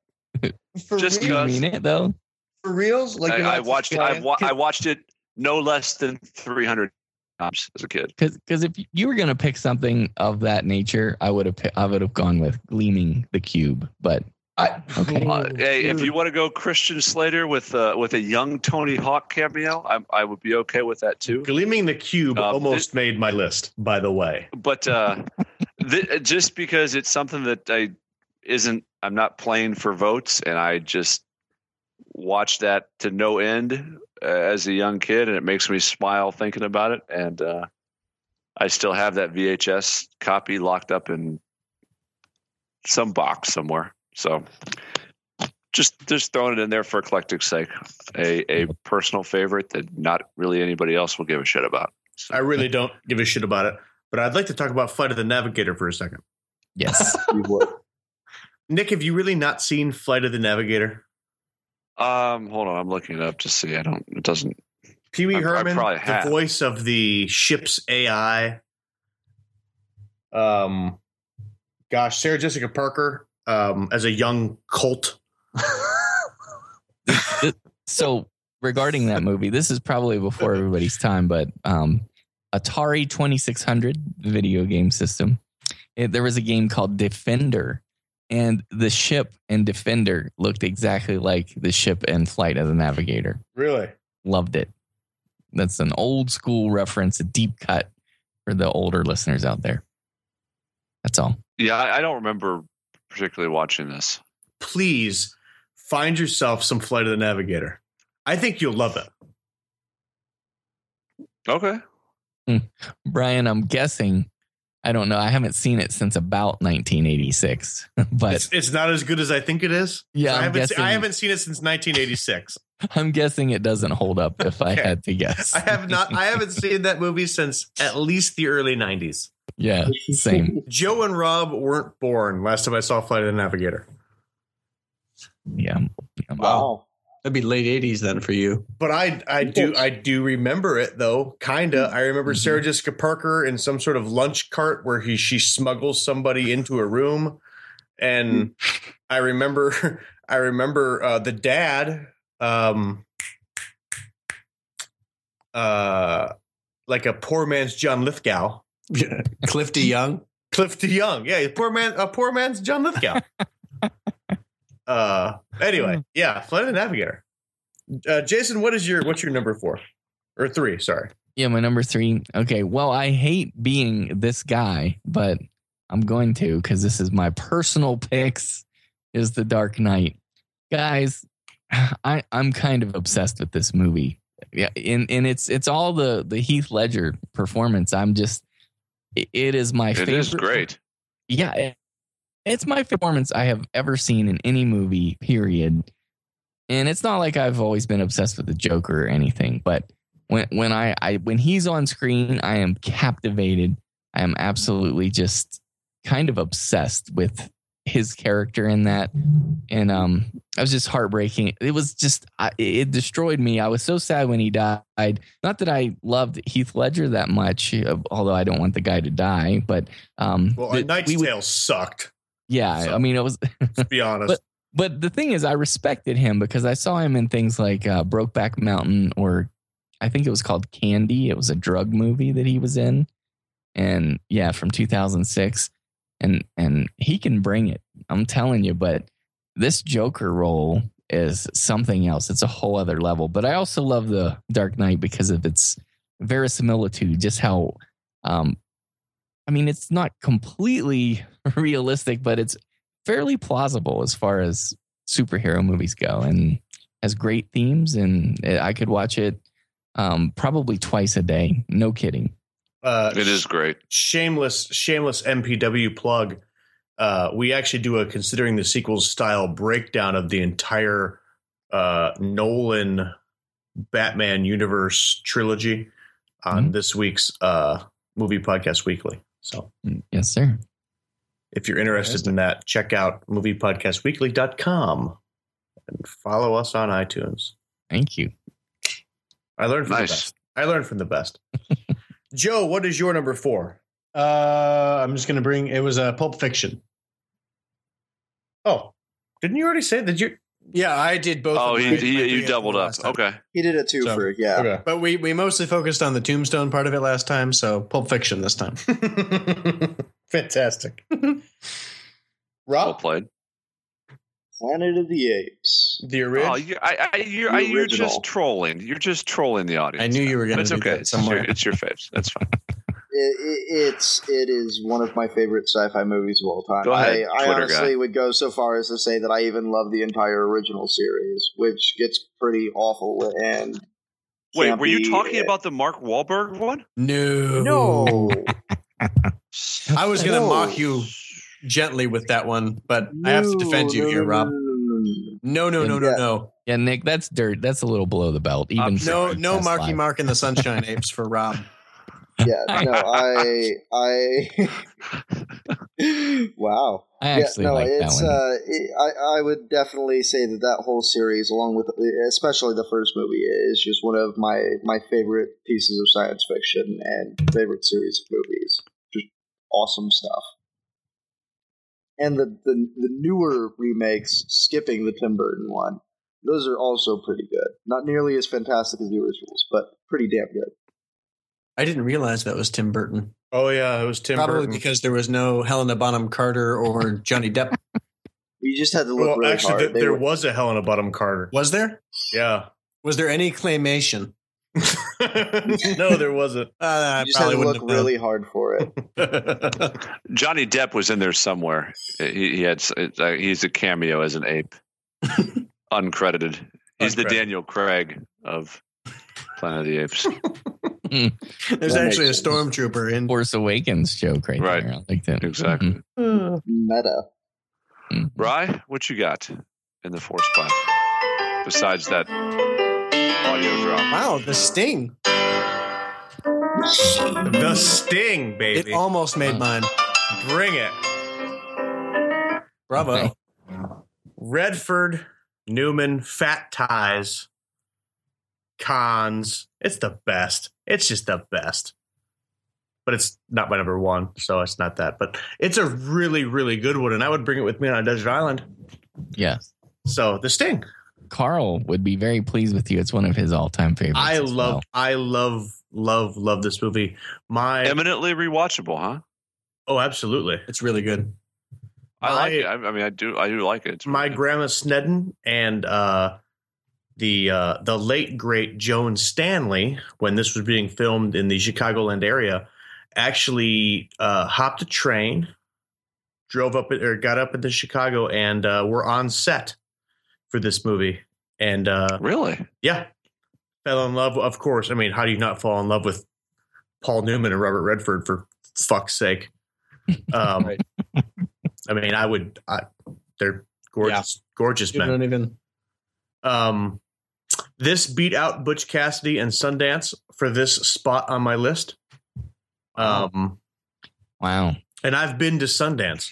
S14: For
S4: Just
S8: Do you
S4: Gus.
S8: mean it though?
S14: For reals? Like
S4: I,
S14: you're not
S4: I watched it.
S14: flying?
S4: I, wa- I watched it no less than 300 times as a kid.
S8: Because if you were gonna pick something of that nature, I would have pi- I would have gone with gleaming the cube. But
S14: I-
S4: [LAUGHS]
S8: Okay.
S4: Uh, hey, if you want to go Christian Slater with uh, with a young Tony Hawk cameo, I, I would be okay with that too.
S2: Gleaming the Cube
S4: Um,
S2: almost made my list, by the way.
S4: But uh, th- just because it's something that I isn't, I'm not playing for votes, and I just watched that to no end uh, as a young kid, and it makes me smile thinking about it. And uh, I still have that VHS copy locked up in some box somewhere. So. Just, just throwing it in there for eclectic's sake, a, a personal favorite that not really anybody else will give a shit about.
S2: I really don't give a shit about it, but I'd like to talk about Flight of the Navigator for a second.
S8: yes,
S6: You would.
S2: Nick, have you really not seen Flight of the Navigator?
S4: Um, hold on, I'm looking it up to see. I don't. It doesn't.
S2: Pee Wee
S4: I- I
S2: Herman,
S4: probably
S2: the
S4: have.
S2: voice of the ship's AI. Um, gosh, Sarah Jessica Parker um, as a young Colt.
S8: so regarding that movie, this is
S2: [LAUGHS]
S8: probably before everybody's time, but um, Atari 2600 video game system. It, there was a game called Defender, and the ship and Defender looked exactly like the ship and Flight of the Navigator.
S2: Really?
S8: Loved it. That's an old school reference, a deep cut for the older listeners out there. That's all.
S4: Yeah, I, I don't remember particularly watching this.
S2: Please find yourself some Flight of the Navigator. I think you'll love it.
S4: Okay.
S8: Brian, I'm guessing. I don't know. I haven't seen it since about 1986, [LAUGHS] but
S2: It's, it's not as good as I think it is.
S8: yeah,
S2: I,
S8: I'm
S2: haven't se-
S8: guessing,
S2: I haven't seen it since
S8: [LAUGHS]
S2: 1986.
S8: I'm guessing it doesn't hold up if I
S2: Okay.
S8: had to guess.
S2: I have not. I haven't seen that movie since at least the early '90s.
S8: [LAUGHS] yeah, same.
S2: Joe and Rob weren't born last time I saw Flight of the Navigator,
S8: Yeah.
S6: Wow.
S10: That'd be late 80s then for you.
S2: but I I do I do remember it though. Kinda. I remember Sarah Jessica Parker in some sort of lunch cart where he she smuggles somebody into a room, and I remember [LAUGHS] I remember uh, the dad. Um, uh, like a poor man's John Lithgow.
S10: [LAUGHS] Clifty Young.
S2: Cliff DeYoung. Yeah, poor man, a poor man's John
S8: [LAUGHS]
S2: Lithgow. uh,
S8: Hmm.
S2: anyway, yeah, Flight of the Navigator. Uh, Jason, what is your what's your number four or three? Sorry,
S8: Yeah, my number three. Okay. Well, I hate being this guy, but I'm going to because this is my personal picks. Is the Dark Knight, guys? [SIGHS] I I'm kind of obsessed with this movie. Yeah, and and it's it's all the the Heath Ledger performance. I'm just it, it is my
S4: It
S8: favorite.
S4: is great.
S8: yeah, it- it's my performance I have ever seen in any movie, period. And it's not like I've always been obsessed with the Joker or anything, but when when I, I when he's on screen, I am captivated. I am absolutely just kind of obsessed with his character in that. And um I was just heartbreaking. It was just I, it destroyed me. I was so sad when he died. Not that I loved Heath Ledger that much, although I don't want the guy to die, but um
S2: well,
S8: the-
S2: A Knight's
S8: we would-
S2: Tale sucked.
S8: yeah,
S2: So-
S8: I mean, it was. [LAUGHS]
S2: To be honest,
S8: But the thing is, I respected him because I saw him in things like uh, Brokeback Mountain, or I think it was called Candy. It was a drug movie that he was in, and yeah, from 2006, and and he can bring it. I'm telling you. But this Joker role is something else. It's a whole other level. But I also love the Dark Knight because of its verisimilitude, just how um, I mean, it's not completely [LAUGHS] realistic, but it's fairly plausible as far as superhero movies go and has great themes. And it, I could watch it um, probably twice a day. No kidding.
S2: Uh,
S4: It is great.
S2: shameless, shameless MPW plug. Uh, we actually do a considering the sequels style breakdown of the entire uh, Nolan Batman universe trilogy
S8: Hmm.
S2: on this week's uh, movie podcast weekly. So
S8: Mm, Yes, sir.
S2: if you're interested in that, check out moviepodcastweekly.com and follow us on iTunes.
S8: Thank you.
S2: I learned from
S4: Nice.
S2: the best. I learned from the best. [LAUGHS] Joe, what is your number four?
S10: Uh, I'm just gonna bring. It was a uh, Pulp Fiction.
S2: Oh, didn't you already say that you?
S10: Yeah, I did both.
S4: Oh,
S10: of
S4: you,
S10: mine-
S4: you, you
S10: my
S4: doubled up.
S10: last time.
S4: Okay.
S6: He did a twofer, yeah.
S2: Okay.
S10: But we we mostly focused on the Tombstone part of it last time, so Pulp Fiction this [LAUGHS] time. [LAUGHS]
S2: Fantastic.
S4: Well
S10: Oh,
S2: Rob,
S4: played.
S6: Planet of the Apes.
S2: the
S4: Oh,
S2: original.
S4: you, I, I, you, I,
S6: The
S4: you're
S6: original.
S4: just trolling. You're just trolling the audience.
S10: I knew you were gonna
S4: That's
S10: do
S4: okay.
S10: that
S4: It's your,
S10: somewhere.
S4: it's your faves. That's fine.
S6: It, it, it's it is one of my favorite sci-fi movies of all time.
S4: Go ahead,
S6: I, I
S4: Twitter
S6: honestly
S4: guy.
S6: would go so far as to say that I even love the entire original series, which gets pretty awful. And
S4: Wait, were you
S6: campy
S4: talking
S6: and-
S4: about the Mark Wahlberg one?
S10: No,
S6: no?
S10: I was gonna
S6: No.
S10: mock you gently with that one, but I have to defend you
S6: No, no,
S10: here,
S6: no,
S10: Rob.
S6: no, no, no,
S10: No, no, no, no,
S6: Yeah.
S10: no,
S8: Yeah, Nick, that's dirt. That's a little below the belt. Even
S4: Um,
S8: for
S10: no,
S8: Geek
S10: no,
S8: Cast
S10: Marky
S8: Live.
S10: Mark and the Sunshine Apes for Rob.
S6: no. Yeah, no, I, I. [LAUGHS] wow.
S8: I
S6: Yeah,
S8: actually
S6: no,
S8: like that
S6: it's
S8: one.
S6: uh, it, I I would definitely say that that whole series, along with especially the first movie, is just one of my my favorite pieces of science fiction and favorite series of movies. Just awesome stuff. And the the, the newer remakes, skipping the Tim Burton one, those are also pretty good. Not nearly as fantastic as the originals, but pretty damn good.
S10: I didn't realize that was Tim Burton.
S2: Oh yeah, it was Tim
S10: Probably
S2: Burton.
S10: because there was no Helena Bonham Carter or Johnny Depp.
S6: You just had to look
S2: well,
S6: really
S2: actually,
S6: hard.
S2: th-
S6: They
S2: there
S6: were-
S2: was a Helena Bottom Carter.
S10: Was there?
S2: Yeah. [LAUGHS]
S10: Was there any claymation?
S2: no, there wasn't. [LAUGHS]
S10: Uh, I
S6: you just had
S10: probably
S6: to
S10: wouldn't
S6: look
S10: have known.
S6: really hard for it.
S4: Johnny Depp was in there somewhere. He, he had s- it's, uh, he's a cameo as an
S2: [LAUGHS]
S4: ape, uncredited. He's the
S2: Uncredited.
S4: Daniel Craig of Planet of the
S2: [LAUGHS]
S4: Apes.
S2: Mm-hmm.
S10: There's
S6: That
S10: actually a
S6: makes sense.
S10: stormtrooper in.
S8: Force Awakens joke right,
S4: Right.
S8: there. I like that.
S4: Exactly.
S8: Mhm.
S6: Meta. [LAUGHS]
S8: Mhm.
S4: Rye, what you got in the four spot besides that audio drop?
S10: Wow, the sting.
S2: the Sting,
S10: It
S2: baby.
S10: almost made mine.
S2: Bring it.
S10: Bravo.
S8: Okay.
S2: Redford, Newman, Fat Ties, Cons. It's the best. It's just the best. But it's not my number one, so it's not that. But it's a really, really good one, and I would bring it with me on a desert island.
S8: Yes.
S2: So the Sting.
S8: Carl would be very pleased with you. It's one of his all-time favorites.
S2: I
S8: as
S2: love,
S8: well.
S2: I love, love, love this movie. My
S4: Eminently rewatchable, huh?
S2: oh, absolutely.
S10: It's really good.
S4: I like
S2: My-
S4: it. I, I mean, I do. I do like it. It's
S2: my
S4: really good.
S2: grandma Sneddon and uh, the uh, the late great Joan Stanley, when this was being filmed in the Chicagoland area, actually uh, hopped a train, drove up or got up into Chicago, and uh, were on set for this movie. And uh,
S4: really.
S2: yeah, fell in love. Of course, I mean, how do you not fall in love with Paul Newman and Robert Redford for fuck's
S10: [LAUGHS]
S2: sake? Um,
S10: Right.
S2: I mean, I would. I, they're gorgeous, gorgeous
S10: You
S2: men.
S10: don't even.
S2: Um, this beat out Butch Cassidy and Sundance for this spot on my list. Um,
S8: Wow.
S2: and I've been to Sundance,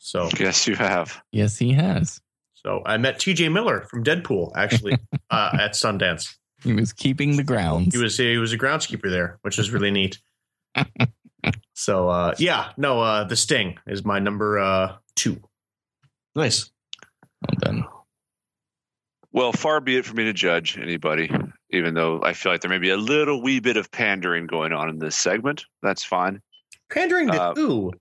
S2: so
S4: Yes, you have.
S8: Yes, he has.
S2: so I met T.J. Miller from Deadpool actually
S10: [LAUGHS]
S2: uh, at Sundance.
S8: He was keeping the grounds.
S2: He was he was a groundskeeper there, which is really neat. so uh, yeah, no, uh, the Sting is my number uh, two.
S10: Nice.
S8: well done.
S4: Well, far be it for me to judge anybody, even though I feel like there may be a little wee bit of pandering going on in this segment. That's fine.
S2: Pandering to
S4: Uh,
S2: who?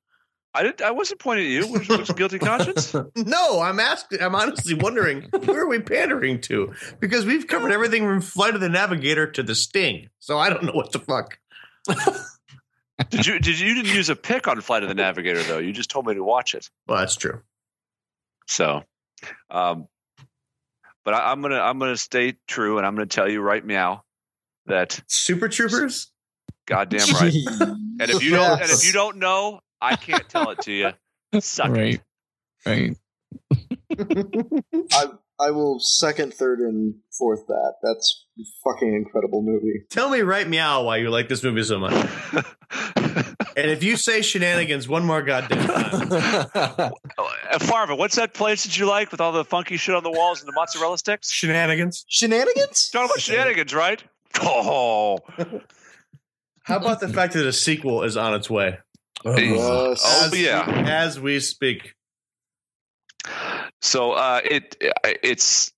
S4: I didn't. I wasn't pointing at you. Which looks guilty conscience.
S2: No, I'm asking. I'm honestly wondering where are we pandering to? Because we've covered everything from Flight of the Navigator to the Sting. So I don't know what the fuck.
S4: Did you? Did you, you didn't use a pick on Flight of the Navigator though? You just told me to watch it.
S2: Well, that's true.
S4: So, um, but I, I'm gonna I'm gonna stay true, and I'm gonna tell you right now that
S2: Super Troopers.
S4: goddamn right. And if you don't, and if you don't know, I can't tell it to you. Suck
S8: right.
S4: it.
S8: Right.
S6: I I will second, third, and fourth that. That's a fucking incredible movie.
S2: Tell me right meow why you like this movie so much.
S4: [LAUGHS]
S2: And if you say shenanigans one more goddamn time,
S4: Uh, Farva, what's that place that you like with all the funky shit on the walls and the mozzarella sticks?
S3: Shenanigans.
S6: Shenanigans?
S4: Talking about shenanigans, right? [LAUGHS] Oh,
S2: how about the fact that a sequel is on its way? Mm.
S6: Yes.
S4: Oh,
S2: As-
S4: yeah.
S2: As we speak.
S4: So uh, it it's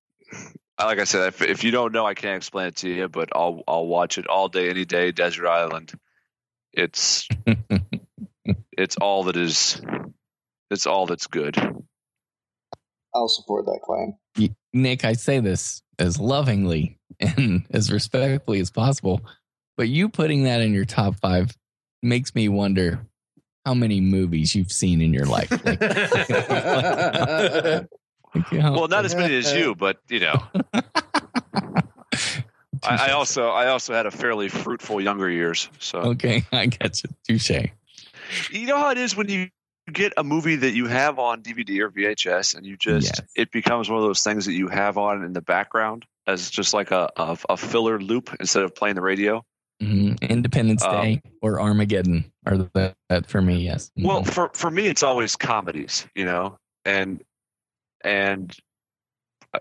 S4: like I said, if, if you don't know, I can't explain it to you, but I'll I'll watch it all day, any day. Desert Island, [LAUGHS] it's it's all that is, it's all that's good.
S6: I'll support that claim.
S8: Nick, I say this as lovingly [LAUGHS] and as respectfully as possible, but you putting that in your top five makes me wonder how many movies you've seen in your life. Like, [LAUGHS] like, you know,
S4: Well, not as many as you, but you know,
S8: [LAUGHS]
S4: [LAUGHS] I, I also I also had a fairly fruitful younger years. So
S8: okay, [LAUGHS] I get you. Touche.
S4: you know how it is when you get a movie that you have on DVD or VHS, and you just
S8: Yes.
S4: it becomes one of those things that you have on in the background as just like a a, a filler loop instead of playing the radio.
S8: Mhm. Independence
S4: Um,
S8: Day or Armageddon are that, that for me? Yes. Mm-hmm.
S4: Well, for for me, it's always comedies, you know, and and I,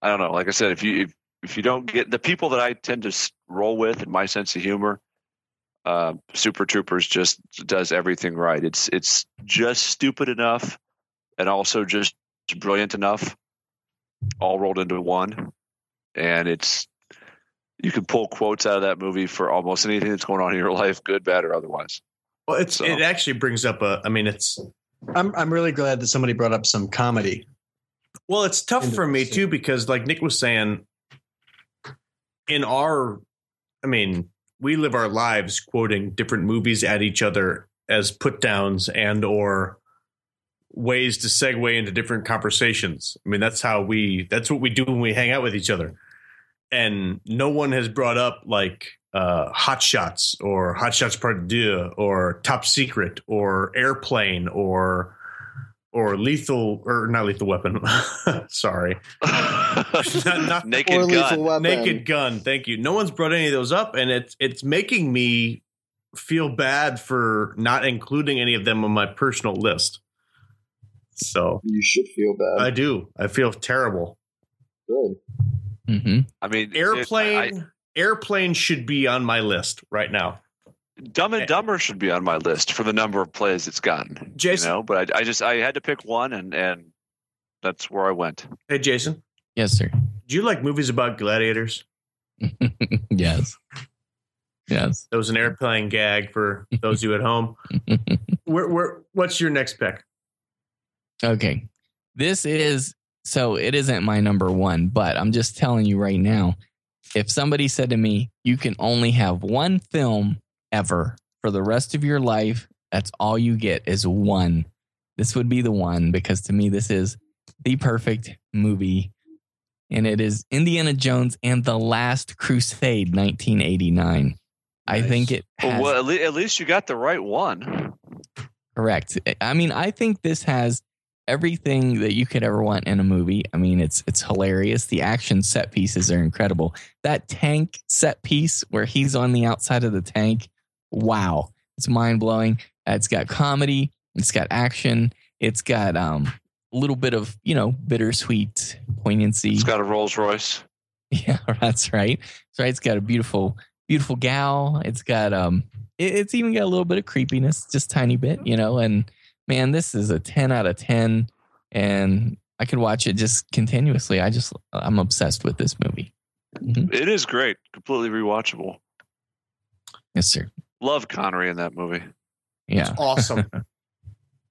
S4: I don't know. Like I said, if you if, if you don't get the people that I tend to s- roll with and my sense of humor, uh, Super Troopers just does everything right. It's it's just stupid enough, and also just brilliant enough, all rolled into one, and it's. You can pull quotes out of that movie for almost anything that's going on in your [LAUGHS] life, good, bad, or otherwise.
S2: Well, it's
S4: So-
S2: it actually brings up a. I mean, it's
S10: I'm I'm really glad that somebody brought up some comedy.
S2: well, it's tough for me too because, like Nick was saying, in our, I mean, we live our lives quoting different movies at each other as put downs and or ways to segue into different conversations. I mean, that's how we. That's what we do when we hang out with each other. And no one has brought up like uh, Hot Shots or Hot Shots Part Deux or Top Secret or Airplane or or Lethal or not Lethal Weapon. [LAUGHS] Sorry,
S4: [LAUGHS]
S2: not-
S4: naked
S6: or
S4: gun.
S6: Lethal Weapon.
S2: Naked Gun. Thank you. No one's brought any of those up, and it's it's making me feel bad for not including any of them on my personal list. So
S6: You should feel bad.
S2: I do. I feel terrible.
S6: Good.
S8: hmm
S4: I mean, it-
S2: Airplane.
S4: I-
S2: Airplane should be on my list right now.
S4: Dumb
S2: Eh.
S4: and Dumber should be on my list for the number of plays it's gotten.
S2: Jason-
S4: you know, but I, I just I had to pick one, and and that's where I went.
S2: Hey, Jason,
S8: yes, sir. [LAUGHS]
S2: do you like movies about gladiators?
S8: yes. Yes. [LAUGHS]
S2: That was an airplane gag for those of you at home. Where, where, what's your next pick?
S8: Okay. This is so it isn't my number one, but I'm just telling you right now. If somebody said to me, you can only have one film ever for the rest of your life, that's all you get is one. This would be the one because to me, this is the perfect movie. And it is Indiana Jones and the Last Crusade, 1989. I think it has
S4: Well, at, le- at least you got the right one.
S8: Correct. I mean, I think this has everything that you could ever want in a movie. I mean, it's it's hilarious. The action set pieces are incredible. That tank set piece where he's on the outside of the tank, wow, it's mind blowing. It's got comedy, it's got action, it's got um a little bit of you know bittersweet poignancy.
S4: It's got a Rolls Royce.
S8: [LAUGHS] Yeah, that's right. That's right. It's got a beautiful, beautiful gal. It's got um, it, it's even got a little bit of creepiness, just tiny bit, you know. And man, this is a ten out of ten, and I could watch it just continuously. I just, I'm obsessed with this movie. Mhm.
S4: It is great, completely rewatchable.
S8: Yes, sir.
S4: Love Connery in that movie.
S8: Yeah,
S2: Awesome.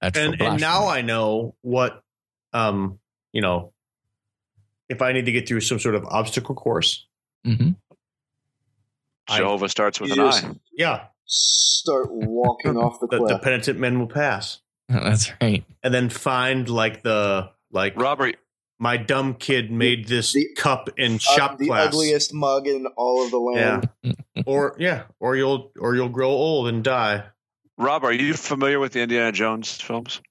S8: that's for
S2: and
S8: Blaschman.
S2: and now I know what um you know if I need to get through some sort of obstacle course.
S8: Mhm.
S2: I-
S4: Jehovah starts with
S6: You
S4: an
S6: just-
S4: I.
S2: Yeah.
S6: start walking
S2: [LAUGHS]
S6: off the
S2: The, the
S6: cliff.
S2: penitent men will pass,
S8: [LAUGHS] That's
S2: [LAUGHS]
S8: right. [LAUGHS]
S2: and then find like the like
S4: Robert,
S2: my dumb kid made this
S6: the-
S2: cup in
S6: Uh,
S2: shop
S6: the
S2: class,
S6: ugliest mug in all of the land.
S2: or yeah, or you'll or you'll grow old and die.
S4: Rob, are you familiar with the Indiana Jones films?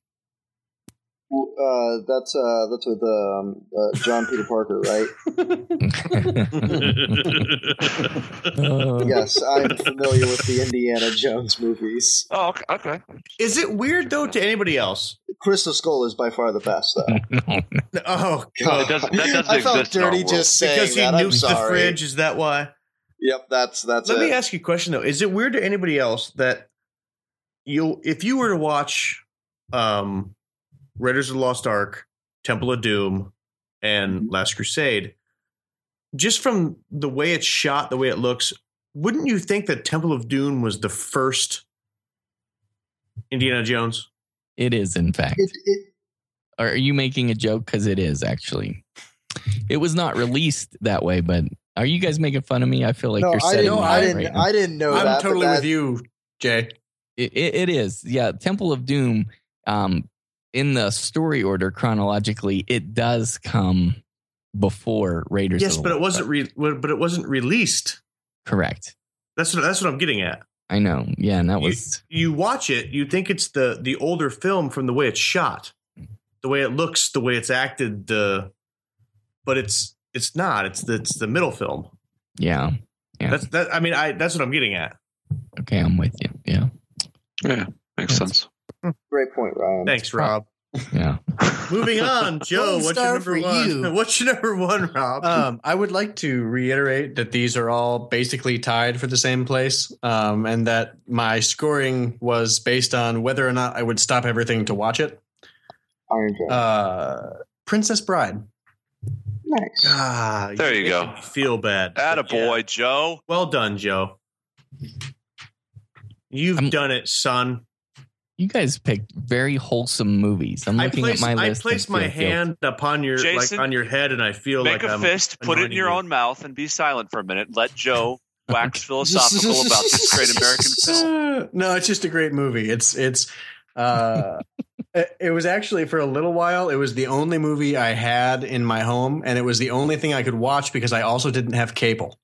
S6: Uh, that's uh, that's with um, uh, John Peter
S2: [LAUGHS]
S6: Parker, right?
S8: [LAUGHS]
S6: yes, I'm familiar with the Indiana Jones movies.
S4: Oh, okay. okay.
S2: Is it weird though to anybody else?
S6: Crystal Skull is by far the best, though.
S2: Oh,
S4: Well, it doesn't-
S6: [LAUGHS]
S4: that doesn't
S6: I felt
S4: exist in our
S6: dirty
S4: world.
S6: just saying
S2: because he
S6: that. I'm
S2: nuked the
S6: sorry.
S2: fridge. Is that why?
S6: Yep, that's that's
S2: Let
S6: it.
S2: me ask you a question though. Is it weird to anybody else that you if you were to watch um Raiders of the Lost Ark, Temple of Doom, and Last Crusade, just from the way it's shot, the way it looks, wouldn't you think that Temple of Doom was the first Indiana Jones?
S8: It is, in fact.
S6: It, it,
S8: Are you making a joke? Because it is actually. It was not released that way, but are you guys making fun of me? I feel like
S6: no,
S8: you're
S6: I
S8: setting
S6: didn't.
S8: me
S6: I
S8: up
S6: didn't.
S8: right now.
S6: I didn't know
S10: I'm
S6: that.
S10: totally
S6: but that,
S10: with you, Jay.
S8: It, it, it is. Yeah. Temple of Doom, um, in the story order chronologically, it does come before Raiders.
S2: Yes,
S8: of the
S2: but it
S8: Lost
S2: wasn't
S8: Ark.
S2: re- but it wasn't released.
S8: correct.
S2: That's what that's what I'm getting at.
S8: I know. Yeah. And that was.
S2: you watch it, you think it's the the older film from the way it's shot, the way it looks, the way it's acted, the but it's it's not. It's the, it's the middle film.
S8: Yeah. Yeah.
S2: That's that. I mean, I that's what I'm getting at.
S8: okay. I'm with you. Yeah.
S4: Yeah, makes
S8: Yes.
S4: sense.
S6: Great point, Ryan.
S2: Thanks, Rob.
S8: Yeah.
S2: Moving
S8: [LAUGHS]
S2: on, Joe.
S16: Gold
S2: What's
S16: star
S2: your number
S16: for
S2: one?
S16: you.
S2: [LAUGHS] What's your number one, Rob?
S8: Uh,
S10: Um, I would like to reiterate that these are all basically tied for the same place, um, and that my scoring was based on whether or not I would stop everything to watch it.
S6: Iron Drum.
S10: Uh, Princess Bride.
S6: nice.
S2: Ah,
S4: There you go.
S2: make me Feel bad.
S4: Atta
S2: Yeah.
S4: boy, Joe.
S2: Well done, Joe. You've
S8: I'm-
S2: done it, son.
S8: You guys picked very wholesome movies. I'm
S2: I
S8: looking
S2: placed,
S8: at my
S2: I
S8: list. and
S2: placed my
S8: feel guilty.
S2: hand upon your
S4: Jason,
S2: like on your head, and I feel
S4: Make
S2: like
S4: a
S2: I'm
S4: fist, put it in
S2: anointing
S4: your
S2: you.
S4: own mouth, and be silent for a minute. Let
S2: [LAUGHS]
S4: Joe wax philosophical about
S10: [LAUGHS]
S4: this great American film.
S10: no, it's just a great movie. It's it's uh it, it was actually for a little while it was the only movie I had in my home and it was the only thing I could watch because I also didn't have cable.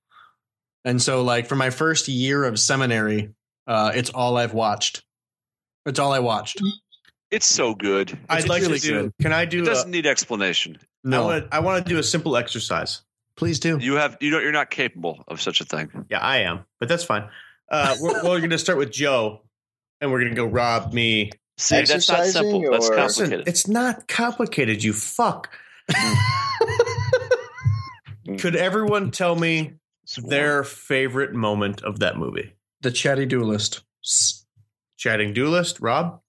S10: And so like for my first year of seminary, uh it's all I've watched. It's all I watched.
S4: It's so good.
S2: I'd
S10: It's
S2: like
S10: really
S2: to uh, do.
S10: good.
S2: Can I
S4: It
S2: do? A,
S4: doesn't need explanation.
S2: I
S10: No,
S2: want. I want to do a simple exercise.
S10: please do.
S4: You have you know you're not capable of such a thing.
S2: Yeah, I am, but that's fine. Uh, we're, well, we're going to start with Joe, and we're going to go Rob, me.
S4: See, that's not
S6: Exercising
S4: simple. That's
S6: or-
S2: Listen,
S4: complicated.
S2: it's not complicated. You
S4: [LAUGHS]
S2: fuck. Could everyone tell me their favorite moment of that movie?
S10: The Chatty Duelist.
S2: Chatting duelist, Rob.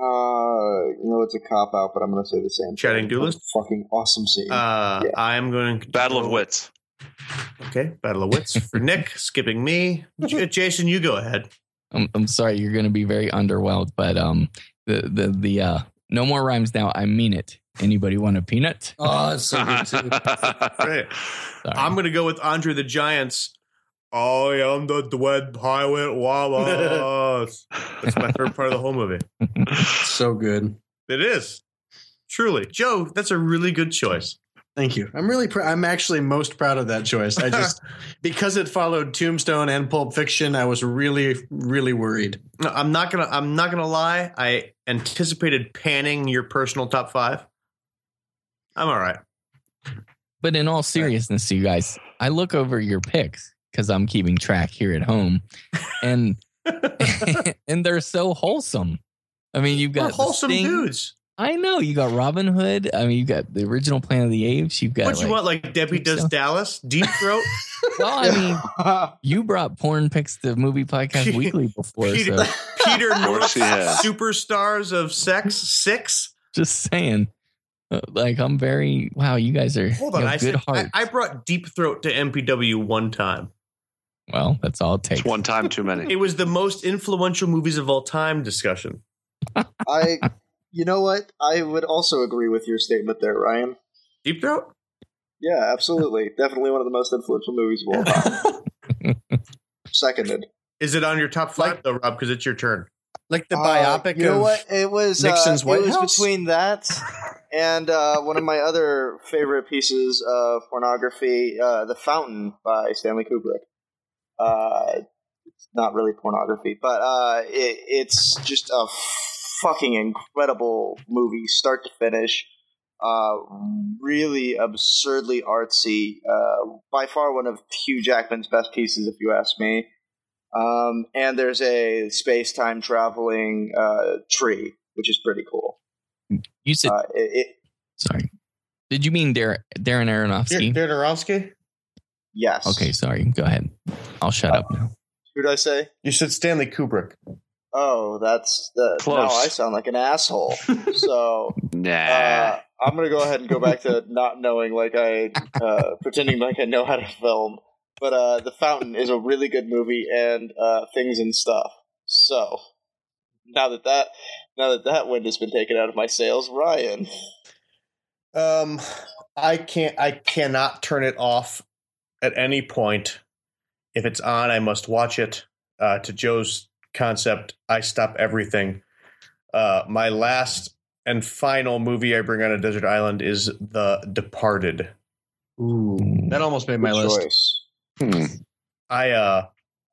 S6: Uh, you know it's a cop out, but I'm going to say the same.
S2: Chatting duelist?
S6: Fucking awesome scene.
S2: Uh,
S6: Yeah.
S2: I'm going
S4: Battle of Wits.
S2: Okay, battle of wits for Nick. Skipping me, J- Jason. You go ahead.
S8: I'm, I'm sorry, you're going to be very underwhelmed, but um, the the the uh, no more rhymes now. I mean it. Anybody want a peanut?
S10: Oh,
S4: [LAUGHS]
S10: it's so good too.
S2: Right.
S8: Sorry.
S2: Uh, I'm going to go with Andre the Giant's. I am the Dread Pirate
S8: [LAUGHS]
S2: Wallace. That's my favorite part of the whole movie.
S10: so good.
S2: It is truly Joe. That's a really good choice.
S10: Thank you. I'm really pr- I'm actually most proud of that choice. I just because it followed Tombstone and Pulp Fiction, I was really really worried.
S2: No, I'm not gonna. I'm not gonna lie. I anticipated panning your personal top five. I'm all
S8: [LAUGHS]
S2: right.
S8: But in all seriousness, you guys, I look over your picks because I'm keeping track here at home, and [LAUGHS] and they're so wholesome. I mean, you've got
S2: We're
S8: the
S2: wholesome
S8: Sting.
S2: dudes.
S8: I know you got Robin Hood. I mean, you got the original Planet of the Apes. You've got
S2: What you
S8: like-
S2: want? Like Debbie does
S8: so.
S2: Dallas, Deep
S8: [LAUGHS]
S2: Throat,
S8: Well, I mean,
S10: Uh,
S6: [LAUGHS]
S8: you brought porn picks to
S2: [LAUGHS]
S8: Movie Podcast Weekly before,
S2: Peter-
S8: so
S2: Peter North,
S4: course he has.
S2: superstars of sex, six.
S8: just saying. Uh, Like I'm very wow. You guys are
S2: Hold
S8: you
S2: on,
S8: have
S2: I
S8: good
S2: said
S8: heart.
S2: I, I brought Deep Throat to MPW one time.
S8: well, that's all it
S4: It's
S8: takes.
S4: one time too many.
S2: It was the most influential movies of all time discussion.
S6: I, you know what? I would also agree with your statement there, Ryan.
S2: Deep Throat.
S6: Yeah, absolutely. Definitely one of the most influential movies of all time. Seconded.
S14: Is it on your top five though, Rob? Because it's your turn.
S10: Like the
S6: Uh,
S10: biopic
S6: you know
S10: of
S6: what? It was uh,
S10: Nixon's White
S6: it was
S10: House?
S6: between that and uh, one of my other favorite pieces of pornography, uh, "The Fountain" by Stanley Kubrick. Uh, it's not really pornography, but uh, it, it's just a fucking incredible movie, start to finish. Uh, really absurdly artsy. Uh, by far one of Hugh Jackman's best pieces, if you ask me. Um, and there's a space time traveling uh, tree, which is pretty cool.
S8: You said
S6: Uh, it, it,
S8: sorry. Did you mean Dar- Darren Aronofsky?
S2: Darren Aronofsky?
S6: yes.
S8: okay, sorry. Go ahead. I'll shut up now.
S6: Who did I say?
S2: You said Stanley Kubrick.
S6: Oh, that's the.
S4: Close.
S6: Now I sound like an asshole. so
S4: Nah.
S6: uh, I'm gonna go ahead and go back to not knowing, like I uh, pretending like I know how to film. But uh, The Fountain is a really good movie and uh, things and stuff. So now that that now that that wind has been taken out of my sails, Ryan.
S2: Um, I can't. I cannot turn it off at any point. If it's on, I must watch it. Uh, to Joe's concept, I stop everything. Uh, my last and final movie I bring on a desert island is The Departed.
S10: that almost made my
S6: Good
S10: list.
S6: choice.
S4: Hmm.
S2: I uh,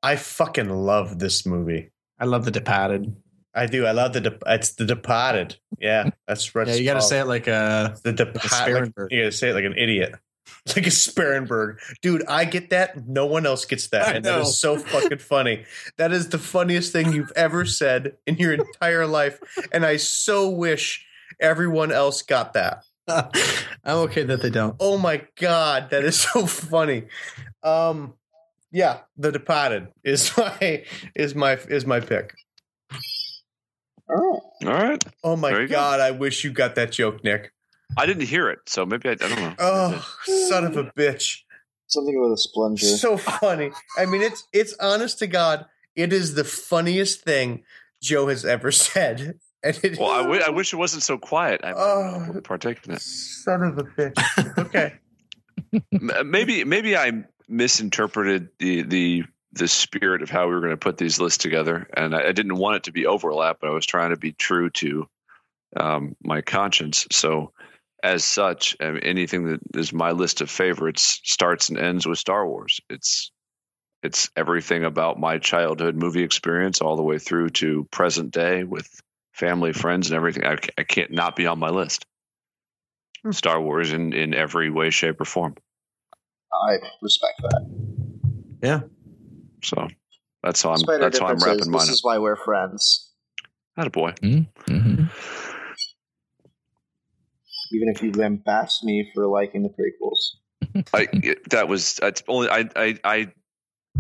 S2: I fucking love this movie.
S10: I love the Departed.
S2: I do. I love the. De- it's The Departed. Yeah, that's right.
S10: Yeah, you got to say it like uh
S2: The Departed.
S10: Sparenberg.
S2: you gotta say it like an idiot. [LAUGHS] Like a Sparenberg. Dude, I get that. No one else gets that.
S10: I
S2: and
S10: know.
S2: that is so
S10: [LAUGHS]
S2: fucking funny. That is the funniest thing you've ever said in your entire life. And I so wish everyone else got that.
S10: [LAUGHS] I'm okay that they don't.
S2: Oh my god, that is so funny. Um yeah, The Departed is [LAUGHS] my is my is my pick.
S6: All
S4: All right.
S2: Oh
S4: There
S2: my
S4: you go.
S2: god, I wish you got that joke, Nick.
S4: I didn't hear it, so maybe I, I don't know.
S2: Oh, son of a bitch.
S6: Something with a splunger.
S2: so funny. I mean, it's it's honest to God, it is the funniest thing Joe has ever said, [LAUGHS] and it
S4: Well, I, w- I wish it wasn't so quiet. I
S2: Oh.
S4: would partake in it.
S2: son of a bitch. Okay, [LAUGHS]
S4: M- uh, Maybe maybe I misinterpreted the the the spirit of how we were going to put these lists together, and I, I didn't want it to be overlap, but I was trying to be true to um, my conscience. So, as such, I mean, anything that is my list of favorites starts and ends with Star Wars. It's it's everything about my childhood movie experience all the way through to present day with family, friends, and everything. I, ca- I can't not be on my list. Star Wars in, in every way, shape, or form.
S6: I respect that.
S4: So that's how I'm.
S6: Despite our
S4: that's how I'm
S6: differences,
S4: wrapping mine
S6: This
S4: up.
S6: is why we're friends.
S4: Not a boy.
S8: hmm
S6: Even if you lambast me for liking the prequels.
S4: I it- that was that's only I I I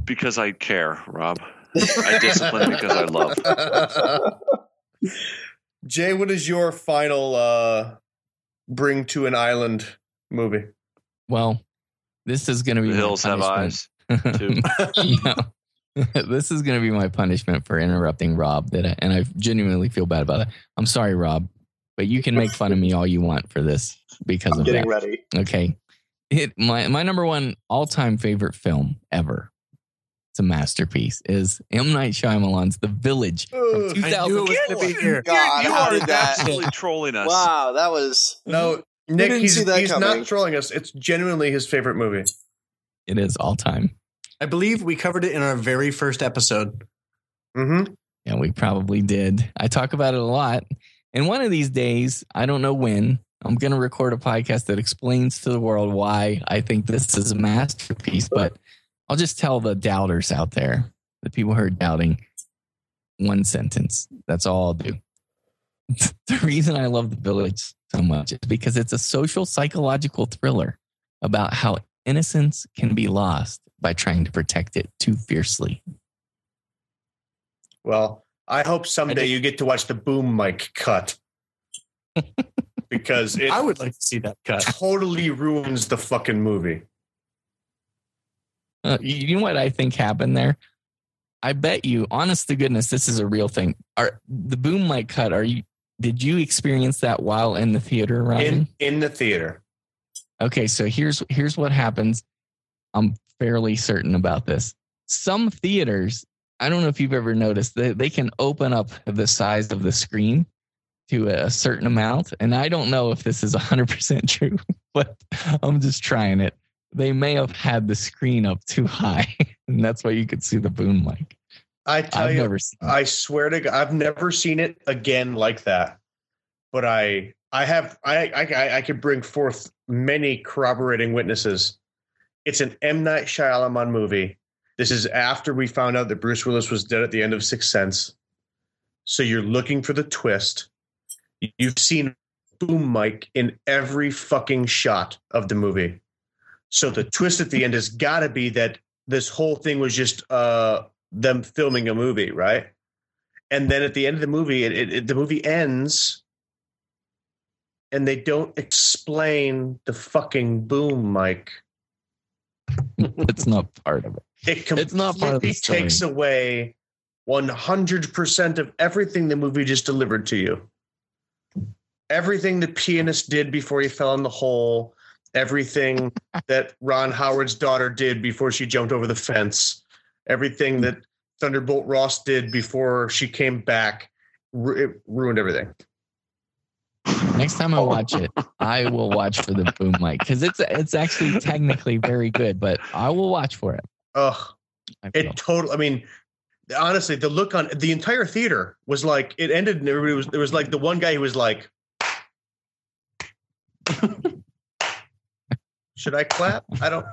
S4: because I care, Rob. I discipline because I
S8: [LAUGHS]
S4: love.
S2: Jay, what is your final uh bring to an island movie?
S8: Well, this is going to
S4: The
S8: be my
S4: hills have
S8: punishment.
S4: eyes.
S8: [LAUGHS]
S4: too.
S8: No. this is going to be my punishment for interrupting Rob. That I, and I genuinely feel bad about that. I'm sorry, Rob, but you can make fun of me all you want for this because
S6: [LAUGHS] I'm
S8: of
S6: getting
S8: that.
S6: ready.
S8: Okay, it my my number one all time favorite film ever. It's a masterpiece. Is M Night Shyamalan's The Village?
S2: Ugh.
S8: From 2000.
S6: God,
S4: you
S6: how
S4: are
S6: did that? [LAUGHS]
S4: absolutely trolling us.
S6: Wow, that was.
S2: No,
S6: didn't
S2: Nick, he's,
S6: see that
S2: he's
S6: coming.
S2: not trolling us. It's genuinely his favorite movie.
S8: It is all time.
S10: I believe we covered it in our very first episode.
S2: Mm-hmm.
S8: Yeah, we probably did. I talk about it a lot. And one of these days, I don't know when, I'm going to record a podcast that explains to the world why I think this is a masterpiece. But I'll just tell the doubters out there, the people who are doubting, one sentence. That's all I'll do. [LAUGHS] the reason I love The Village so much is because it's a social psychological thriller about how innocence can be lost by trying to protect it too fiercely.
S2: Well, I hope someday you get to watch the boom mic cut because it
S10: [LAUGHS] I would like to see that cut.
S2: totally ruins the fucking movie.
S8: Uh, you you know what I think happened there? I bet you, honest to goodness, this is a real thing. Are the boom mic cut? Are you? Did you experience that while in the theater, Ryan?
S2: in in the theater.
S8: Okay, so here's here's what happens. I'm fairly certain about this. Some theaters I don't know if you've ever noticed that they can open up the size of the screen to a certain amount. And I don't know if this is 100% [LAUGHS] true, but I'm just trying it. They may have had the screen up too high, [LAUGHS] and that's why you could see the boom mic.
S2: I tell
S8: I've
S2: you,
S8: never seen
S2: I swear to God, I've never seen it again like that. But I, I have, I, I- I, I could bring forth many corroborating witnesses. It's an M Night Shyamalan movie. This is after we found out that Bruce Willis was dead at the end of Sixth Sense. So you're looking for the twist. You've seen boom mic in every fucking shot of the movie. So the twist at the end has got to be that this whole thing was just uh, them filming a movie, right? And then at the end of the movie, it, it, it- the movie ends, and they don't explain the fucking boom mic.
S8: [LAUGHS] It's not part of it.
S2: It
S8: It's not part of the
S2: completely
S8: story.
S2: takes away one hundred percent of everything the movie just delivered to you. Everything the pianist did before he fell in the hole,
S8: [LAUGHS]
S2: everything that Ron Howard's daughter did before she jumped over the fence, everything that Thunderbolt Ross did before she came back, ru- it ruined everything.
S8: Next time
S4: Oh.
S8: I watch it, I will watch for the boom mic because it's it's actually technically very good, but I will watch for it.
S2: Ugh.
S8: I will.
S4: [LAUGHS]
S2: It total. I mean, honestly, the look on the entire theater was like it ended, and everybody was there was like the one guy who was like, [LAUGHS] "Should I clap? I don't."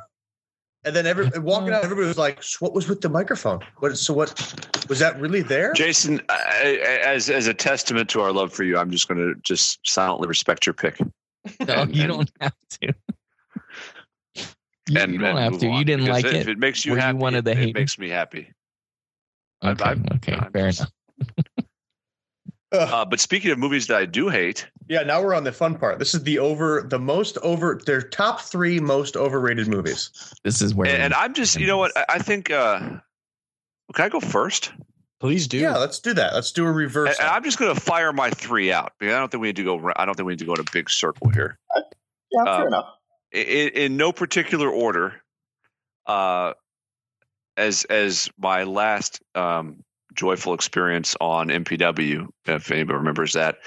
S2: And then every walking out, everybody was like, "So "What was with the microphone? What? So what was that really there?"
S4: Jason, I, I- as as a testament to our love for you, I'm just going to just silently respect your pick.
S8: No, you don't have to. You
S4: and,
S8: don't
S4: and
S8: have
S4: move
S8: to.
S4: on,
S8: You didn't
S4: because
S8: like
S4: if
S8: it.
S4: it, makes you
S8: Were you
S4: happy.
S8: one of the
S4: it,
S8: haters?
S4: makes me happy. I-
S8: Okay,
S4: I'm-
S8: okay,
S4: I'm
S8: fair
S4: just-
S8: enough.
S2: Ugh.
S4: Uh, but speaking of movies that I do hate,
S2: yeah, now we're on the fun part. This is the over, the most over, their top three most overrated movies.
S8: This is where
S4: and, and I'm just, you know what? I, I think. Uh, can I go first?
S10: Please do.
S2: Yeah, let's do that. Let's do a reverse.
S4: And- and I'm just going to fire my three out. because I don't think we need to go. ra- I don't think we need to go in a big circle here.
S6: Yeah,
S4: Um,
S6: fair enough.
S4: I- In, in no particular order. Uh, as as my last um, joyful experience on MPW, if anybody remembers that.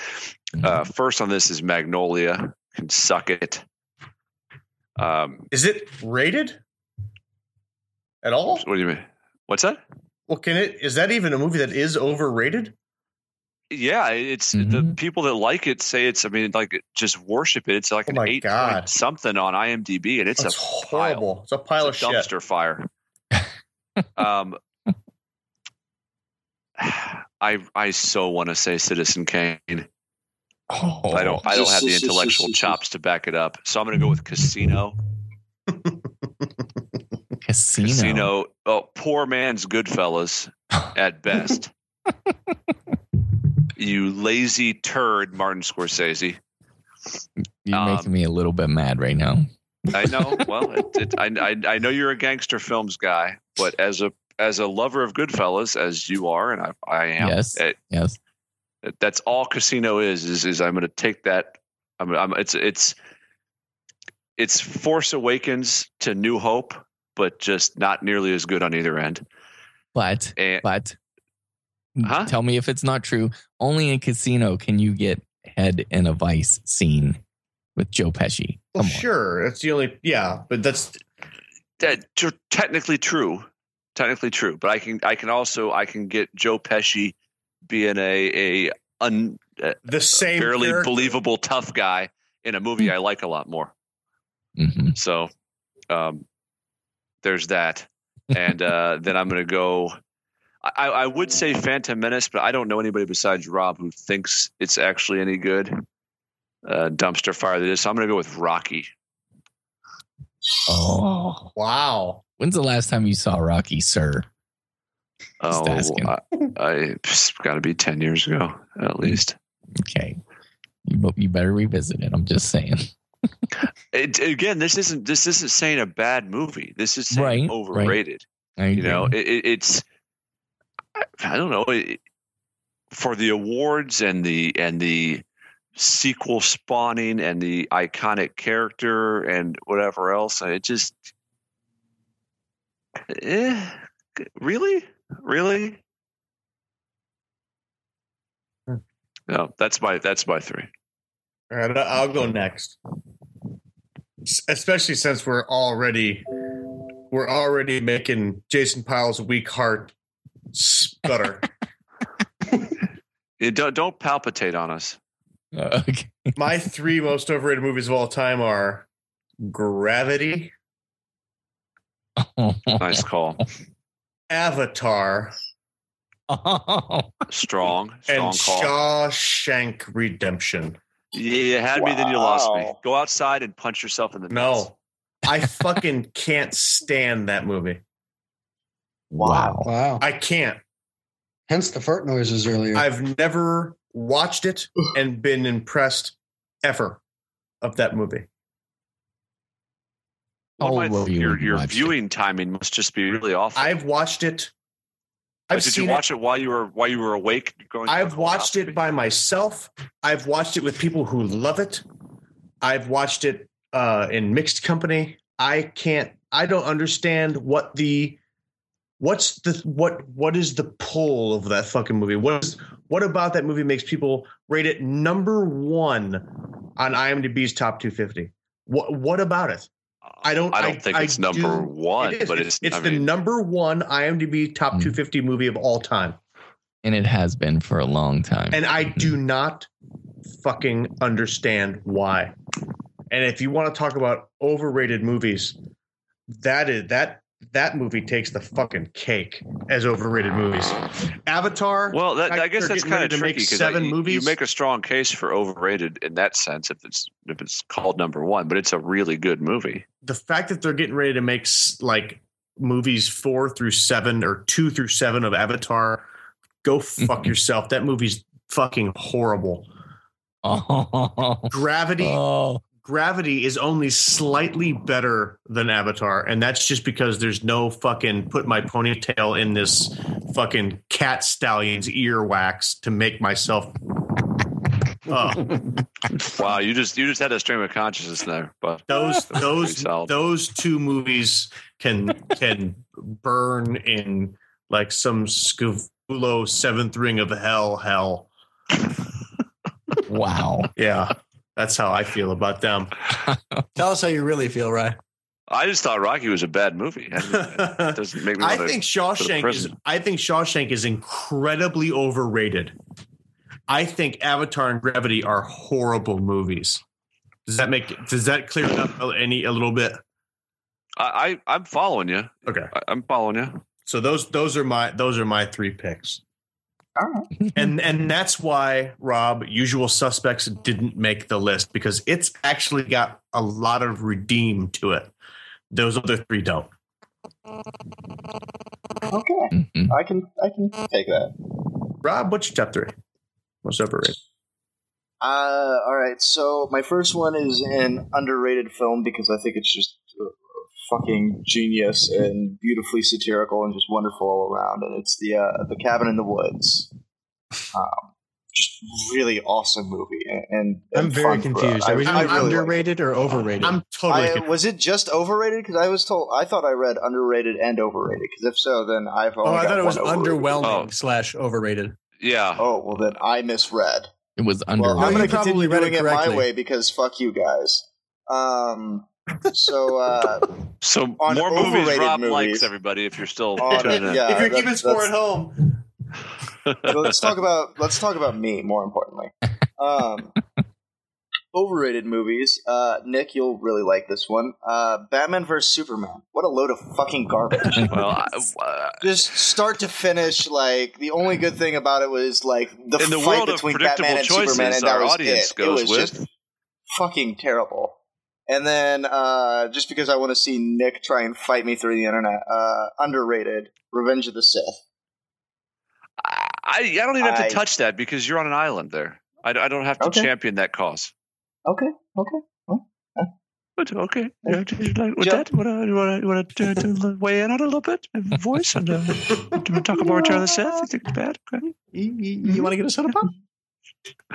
S4: Uh,
S2: Mm-hmm.
S4: first on this is Magnolia. Can suck it. Um,
S2: Is it rated at all?
S4: what do you mean? What's that?
S2: Well, can it? Is that even a movie that is overrated?
S4: Yeah, it's the
S2: Mm-hmm.
S8: Mhm.
S4: people that like it say it's. I mean, like just worship it. It's like
S2: Oh
S4: an
S2: my
S4: eight
S2: God.
S4: point something on IMDb, and it's
S2: That's
S4: a
S2: horrible. It's a pile
S4: it's a
S2: of
S4: dumpster
S2: Oh, shit.
S4: fire. um, I I so want to say Citizen Kane.
S8: oh,
S4: I don't I don't have the intellectual chops to back it up, so I'm going to go with Casino.
S8: casino.
S4: Casino, oh, poor man's Goodfellas at best. you lazy turd, Martin Scorsese.
S8: You're
S4: um,
S8: making me a little bit mad right now.
S4: I know. Well, it, it, I, I I know you're a gangster films guy, but as a as a lover of Goodfellas, as you are, and I I am. eh,
S8: Yes.
S4: it-
S8: Yes.
S4: that's all Casino is. Is is I'm going to take that. I'm, I'm it's it's it's Force Awakens to New Hope, but just not nearly as good on either end.
S8: But
S4: And
S8: but
S4: Huh?
S8: tell me if it's not true. Only in casino can you get head in a vice scene with Joe Pesci.
S2: Well,
S8: Come on.
S2: sure, that's the only. Yeah, but that's
S4: that tr- technically true, technically true. But I can I can also I can get Joe Pesci being a a un,
S2: the same.
S4: barely
S2: character.
S4: believable tough guy in a movie I like a lot more.
S8: Mhm.
S4: So um, there's that. And
S8: [LAUGHS]
S4: uh, then I'm going to go. I, I would say Phantom Menace, but I don't know anybody besides Rob who thinks it's actually any good. Uh, dumpster fire that is. So I'm going to go with Rocky.
S8: Oh,
S2: Wow.
S8: when's the last time you saw Rocky, sir?
S4: Oh,
S8: asking.
S4: I, I got to be ten years ago at least.
S8: Okay, you, bu- you better revisit it. I'm just saying.
S4: It, again, this isn't this isn't saying a bad movie. This is saying
S8: Right, right.
S4: overrated.
S8: I
S4: you know
S8: agree.
S4: it, it, it's I- i don't know it, for the awards and the and the sequel spawning and the iconic character and whatever else it just eh, really Really? No, that's my that's my three.
S2: All right, I'll go next. S- Especially since we're already we're already making Jason Pyle's weak heart
S4: [LAUGHS]
S2: sputter.
S4: It- don't don't palpitate on us.
S8: Uh, [LAUGHS] okay.
S2: My three most overrated movies of all time are Gravity,
S4: Nice call.
S2: Avatar,
S4: Strong,
S2: and
S4: strong call.
S2: Shawshank Redemption.
S4: Yeah, you had me, then you lost me.
S6: Wow.
S4: Go outside and punch yourself in the nuts.
S2: No, I
S4: [LAUGHS]
S2: fucking can't stand that movie.
S8: wow.
S7: Wow.
S2: I can't.
S7: Hence the fart noises earlier.
S2: I've never watched it and been impressed ever of that movie.
S8: How
S4: Well, my-
S8: old were you
S4: your
S8: when you
S4: your
S8: watched it?
S4: viewing timing must just be really awful.
S2: I've watched it.
S4: But
S2: I've
S4: Oh, did you
S2: seen
S4: watch it. while you were while you were awake? Going
S2: it. I've watched it by myself. I've watched it with people who love it. I've watched it uh, in mixed company. I can't. I don't understand what the what's the what what is the pull of that fucking movie? What is what about that movie makes people rate it number one on IMDb's top 250? What what about it? I don't-
S4: I don't
S2: I-
S4: think
S2: I
S4: it's number
S2: do-
S4: one,
S2: It is.
S4: but it's.
S2: it's
S4: I
S2: the
S4: mean,
S2: number one IMDb top
S8: Mm.
S2: 250 movie of all time,
S8: And it has been for a long time.
S2: and I do not fucking understand why. And if you want to talk about overrated movies, that is that that movie takes the fucking cake as overrated movies. Avatar.
S4: well, that,
S2: fact
S4: I guess
S2: they're
S4: that's
S2: getting
S4: kind of
S2: ready to make
S4: tricky because
S2: seven
S4: you, you
S2: movies.
S4: make a strong case for overrated in that sense if it's if it's called number one, but it's a really good
S2: [LAUGHS]
S4: movie.
S2: the fact that they're getting ready to make s- like movies four through seven or two through seven of Avatar, go fuck yourself. That movie's fucking horrible.
S8: [LAUGHS] Oh,
S2: Gravity.
S8: oh.
S2: Gravity is only slightly better than Avatar, and that's just because there's no fucking put my ponytail in this fucking cat stallion's ear wax to make myself.
S4: [LAUGHS]
S2: Oh,
S4: Wow, you just you just had a stream of consciousness there, but
S2: those
S4: That's
S2: those
S4: pretty solid.
S2: those two movies can can burn in like some scavulo seventh ring of hell hell.
S8: Wow.
S2: Yeah, that's how I feel about them. [LAUGHS]
S10: Tell us how you really feel, Rye.
S4: I just thought Rocky was a bad movie. I didn't- it doesn't make
S2: [LAUGHS]
S4: me.
S2: I
S4: Wanna,
S2: think Shawshank is.
S4: prison.
S2: I think Shawshank is incredibly overrated. I think Avatar and Gravity are horrible movies. Does that make? Does that clear it up a- any a little bit?
S4: I, I I'm following you.
S2: Okay.
S4: I, I'm following you.
S2: So those those are my those are my three picks. [LAUGHS] And and that's why Rob Usual Suspects didn't make the list because it's actually got a lot of redeem to it. Those other three don't.
S6: Okay,
S8: Mhm.
S6: I can I can take that.
S2: Rob, what's your top three? Most overrated.
S6: Uh, all right. So my first one is an underrated film because I think it's just uh, fucking genius and beautifully satirical and just wonderful all around. And it's the uh, the Cabin in the Woods. Um, just really awesome movie. And, and
S10: I'm
S6: and
S10: very
S6: fun throughout.
S10: confused. Are
S6: I,
S10: we doing
S6: I really liked it.
S10: underrated or overrated?
S2: I'm totally.
S6: I, uh,
S2: kidding.
S6: was it just overrated? Because I was told I thought I read underrated and overrated. Because if so, then I've only
S10: oh, I
S6: got
S10: thought it was
S6: one overrated.
S10: underwhelming
S4: Oh.
S10: slash overrated.
S4: Yeah.
S6: Oh well, then I misread.
S8: It was
S6: Well, I'm
S8: underrated.
S10: No,
S6: going
S10: you
S6: to continue
S10: probably read
S6: doing
S10: it
S6: it my
S10: correctly.
S6: way because fuck you guys. Um, so uh,
S4: So
S6: On
S4: more movies
S6: overrated
S4: Rob
S6: movies.
S4: likes everybody. If you're still
S6: on,
S4: tuning in.
S6: um, yeah,
S2: if you're
S6: that-
S2: keeping score at
S6: that's-
S2: home,
S6: so let's talk about let's talk about me more importantly. [LAUGHS] Um, overrated movies. Uh, Nick, you'll really like this one. Uh, Batman vs Superman. What a load of fucking garbage.
S4: [LAUGHS] Well, I, uh,
S6: Just start to finish, like the only good thing about it was like the,
S4: in the
S6: fight
S4: world of
S6: between Batman
S4: predictable
S6: and Superman,
S4: choices,
S6: and that
S4: our
S6: was
S4: audience
S6: it.
S4: goes
S6: it was
S4: with
S6: just fucking terrible. And then uh, just because I want to see Nick try and fight me through the internet, uh, underrated Revenge of the Sith.
S4: I, I don't even have to
S6: I-
S4: touch that because you're on an island there. I, I don't have to
S6: Okay.
S4: champion that cause.
S6: Okay, okay.
S4: But okay, yeah, do you like- with
S6: Joe.
S4: that, want to want to want to, weigh in on it a little bit, and voice, and uh, do we talk about Return of the Sith? You think it's bad? Okay.
S10: You, want to get us out of pop?
S6: [LAUGHS]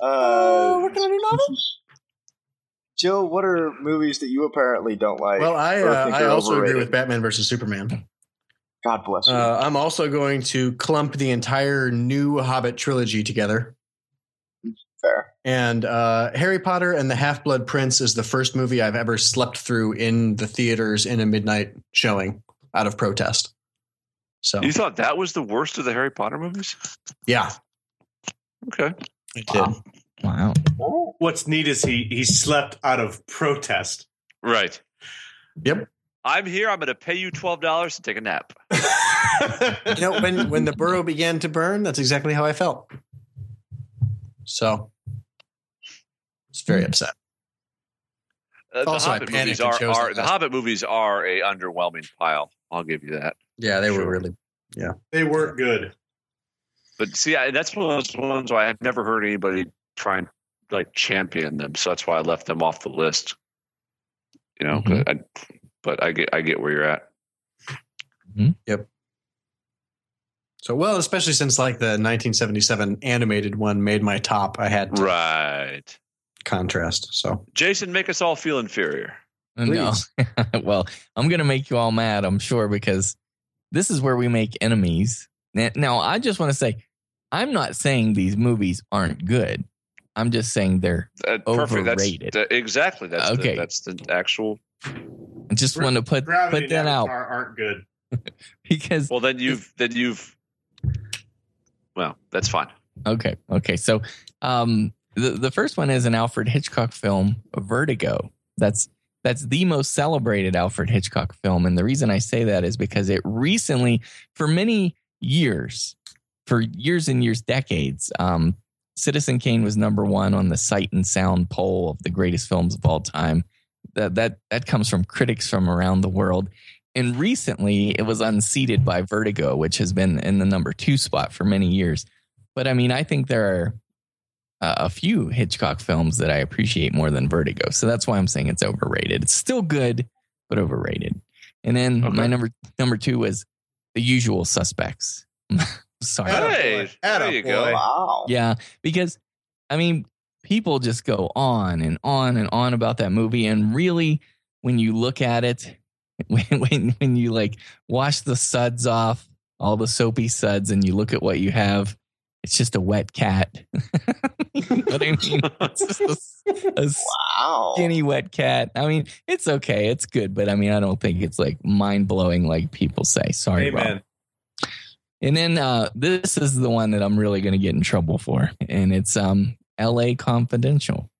S6: Uh,
S10: can I do now?
S6: Joe, what are movies that you apparently don't like?
S10: Well, I
S6: or
S10: uh,
S6: think
S10: I
S6: they're
S10: also
S6: overrated?
S10: agree with Batman versus Superman.
S6: God bless you.
S10: Uh, I'm also going to clump the entire new Hobbit trilogy together.
S6: Fair.
S10: And uh, Harry Potter and the Half Blood Prince is the first movie I've ever slept through in the theaters in a midnight showing out of protest. So
S4: You thought that was the worst of the Harry Potter movies?
S10: yeah,
S4: Okay.
S10: I did.
S8: Wow.
S2: What's neat is he he slept out of protest.
S4: Right.
S10: Yep.
S4: I'm here. I'm going to pay you $12 to take a nap.
S10: You know, when when the burrow began to burn, that's exactly how I felt. So it's very upset.
S4: Uh, the
S10: Also, I
S4: Hobbit
S10: panicked
S4: movies
S10: and
S4: are,
S10: chose
S4: are
S10: that
S4: the
S10: last-
S4: Hobbit movies are a underwhelming pile. I'll give you that.
S10: Yeah, they
S4: Sure.
S10: were really.
S2: [LAUGHS] They weren't good.
S4: But see, I, that's one of those ones where I've never heard anybody try and like champion them. So that's why I left them off the list. You know,
S10: Mm-hmm.
S4: 'cause I, but I get I get where you're at.
S10: So well, especially since like the 1977 animated one made my top. I had to
S4: Right.
S10: contrast. So
S4: Jason, make us all feel inferior.
S8: No. [LAUGHS] well, I'm going to make you all mad, I'm sure, because this is where we make enemies. Now- Now, I just want to say, I'm not saying these movies aren't good. I'm just saying they're.
S4: Uh, perfect. That's
S8: Overrated.
S4: that- exactly. That's
S8: Okay.
S4: The, that's the actual.
S8: I just want to put
S2: Gravity
S8: put that
S2: and
S8: out
S2: Avatar aren't good.
S8: because
S4: Well, then you've then you've. Well, that's fine.
S8: Okay. Okay. So, um, the the first one is an Alfred Hitchcock film, Vertigo. That's that's the most celebrated Alfred Hitchcock film, and the reason I say that is because it recently, for many years, for years and years, decades, um, Citizen Kane was number one on the Sight and Sound poll of the greatest films of all time. That that that comes from critics from around the world. And recently, it was unseated by Vertigo, which has been in the number two spot for many years but I mean, I think there are uh, a few Hitchcock films that I appreciate more than Vertigo. So that's why I'm saying it's overrated. It's still good, but overrated. And then
S4: Okay.
S8: my number number two was The Usual Suspects. [LAUGHS] Sorry.
S2: Atta
S4: Hey,
S2: boy.
S4: there
S2: Atta
S4: you go.
S2: boy.
S6: Wow.
S8: Yeah, because I mean, people just go on and on and on about that movie, and really, when you look at it, [LAUGHS] when when, when you like wash the suds off, all the soapy suds, and you look at what you have, it's just a wet cat. [LAUGHS] you know what I mean? It's just a s- a,
S6: Wow.
S8: skinny wet cat. I mean, it's okay, it's good, but I mean, I don't think it's like mind blowing like people say. Sorry, Rob.
S2: Amen.
S8: And then uh, this is the one that I'm really going to get in trouble for, and it's um, L.A. Confidential.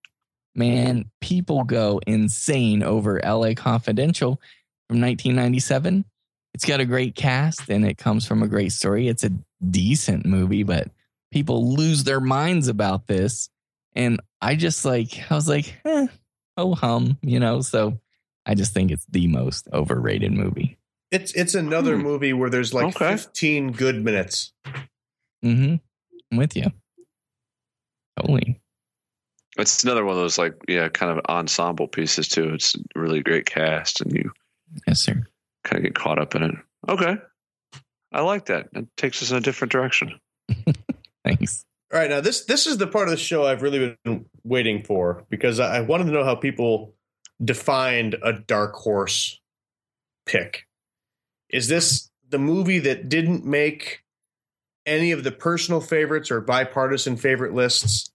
S8: Man, people go insane over L.A. Confidential from 1997. It's got a great cast, and it comes from a great story. It's a decent movie, but people lose their minds about this. And I just like, I was like, eh, oh hum, you know. So I just think it's the most overrated movie.
S2: It's it's another
S4: Hmm.
S2: movie where there's like
S4: Okay.
S2: 15 good minutes.
S8: Mm-hmm. I'm with you. Totally.
S4: It's another one of those like yeah, kind of ensemble pieces too. It's a really great cast, and you
S8: Yes, sir.
S4: kind of get caught up in it. Okay, I like that. It takes us in a different direction.
S8: Thanks.
S2: All right, now this this is the part of the show I've really been waiting for because I I wanted to know how people defined a dark horse pick. Is this the movie that didn't make any of the personal favorites or bipartisan favorite lists,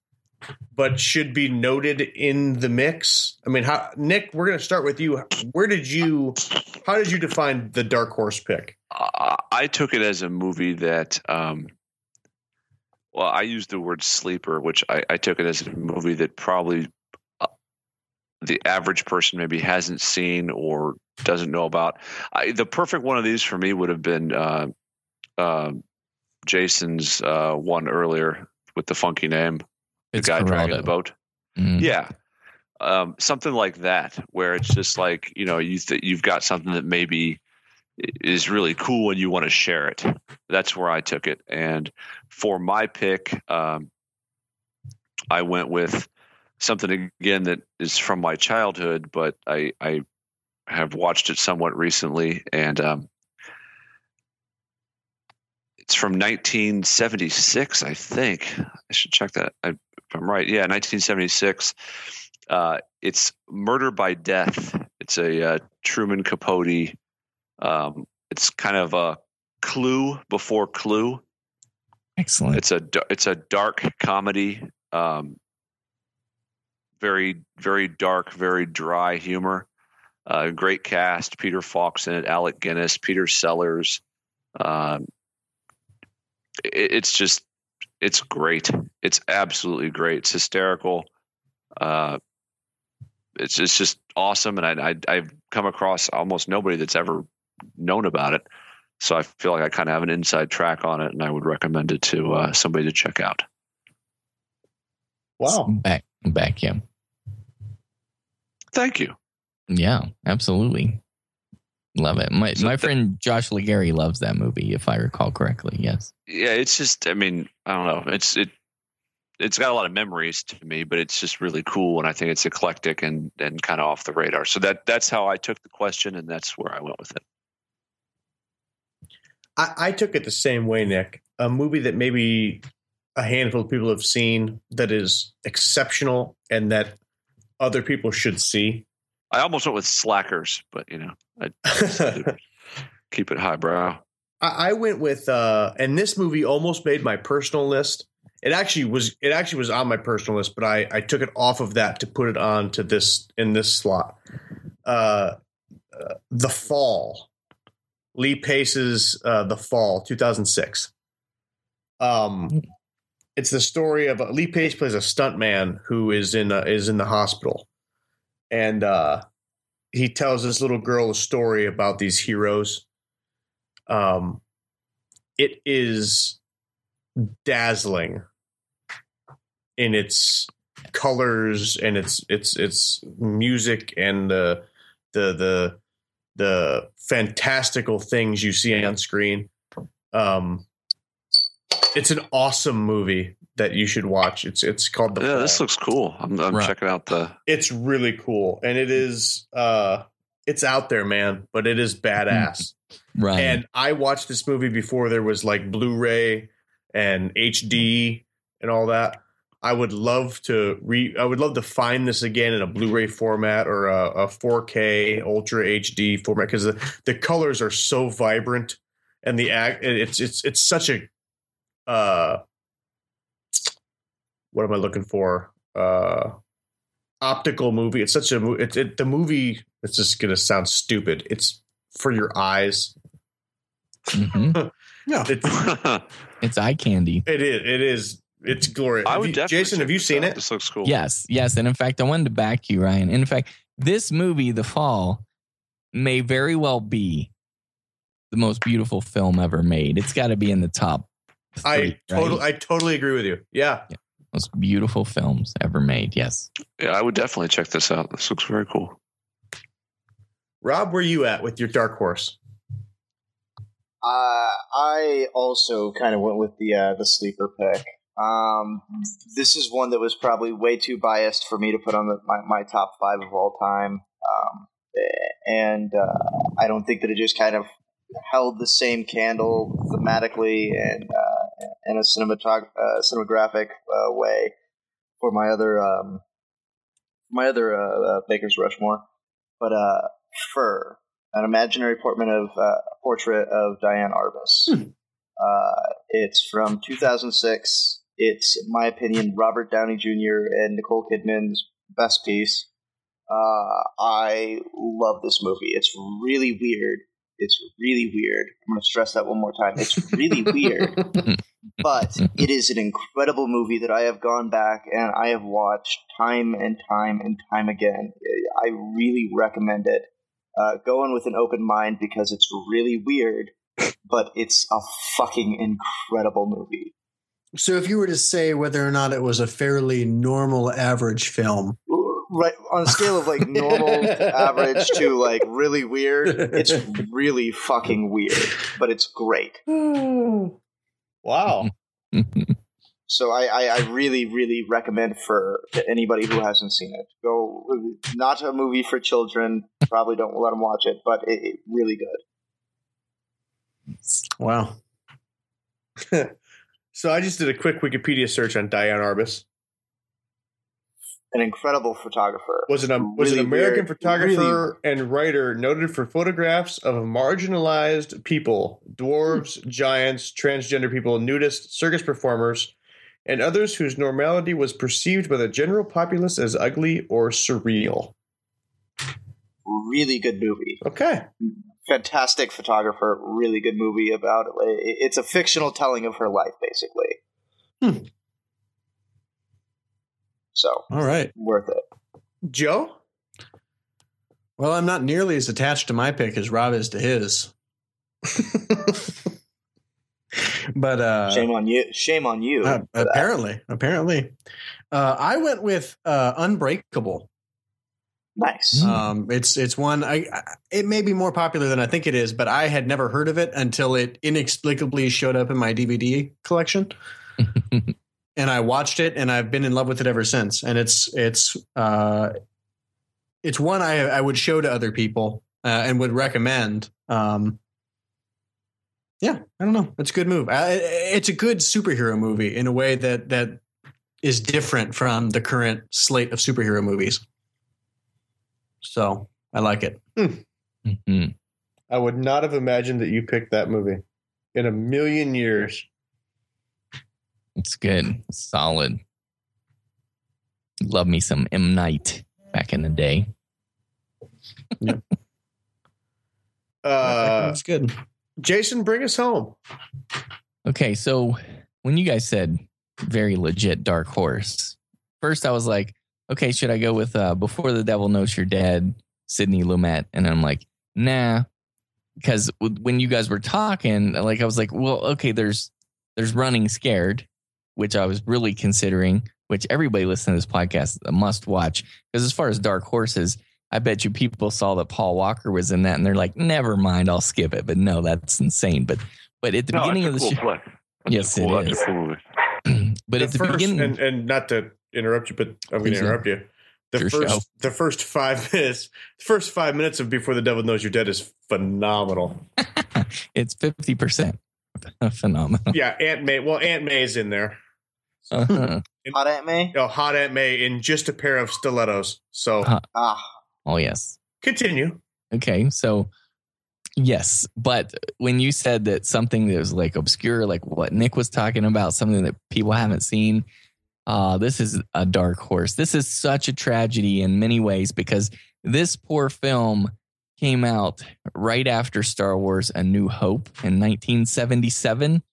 S2: but should be noted in the mix? I mean, how, Nick, we're going to start with you. Where did you? How did you define the dark horse pick?
S4: I, I took it as a movie that, um, well, I used the word sleeper, which I, I took it as a movie that probably uh, the average person maybe hasn't seen or doesn't know about. I, the perfect one of these for me would have been uh, um Jason's uh, one earlier with the funky name, the guy dragging the boat.
S8: Mm.
S4: Yeah. Um, something like that, where it's just like, you know, you th- you've got something that maybe i- is really cool and you want to share it. That's where I took it. And for my pick, um, I went with something again that is from my childhood, but I, I have watched it somewhat recently. And um, it's from 1976, I think. I should check that. I, if I'm right. Yeah, 1976. Uh, it's Murder by Death. It's a uh, Truman Capote. Um, it's kind of a Clue before Clue.
S8: Excellent.
S4: It's a da- it's a dark comedy. Um, very very dark, very dry humor. Uh, great cast: Peter Fox in it, Alec Guinness, Peter Sellers. Um, it, it's just it's great. It's absolutely great. It's hysterical. Uh, it's it's just awesome, and I, I I've come across almost nobody that's ever known about it, so I feel like I kind of have an inside track on it, and I would recommend it to uh, somebody to check out.
S2: Wow.
S8: Back, back him.
S4: Thank you.
S8: Yeah, absolutely. Love it. My
S4: So
S8: my
S4: that-
S8: friend Josh Legary loves that movie, if I recall correctly. Yes.
S4: Yeah, it's just I mean I don't know. It's it it's got a lot of memories to me, but it's just really cool, and I think it's eclectic and and kind of off the radar. So that that's how I took the question, and that's where I went with it.
S2: I, I took it the same way, Nick. A movie that maybe a handful of people have seen that is exceptional and that other people should see. [LAUGHS]
S4: I almost went with slackers, but you know, I
S2: I,
S4: keep it highbrow.
S2: I went with, uh, and this movie almost made my personal list. It actually was. It actually was on my personal list, but I, I took it off of that to put it on to this in this slot. Uh, uh, the Fall, Lee Pace's uh, The Fall, two thousand six. Um, it's the story of Lee Pace plays a stuntman who is in uh, is in the hospital, and uh, he tells this little girl a story about these heroes. Um, it is dazzling in its colors and its its its music and the the the the fantastical things you see on screen. Um, it's an awesome movie that you should watch. It's it's called the.
S4: Yeah, this
S2: Fall
S4: looks cool. I'm, I'm
S7: Right.
S4: checking out the.
S2: it's really cool and it is uh it's out there man but it is badass
S8: Right.
S2: and i watched this movie before there was like blu-ray and hd and all that i would love to re i would love to find this again in a blu-ray format or a, a 4k ultra hd format because the, the colors are so vibrant and the act it's it's it's such a uh what am i looking for uh optical movie. It's such a mo- it, it the movie. It's just gonna sound stupid. It's for your eyes.
S8: Mhm.
S2: It's
S8: It's eye candy.
S2: it is it is it's glorious.
S4: I
S2: Have
S4: [LAUGHS] would
S2: you-
S4: definitely.
S2: Jason, have
S4: check
S2: you
S4: this
S2: seen
S4: out.
S2: it?
S4: This looks cool.
S8: Yes, yes. And in fact, I wanted to back you, Ryan. And in fact, this movie, The Fall, may very well be the most beautiful film ever made. It's got to be in the top. Three,
S2: I totally
S8: right?
S2: I totally agree with you. Yeah,
S8: most beautiful films ever made. Yes. [LAUGHS]
S4: Yeah, I would definitely check this out. This looks very cool.
S2: Rob, where you at with your dark horse?
S6: Uh, I also kind of went with the uh, the sleeper pick. Um, this is one that was probably way too biased for me to put on the, my my top five of all time, um, eh, and uh, I don't think that it just kind of held the same candle thematically and uh, in a cinematog- uh, cinematographic uh, way for my other um, my other uh, uh, Baker's Rushmore, but uh, fur an imaginary portman of uh, a portrait of Diane Arbus. Uh, it's from 2006. It's, in my opinion, Robert Downey Jr. and Nicole Kidman's best piece. Uh, I love this movie. It's really weird. It's really weird. I'm going to stress that one more time. It's really weird, but it is an incredible movie that I have gone back and I have watched time and time and time again. I really recommend it uh, go in with an open mind because it's really weird, but it's a fucking incredible movie.
S10: So if you were to say whether or not it was a fairly normal average film,
S6: Right on a scale of
S2: [LAUGHS]
S6: like normal average to like really weird, it's really fucking weird, but it's great.
S8: [LAUGHS]
S2: Wow,
S6: So I, I, I really, really recommend for to anybody who hasn't seen it. Go, not a movie for children. Probably don't let them watch it, but it, it really good.
S10: wow.
S2: so I just did a quick Wikipedia search on Diane Arbus.
S6: an incredible photographer.
S2: was an um, was an
S6: Really
S2: American
S6: weird,
S2: photographer and writer noted for photographs of marginalized people, dwarves,
S8: Hmm.
S2: giants, transgender people, nudists, circus performers, and others whose normality was perceived by the general populace as ugly or surreal.
S6: Really good movie.
S2: Okay,
S6: Fantastic photographer. Really good movie about it. It's a fictional telling of her life, basically.
S2: Hmm.
S6: So
S10: All right.
S6: worth it.
S2: Joe.
S10: Well, I'm not nearly as attached to my pick as Rob is to his. but uh,
S6: Shame on you. Shame on you.
S10: Uh, apparently, apparently, uh, I went with uh, Unbreakable.
S6: nice.
S10: Um, it's it's one I, I it may be more popular than I think it is, but I had never heard of it until it inexplicably showed up in my DVD collection, and I watched it, and I've been in love with it ever since. And it's it's uh, it's one I I would show to other people uh, and would recommend. Um, yeah, I don't know. It's a good move. I, it's a good superhero movie in a way that that is different from the current slate of superhero movies. So I like it.
S8: Mhm.
S2: I would not have imagined that you picked that movie in a million years.
S8: It's good. Solid. Love me some M. Night back in the day.
S2: Uh,
S10: [LAUGHS] it's good.
S2: Jason, bring us home.
S8: Okay, so when you guys said very legit dark horse, first I was like, okay, should I go with uh, Before the Devil Knows You're Dead, Sidney Lumet? And I'm like, nah, because when you guys were talking, like I was like, well, okay, there's there's Running Scared, which I was really considering, which everybody listening to this podcast must watch, because as far as dark horses. I bet you people saw that Paul Walker was in that and they're like, never mind, I'll skip it. But no, that's insane. But but at the
S4: No,
S8: beginning
S4: it's a
S8: of the
S4: cool
S8: show,
S4: flick.
S8: Yes,
S4: Cool,
S8: it
S4: that's
S8: is.
S4: a cool movie.
S8: [CLEARS THROAT] but at the
S2: first,
S8: beginning,
S2: and, and not to interrupt you, but I'm going
S8: Please
S2: to
S8: don't.
S2: interrupt you. The
S8: Your
S2: first,
S8: show.
S2: the first five [LAUGHS] minutes, the first five minutes of Before the Devil Knows You're Dead is phenomenal.
S8: [LAUGHS] it's fifty percent [LAUGHS]
S2: [LAUGHS]
S8: phenomenal.
S2: yeah, Aunt May. Well, Aunt May's in there.
S8: Uh-huh.
S6: Hot at me.
S2: Oh, hot Aunt May in just a pair of stilettos. So
S8: Huh.
S6: Ah,
S8: Oh yes.
S2: continue.
S8: Okay, so yes, but when you said that something that was like obscure, like what Nick was talking about, something that people haven't seen, uh, this is a dark horse. This is such a tragedy in many ways because this poor film came out right after Star Wars A New Hope in 1977.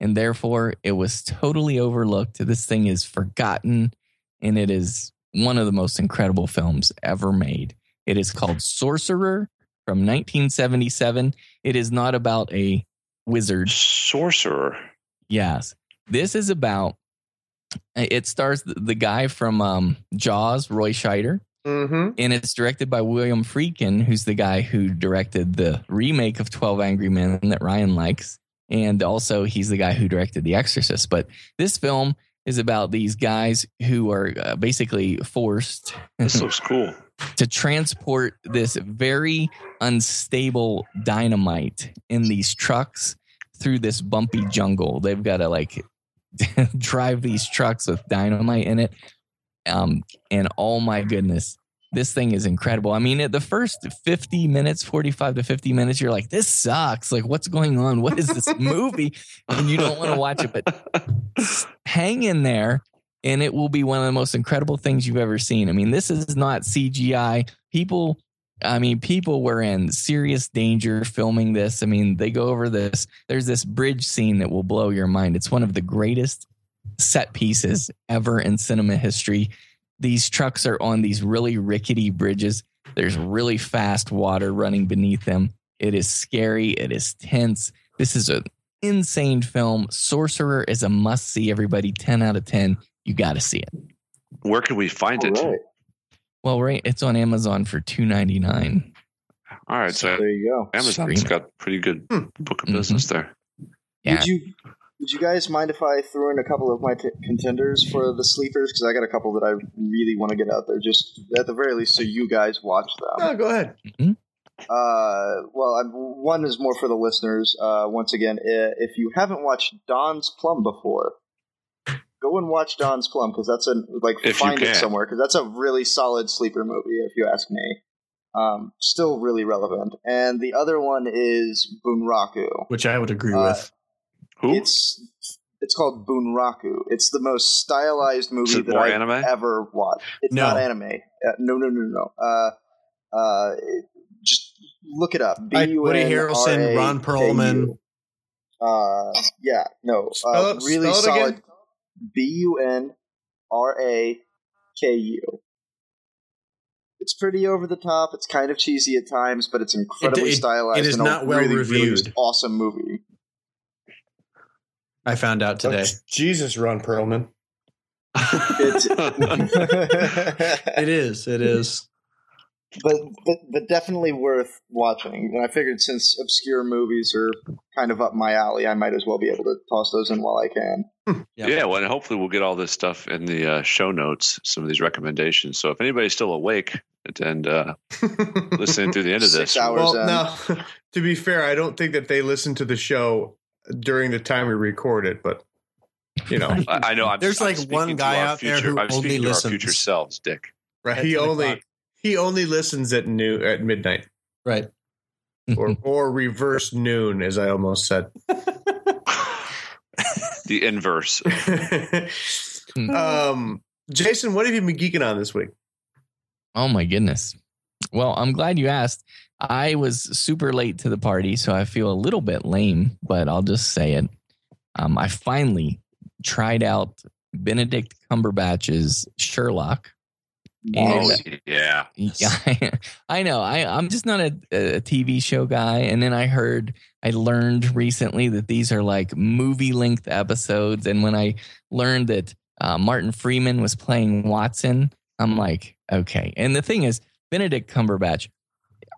S8: And therefore, it was totally overlooked. This thing is forgotten, and it is one of the most incredible films ever made. It is called Sorcerer from 1977. It is not about a wizard
S4: Sorcerer.
S8: Yes. This is about it stars the- the guy from um, Jaws, Roy Scheider,
S2: Mm-hmm.
S8: and it's directed by William Friedkin, who's the guy who directed the remake of 12 Angry Men that Ryan likes. And also, he's the guy who directed The Exorcist. But this film is about these guys who are uh, basically forced [LAUGHS]
S4: This looks cool.
S8: to transport this very unstable dynamite in these trucks through this bumpy jungle. They've got to like [LAUGHS] drive these trucks with dynamite in it. Um, and oh my goodness, this thing is incredible. I mean, at the first 50 minutes, 45 to 50 minutes, you're like, this sucks. Like, what's going on? What is this movie? And you don't want to watch it, but hang in there and it will be one of the most incredible things you've ever seen. I mean, this is not CGI. People, I mean, people were in serious danger filming this. I mean, they go over this. There's this bridge scene that will blow your mind. It's one of the greatest set pieces ever in cinema history. These trucks are on these really rickety bridges. There's really fast water running beneath them. It is scary. It is tense. This is an insane film. Sorcerer is a must see, everybody. 10 out of 10. You got to see it.
S4: [LAUGHS] Where can we find
S6: all
S4: it?
S6: right.
S8: Well, right, it's on Amazon for two ninety nine.
S4: All right, so
S6: There you go.
S4: Amazon's
S8: Streaming.
S4: got pretty good
S2: Hmm.
S4: book of business there.
S8: Yeah.
S6: Would you would you guys mind if I threw in a couple of my t- contenders for the sleepers? Because I got a couple that I really want to get out there, just at the very least, so you guys watch them.
S2: No, go ahead.
S4: Mm-hmm.
S6: Uh, well, I'm, one is more for the listeners. Uh, once again, i- if you haven't watched Don's Plum before, Go and watch Don's Plum because that's a like
S4: If you
S6: find it
S4: can.
S6: somewhere because that's a really solid sleeper movie if you ask me. Um, still really relevant. And the other one is Bunraku.
S10: which I would agree
S6: Uh,
S10: with.
S4: Who?
S6: It's it's called Bunraku. It's the most stylized movie
S4: Is it
S6: that
S4: more
S6: I've
S4: anime?
S6: ever watched. It's
S10: No.
S6: not anime. Uh, no, no, no, no. Uh, uh, it- just look it up.
S10: I- Woody Harrelson, Ron Perlman.
S6: Uh, yeah, no.
S2: Spell
S6: Uh,
S2: it-
S6: really
S2: spell it again.
S6: solid. B U N R A K U. It's pretty over the top. It's kind of cheesy at times, but it's incredibly
S10: it-
S6: stylized.
S10: it is
S6: and a
S10: not well
S6: really, really
S10: reviewed.
S6: awesome movie.
S10: I found out today.
S2: Oh, Jesus, Ron Perlman. [LAUGHS]
S10: [LAUGHS]
S6: It's
S10: it is. It is.
S6: but, but but definitely worth watching. And I figured since obscure movies are kind of up my alley, I might as well be able to toss those in while I can.
S10: Yeah.
S4: Yeah, well, and hopefully we'll get all this stuff in the uh, show notes, some of these recommendations. So if anybody's still awake and uh, listening through the end of
S6: [LAUGHS] Six
S4: this,
S6: hours.
S2: well,
S6: in.
S2: now, [LAUGHS] to be fair, I don't think that they listened to the show during the time we record it, but you know,
S4: I, I know I'm.
S10: There's
S4: I'm
S10: like
S4: speaking
S10: one
S4: to
S10: guy
S4: our
S10: out there
S4: future-
S10: who
S4: I'm speaking
S10: only
S4: to
S10: listens.
S4: Our future selves, Dick.
S2: right?
S10: At
S2: He
S10: 10
S2: only
S10: o'clock.
S2: he only listens at noon at midnight
S10: Right.
S2: or or reverse noon, as I almost said. [LAUGHS]
S4: The inverse.
S7: Uh,
S2: um, Jason, what have you been geeking on this week?
S8: [LAUGHS] Oh my goodness. Well, I'm glad you asked. I was super late to the party, so I feel a little bit lame, but I'll just say it. Um, I finally tried out Benedict Cumberbatch's Sherlock. And
S4: Oh yeah.
S8: [LAUGHS] yeah, I know. I, I'm just not a, a TV show guy. And then I heard, I learned recently that these are like movie length episodes. And when I learned that uh, Martin Freeman was playing Watson, I'm like, okay. And the thing is, Benedict Cumberbatch,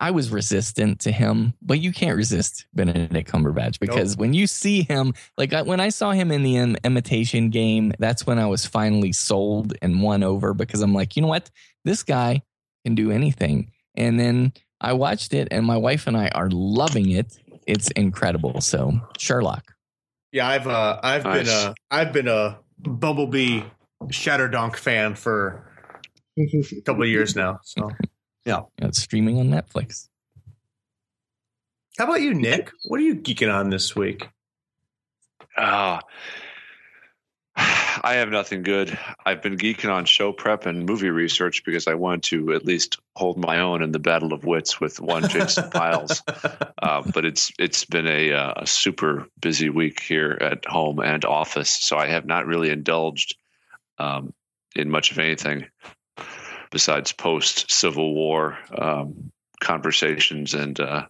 S8: I was resistant to him, but you can't resist Benedict Cumberbatch because when you see him, like I, when I saw him in the Im- imitation game, that's when I was finally sold and won over because I'm like, you know what? This guy can do anything. And then I watched it, and my wife and I are loving it. It's incredible. So, Sherlock.
S2: Yeah, I've uh, I've
S4: Nice.
S2: been a I've been a Bumblebee Shatterdonk fan for a couple of years now. So,
S8: It's streaming on Netflix.
S2: how about you, Nick? What are you geeking on this week?
S4: Ah. [SIGHS] I have nothing good. I've been geeking on show prep and movie research because I wanted to at least hold my own in the battle of wits with one Jason Piles. Uh, but it's it's been a, uh, a super busy week here at home and office, so I have not really indulged um, in much of anything besides post Civil War um, conversations and uh,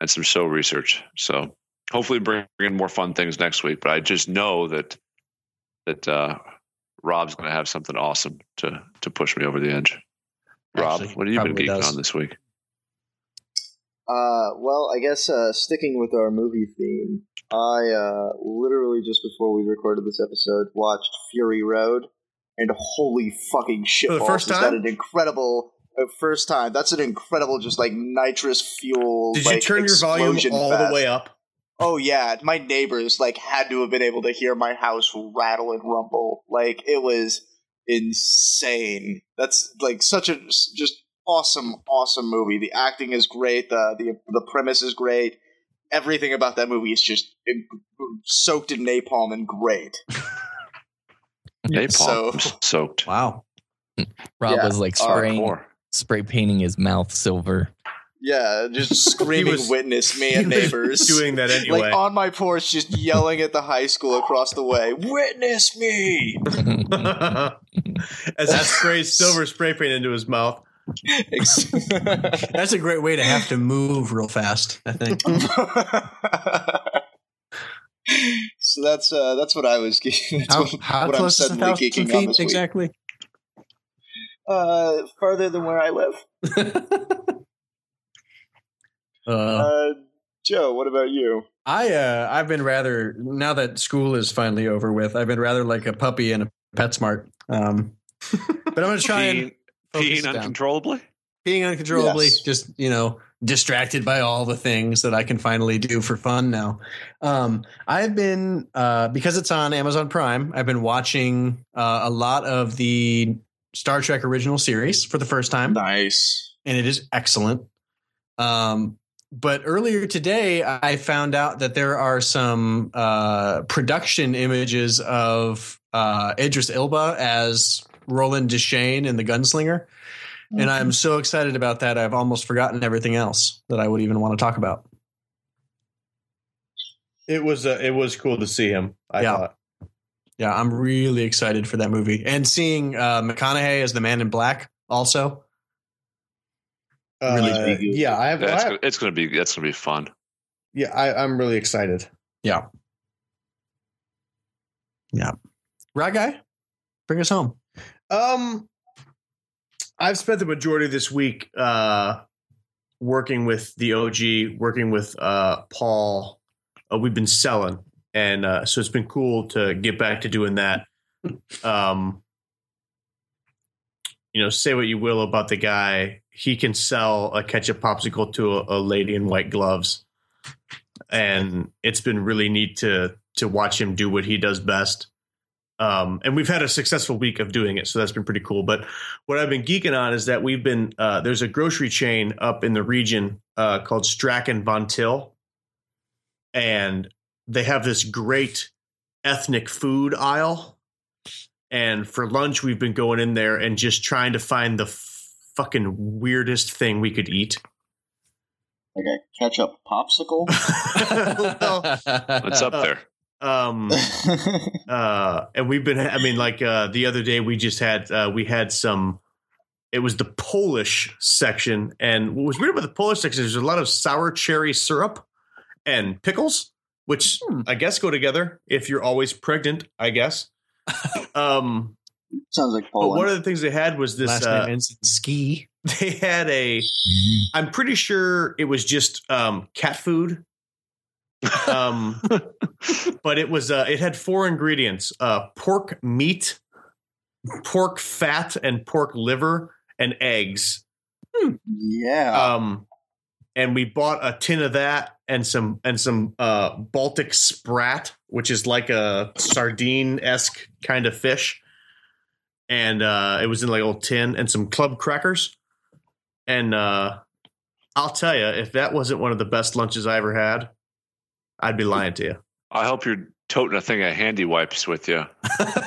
S4: and some show research. So hopefully bring in more fun things next week. But I just know that that uh, Rob's going to have something awesome to to push me over the edge. Rob,
S10: Actually,
S4: what have you been
S10: probably
S4: geeking
S10: does.
S4: on this week?
S6: Uh, well, I guess uh, sticking with our movie theme, I uh, literally just before we recorded this episode watched Fury Road, and holy fucking shit!
S2: the first
S6: is that
S2: time?
S6: an incredible uh, first time? That's an incredible, just like nitrous fuel.
S2: Did you
S6: like,
S2: turn your volume
S6: explosion
S2: all
S6: fest.
S2: the way [LAUGHS] up?
S6: Oh yeah, my neighbors like had to have been able to hear my house rattle and rumble. Like it was insane. That's like such a just awesome, awesome movie. The acting is great. The the the premise is great. Everything about that movie is just in- soaked in napalm and great.
S4: Napalm
S6: So-
S4: I'm s- soaked.
S10: Wow.
S8: Rob
S6: Yeah,
S8: was like spraying,
S4: Hardcore.
S8: spray painting his mouth silver. [LAUGHS]
S6: Yeah,
S2: [LAUGHS]
S6: just screaming
S2: was-
S6: witness me and
S2: he was
S6: neighbors
S2: Doing that anyway. [LAUGHS]
S6: Like on my porch, just yelling at the high school across the way,
S2: [LAUGHS]
S6: "Witness me!" [LAUGHS]
S2: As I sprays silver spray paint into his mouth.
S10: That's a great way to have to move real fast,
S6: [LAUGHS]
S10: I think.
S6: so that's uh, that's what I was. ge- That's what, what I'm
S10: is a
S6: suddenly
S10: thousand
S6: geeking on this week.
S10: exactly?
S6: Uh, farther than where I live.
S2: Oh.
S10: Uh,
S6: Uh, Joe, what about you?
S10: I uh, I've been rather now that school is finally over with. I've been rather like a puppy in a PetSmart. Um, but I'm gonna try and
S4: Peeing,
S10: focus
S4: peeing
S10: down.
S4: uncontrollably.
S10: peeing uncontrollably.
S6: Yes.
S10: Just you know, distracted by all the things that I can finally do for fun now. Um, I've been uh, because it's on Amazon Prime. I've been watching uh, a lot of the Star Trek original series for the first time,
S6: Nice.
S10: and it is excellent. Um, but earlier today, I found out that there are some uh, production images of uh, Idris Ilba as Roland Deschain in The Gunslinger. And I'm so excited about that. I've almost forgotten everything else that I would even want to talk about.
S2: It was uh, it was cool to see him. I
S10: Yeah.
S2: thought
S10: Yeah, I'm really excited for that movie. And seeing uh, McConaughey as the man in black also.
S2: Uh,
S6: Really big.
S2: yeah, I have, I
S4: That's,
S2: have-
S4: gonna- it's going to be that's going to be fun.
S2: yeah, I, I'm really excited.
S10: Right guy? Bring us home.
S2: Um, I've spent the majority of this week uh, working with the OG, working with uh, Paul. Uh, we've been selling, and uh, so it's been cool to get back to doing that. Um, you know, say what you will about the guy, he can sell a ketchup popsicle to a, a lady in white gloves, and it's been really neat to to watch him do what he does best um, and we've had a successful week of doing it, so that's been pretty cool. But what I've been geeking on is that we've been uh, there's a grocery chain up in the region uh, called Strachan Von Til, and they have this great ethnic food aisle. And for lunch, we've been going in there and just trying to find the f- fucking weirdest thing we could eat. [LAUGHS]
S6: Like a ketchup popsicle.
S2: Well,
S4: It's
S10: [LAUGHS]
S4: up there.
S2: um, uh and we've been i mean like uh the other day we just had uh we had some it was the polish section and what was weird about the polish section is there's a lot of sour cherry syrup and pickles which
S10: Hmm.
S2: i guess go together if you're always pregnant i
S10: [LAUGHS]
S2: guess um
S6: Sounds like
S2: but one
S6: Poland.
S2: of the things they had was this
S10: Last
S2: uh,
S10: name ends in ski.
S2: [LAUGHS] they had a i'm pretty sure it was just um cat food um but it was uh it had four ingredients uh pork meat pork fat and pork liver and eggs
S6: yeah.
S2: um and we bought a tin of that and some and some uh baltic sprat which is like a sardine-esque kind of fish and uh it was in like old tin and some club crackers and uh i'll tell you if that wasn't one of the best lunches i ever had i'd be lying to you
S4: I hope you're toting a thing of handy wipes with you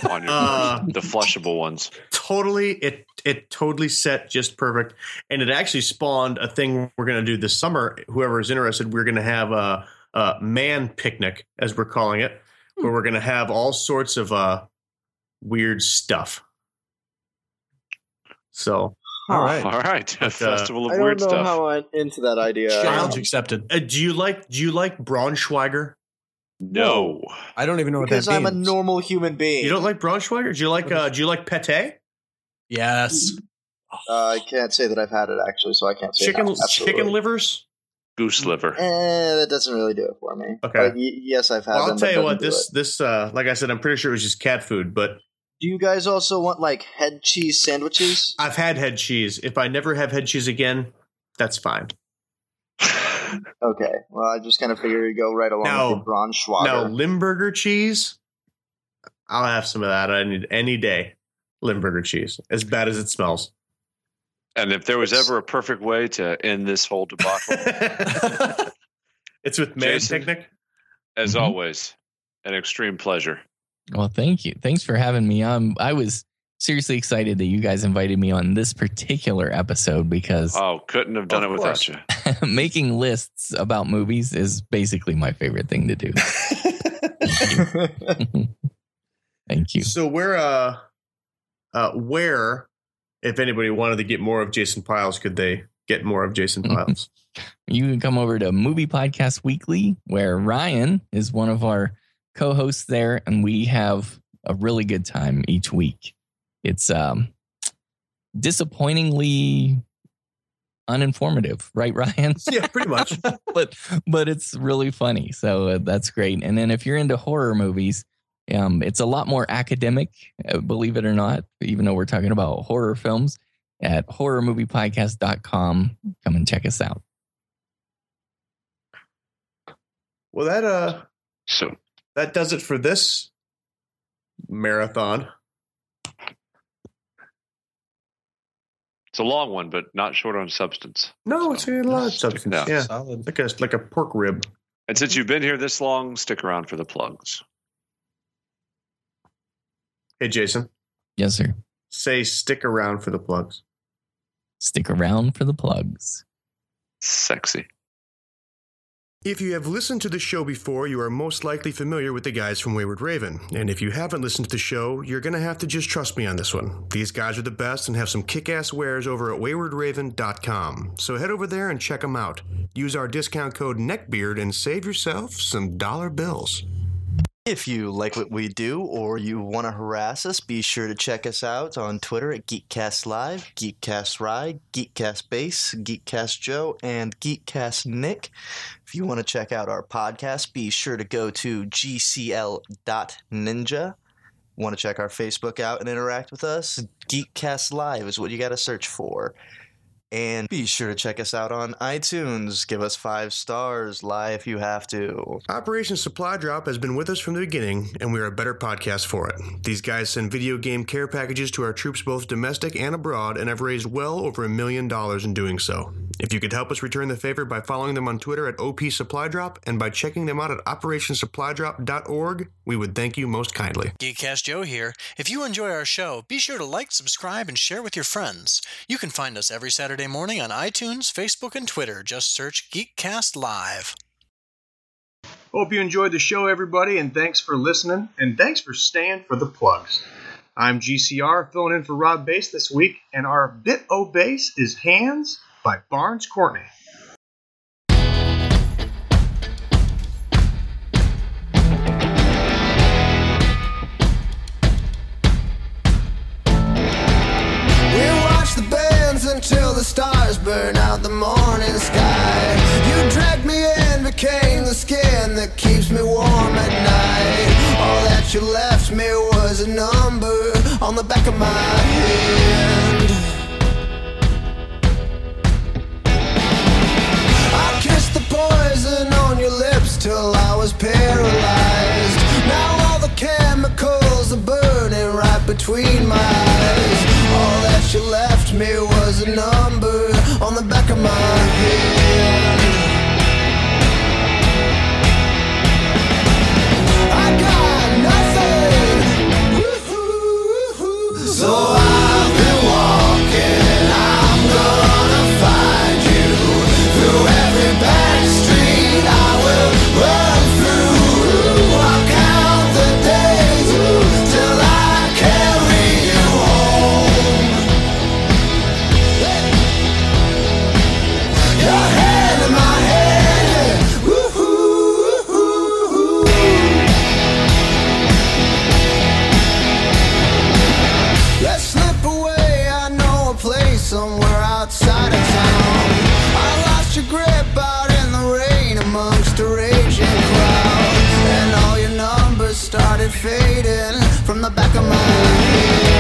S4: on your
S2: Uh.
S4: the flushable ones.
S2: totally it it totally set just perfect and it actually spawned a thing we're going to do this summer whoever is interested we're going to have a, a man picnic as we're calling it where we're going to have all sorts of uh weird stuff so
S10: All [LAUGHS] right.
S4: All right, [LAUGHS] a festival of
S6: I don't
S4: weird
S6: know
S4: stuff.
S6: how I'm into that idea.
S10: Challenge accepted.
S2: uh, do you like do you like braunschweiger
S4: no,
S10: I don't even know what
S6: because
S10: that
S6: I'm a
S10: means.
S6: normal human being.
S2: you don't like braunschweiger do you like uh do you like pate
S10: yes.
S6: Uh, I can't say that I've had it actually, so I can't say
S2: chicken
S6: no, absolutely.
S2: chicken livers
S4: goose liver.
S6: Eh, that doesn't really do it for me.
S2: Okay.
S6: Like, y- yes, I've had.
S2: well, i'll
S6: them, but
S2: tell you
S6: doesn't
S2: what
S6: do
S2: this
S6: it.
S2: this uh like i said i'm pretty sure it was just cat food but
S6: Do you guys also want like head cheese sandwiches?
S2: I've had head cheese. If I never have head cheese again, that's fine.
S6: Okay. Well, I just kind of figure you go right along
S2: No.
S6: with your Braunschweiger.
S2: Now Limburger cheese, I'll have some of that. I need any day. Limburger cheese, as bad as it smells.
S4: [LAUGHS] And if there was ever a perfect way to end this whole
S6: [LAUGHS]
S4: debacle,
S2: it's with man
S4: Jason?
S2: picnic.
S4: as
S6: Mm-hmm.
S8: Mhm.
S4: always, an extreme pleasure.
S8: Well, thank you. Thanks for having me on. I was seriously excited that you guys invited me on this particular episode because
S4: Oh, couldn't have done
S2: Of
S4: it
S2: course.
S4: without you.
S8: [LAUGHS] making lists about movies is basically my favorite thing to do. Thank you.
S2: So where, uh, uh, where, if anybody wanted to get more of Jason Piles, could they get more of Jason Piles?
S8: You can come over to Movie Podcast Weekly, where Ryan is one of our co hosts there, and we have a really good time each week. It's um, disappointingly uninformative, right, [LAUGHS] Ryan?
S2: yeah, pretty much.
S8: but but it's really funny. So uh, that's great. And then if you're into horror movies, um, it's a lot more academic, uh, believe it or not, even though we're talking about horror films at horrormoviepodcast.com. Come and check us out.
S17: Well, that uh,
S4: So
S17: that does it for this marathon.
S4: it's a long one, but not short on substance.
S17: No, it's a lot of substance.
S4: No.
S17: Yeah,
S18: Solid.
S17: like a like a pork rib.
S4: And since you've been here this long, stick around for the plugs.
S17: Hey, Jason,
S8: Yes, sir.
S17: say stick around for the plugs.
S8: Stick around for the plugs.
S4: Sexy.
S2: If you have listened to the show before, you are most likely familiar with the guys from Wayward Raven. And if you haven't listened to the show, you're going to have to just trust me on this one. These guys are the best and have some kick ass wares over at waywardraven.com. So head over there and check them out. Use our discount code NECKBEARD and save yourself some dollar bills.
S6: If you like what we do or you want to harass us, be sure to check us out on Twitter at GeekCast Live, GeekCast Rye, GeekCast Base, GeekCast Joe, and GeekCast Nick. If you want to check out our podcast, be sure to go to gcl.ninja. Want to check our Facebook out and interact with us? GeekCast Live is what you got to search for. And be sure to check us out on iTunes. Give us five stars. Lie if you have to.
S2: Operation Supply Drop has been with us from the beginning, and we are a better podcast for it. These guys send video game care packages to our troops both domestic and abroad, and have raised well over a million dollars in doing so. If you could help us return the favor by following them on Twitter at OP Supply Drop and by checking them out at OperationSupplyDrop.org, we would thank you most kindly.
S7: Geekcast Joe here. If you enjoy our show, be sure to like, subscribe, and share with your friends. You can find us every Saturday morning on iTunes, Facebook, and Twitter. Just search Geekcast Live.
S2: Hope you enjoyed the show, everybody, and thanks for listening, and thanks for staying for the plugs. I'm GCR, filling in for Rob Bass this week, and our Bit O Bass is Hands by Barnes Courtney.
S19: We watch the bands until the stars burn out the morning sky. You dragged me in, became the skin that keeps me warm at night. All that you left me was a number on the back of my hand. I kissed the poison on your lips till I was paralyzed. Now all the chemicals are burning right between my eyes. All that you left me was a number on the back of my head. I got nothing. Woo-hoo, So I've been walking. I'm gonna find you through every back street. I will run through. Ooh, I'll count the days ooh, till I carry you home. Your hand in my hand. Woo-hoo. Let's slip away. I know a place somewhere outside of town. I lost your grip out in the rain amongst a raging crowd. And all your numbers started fading from the back of my head.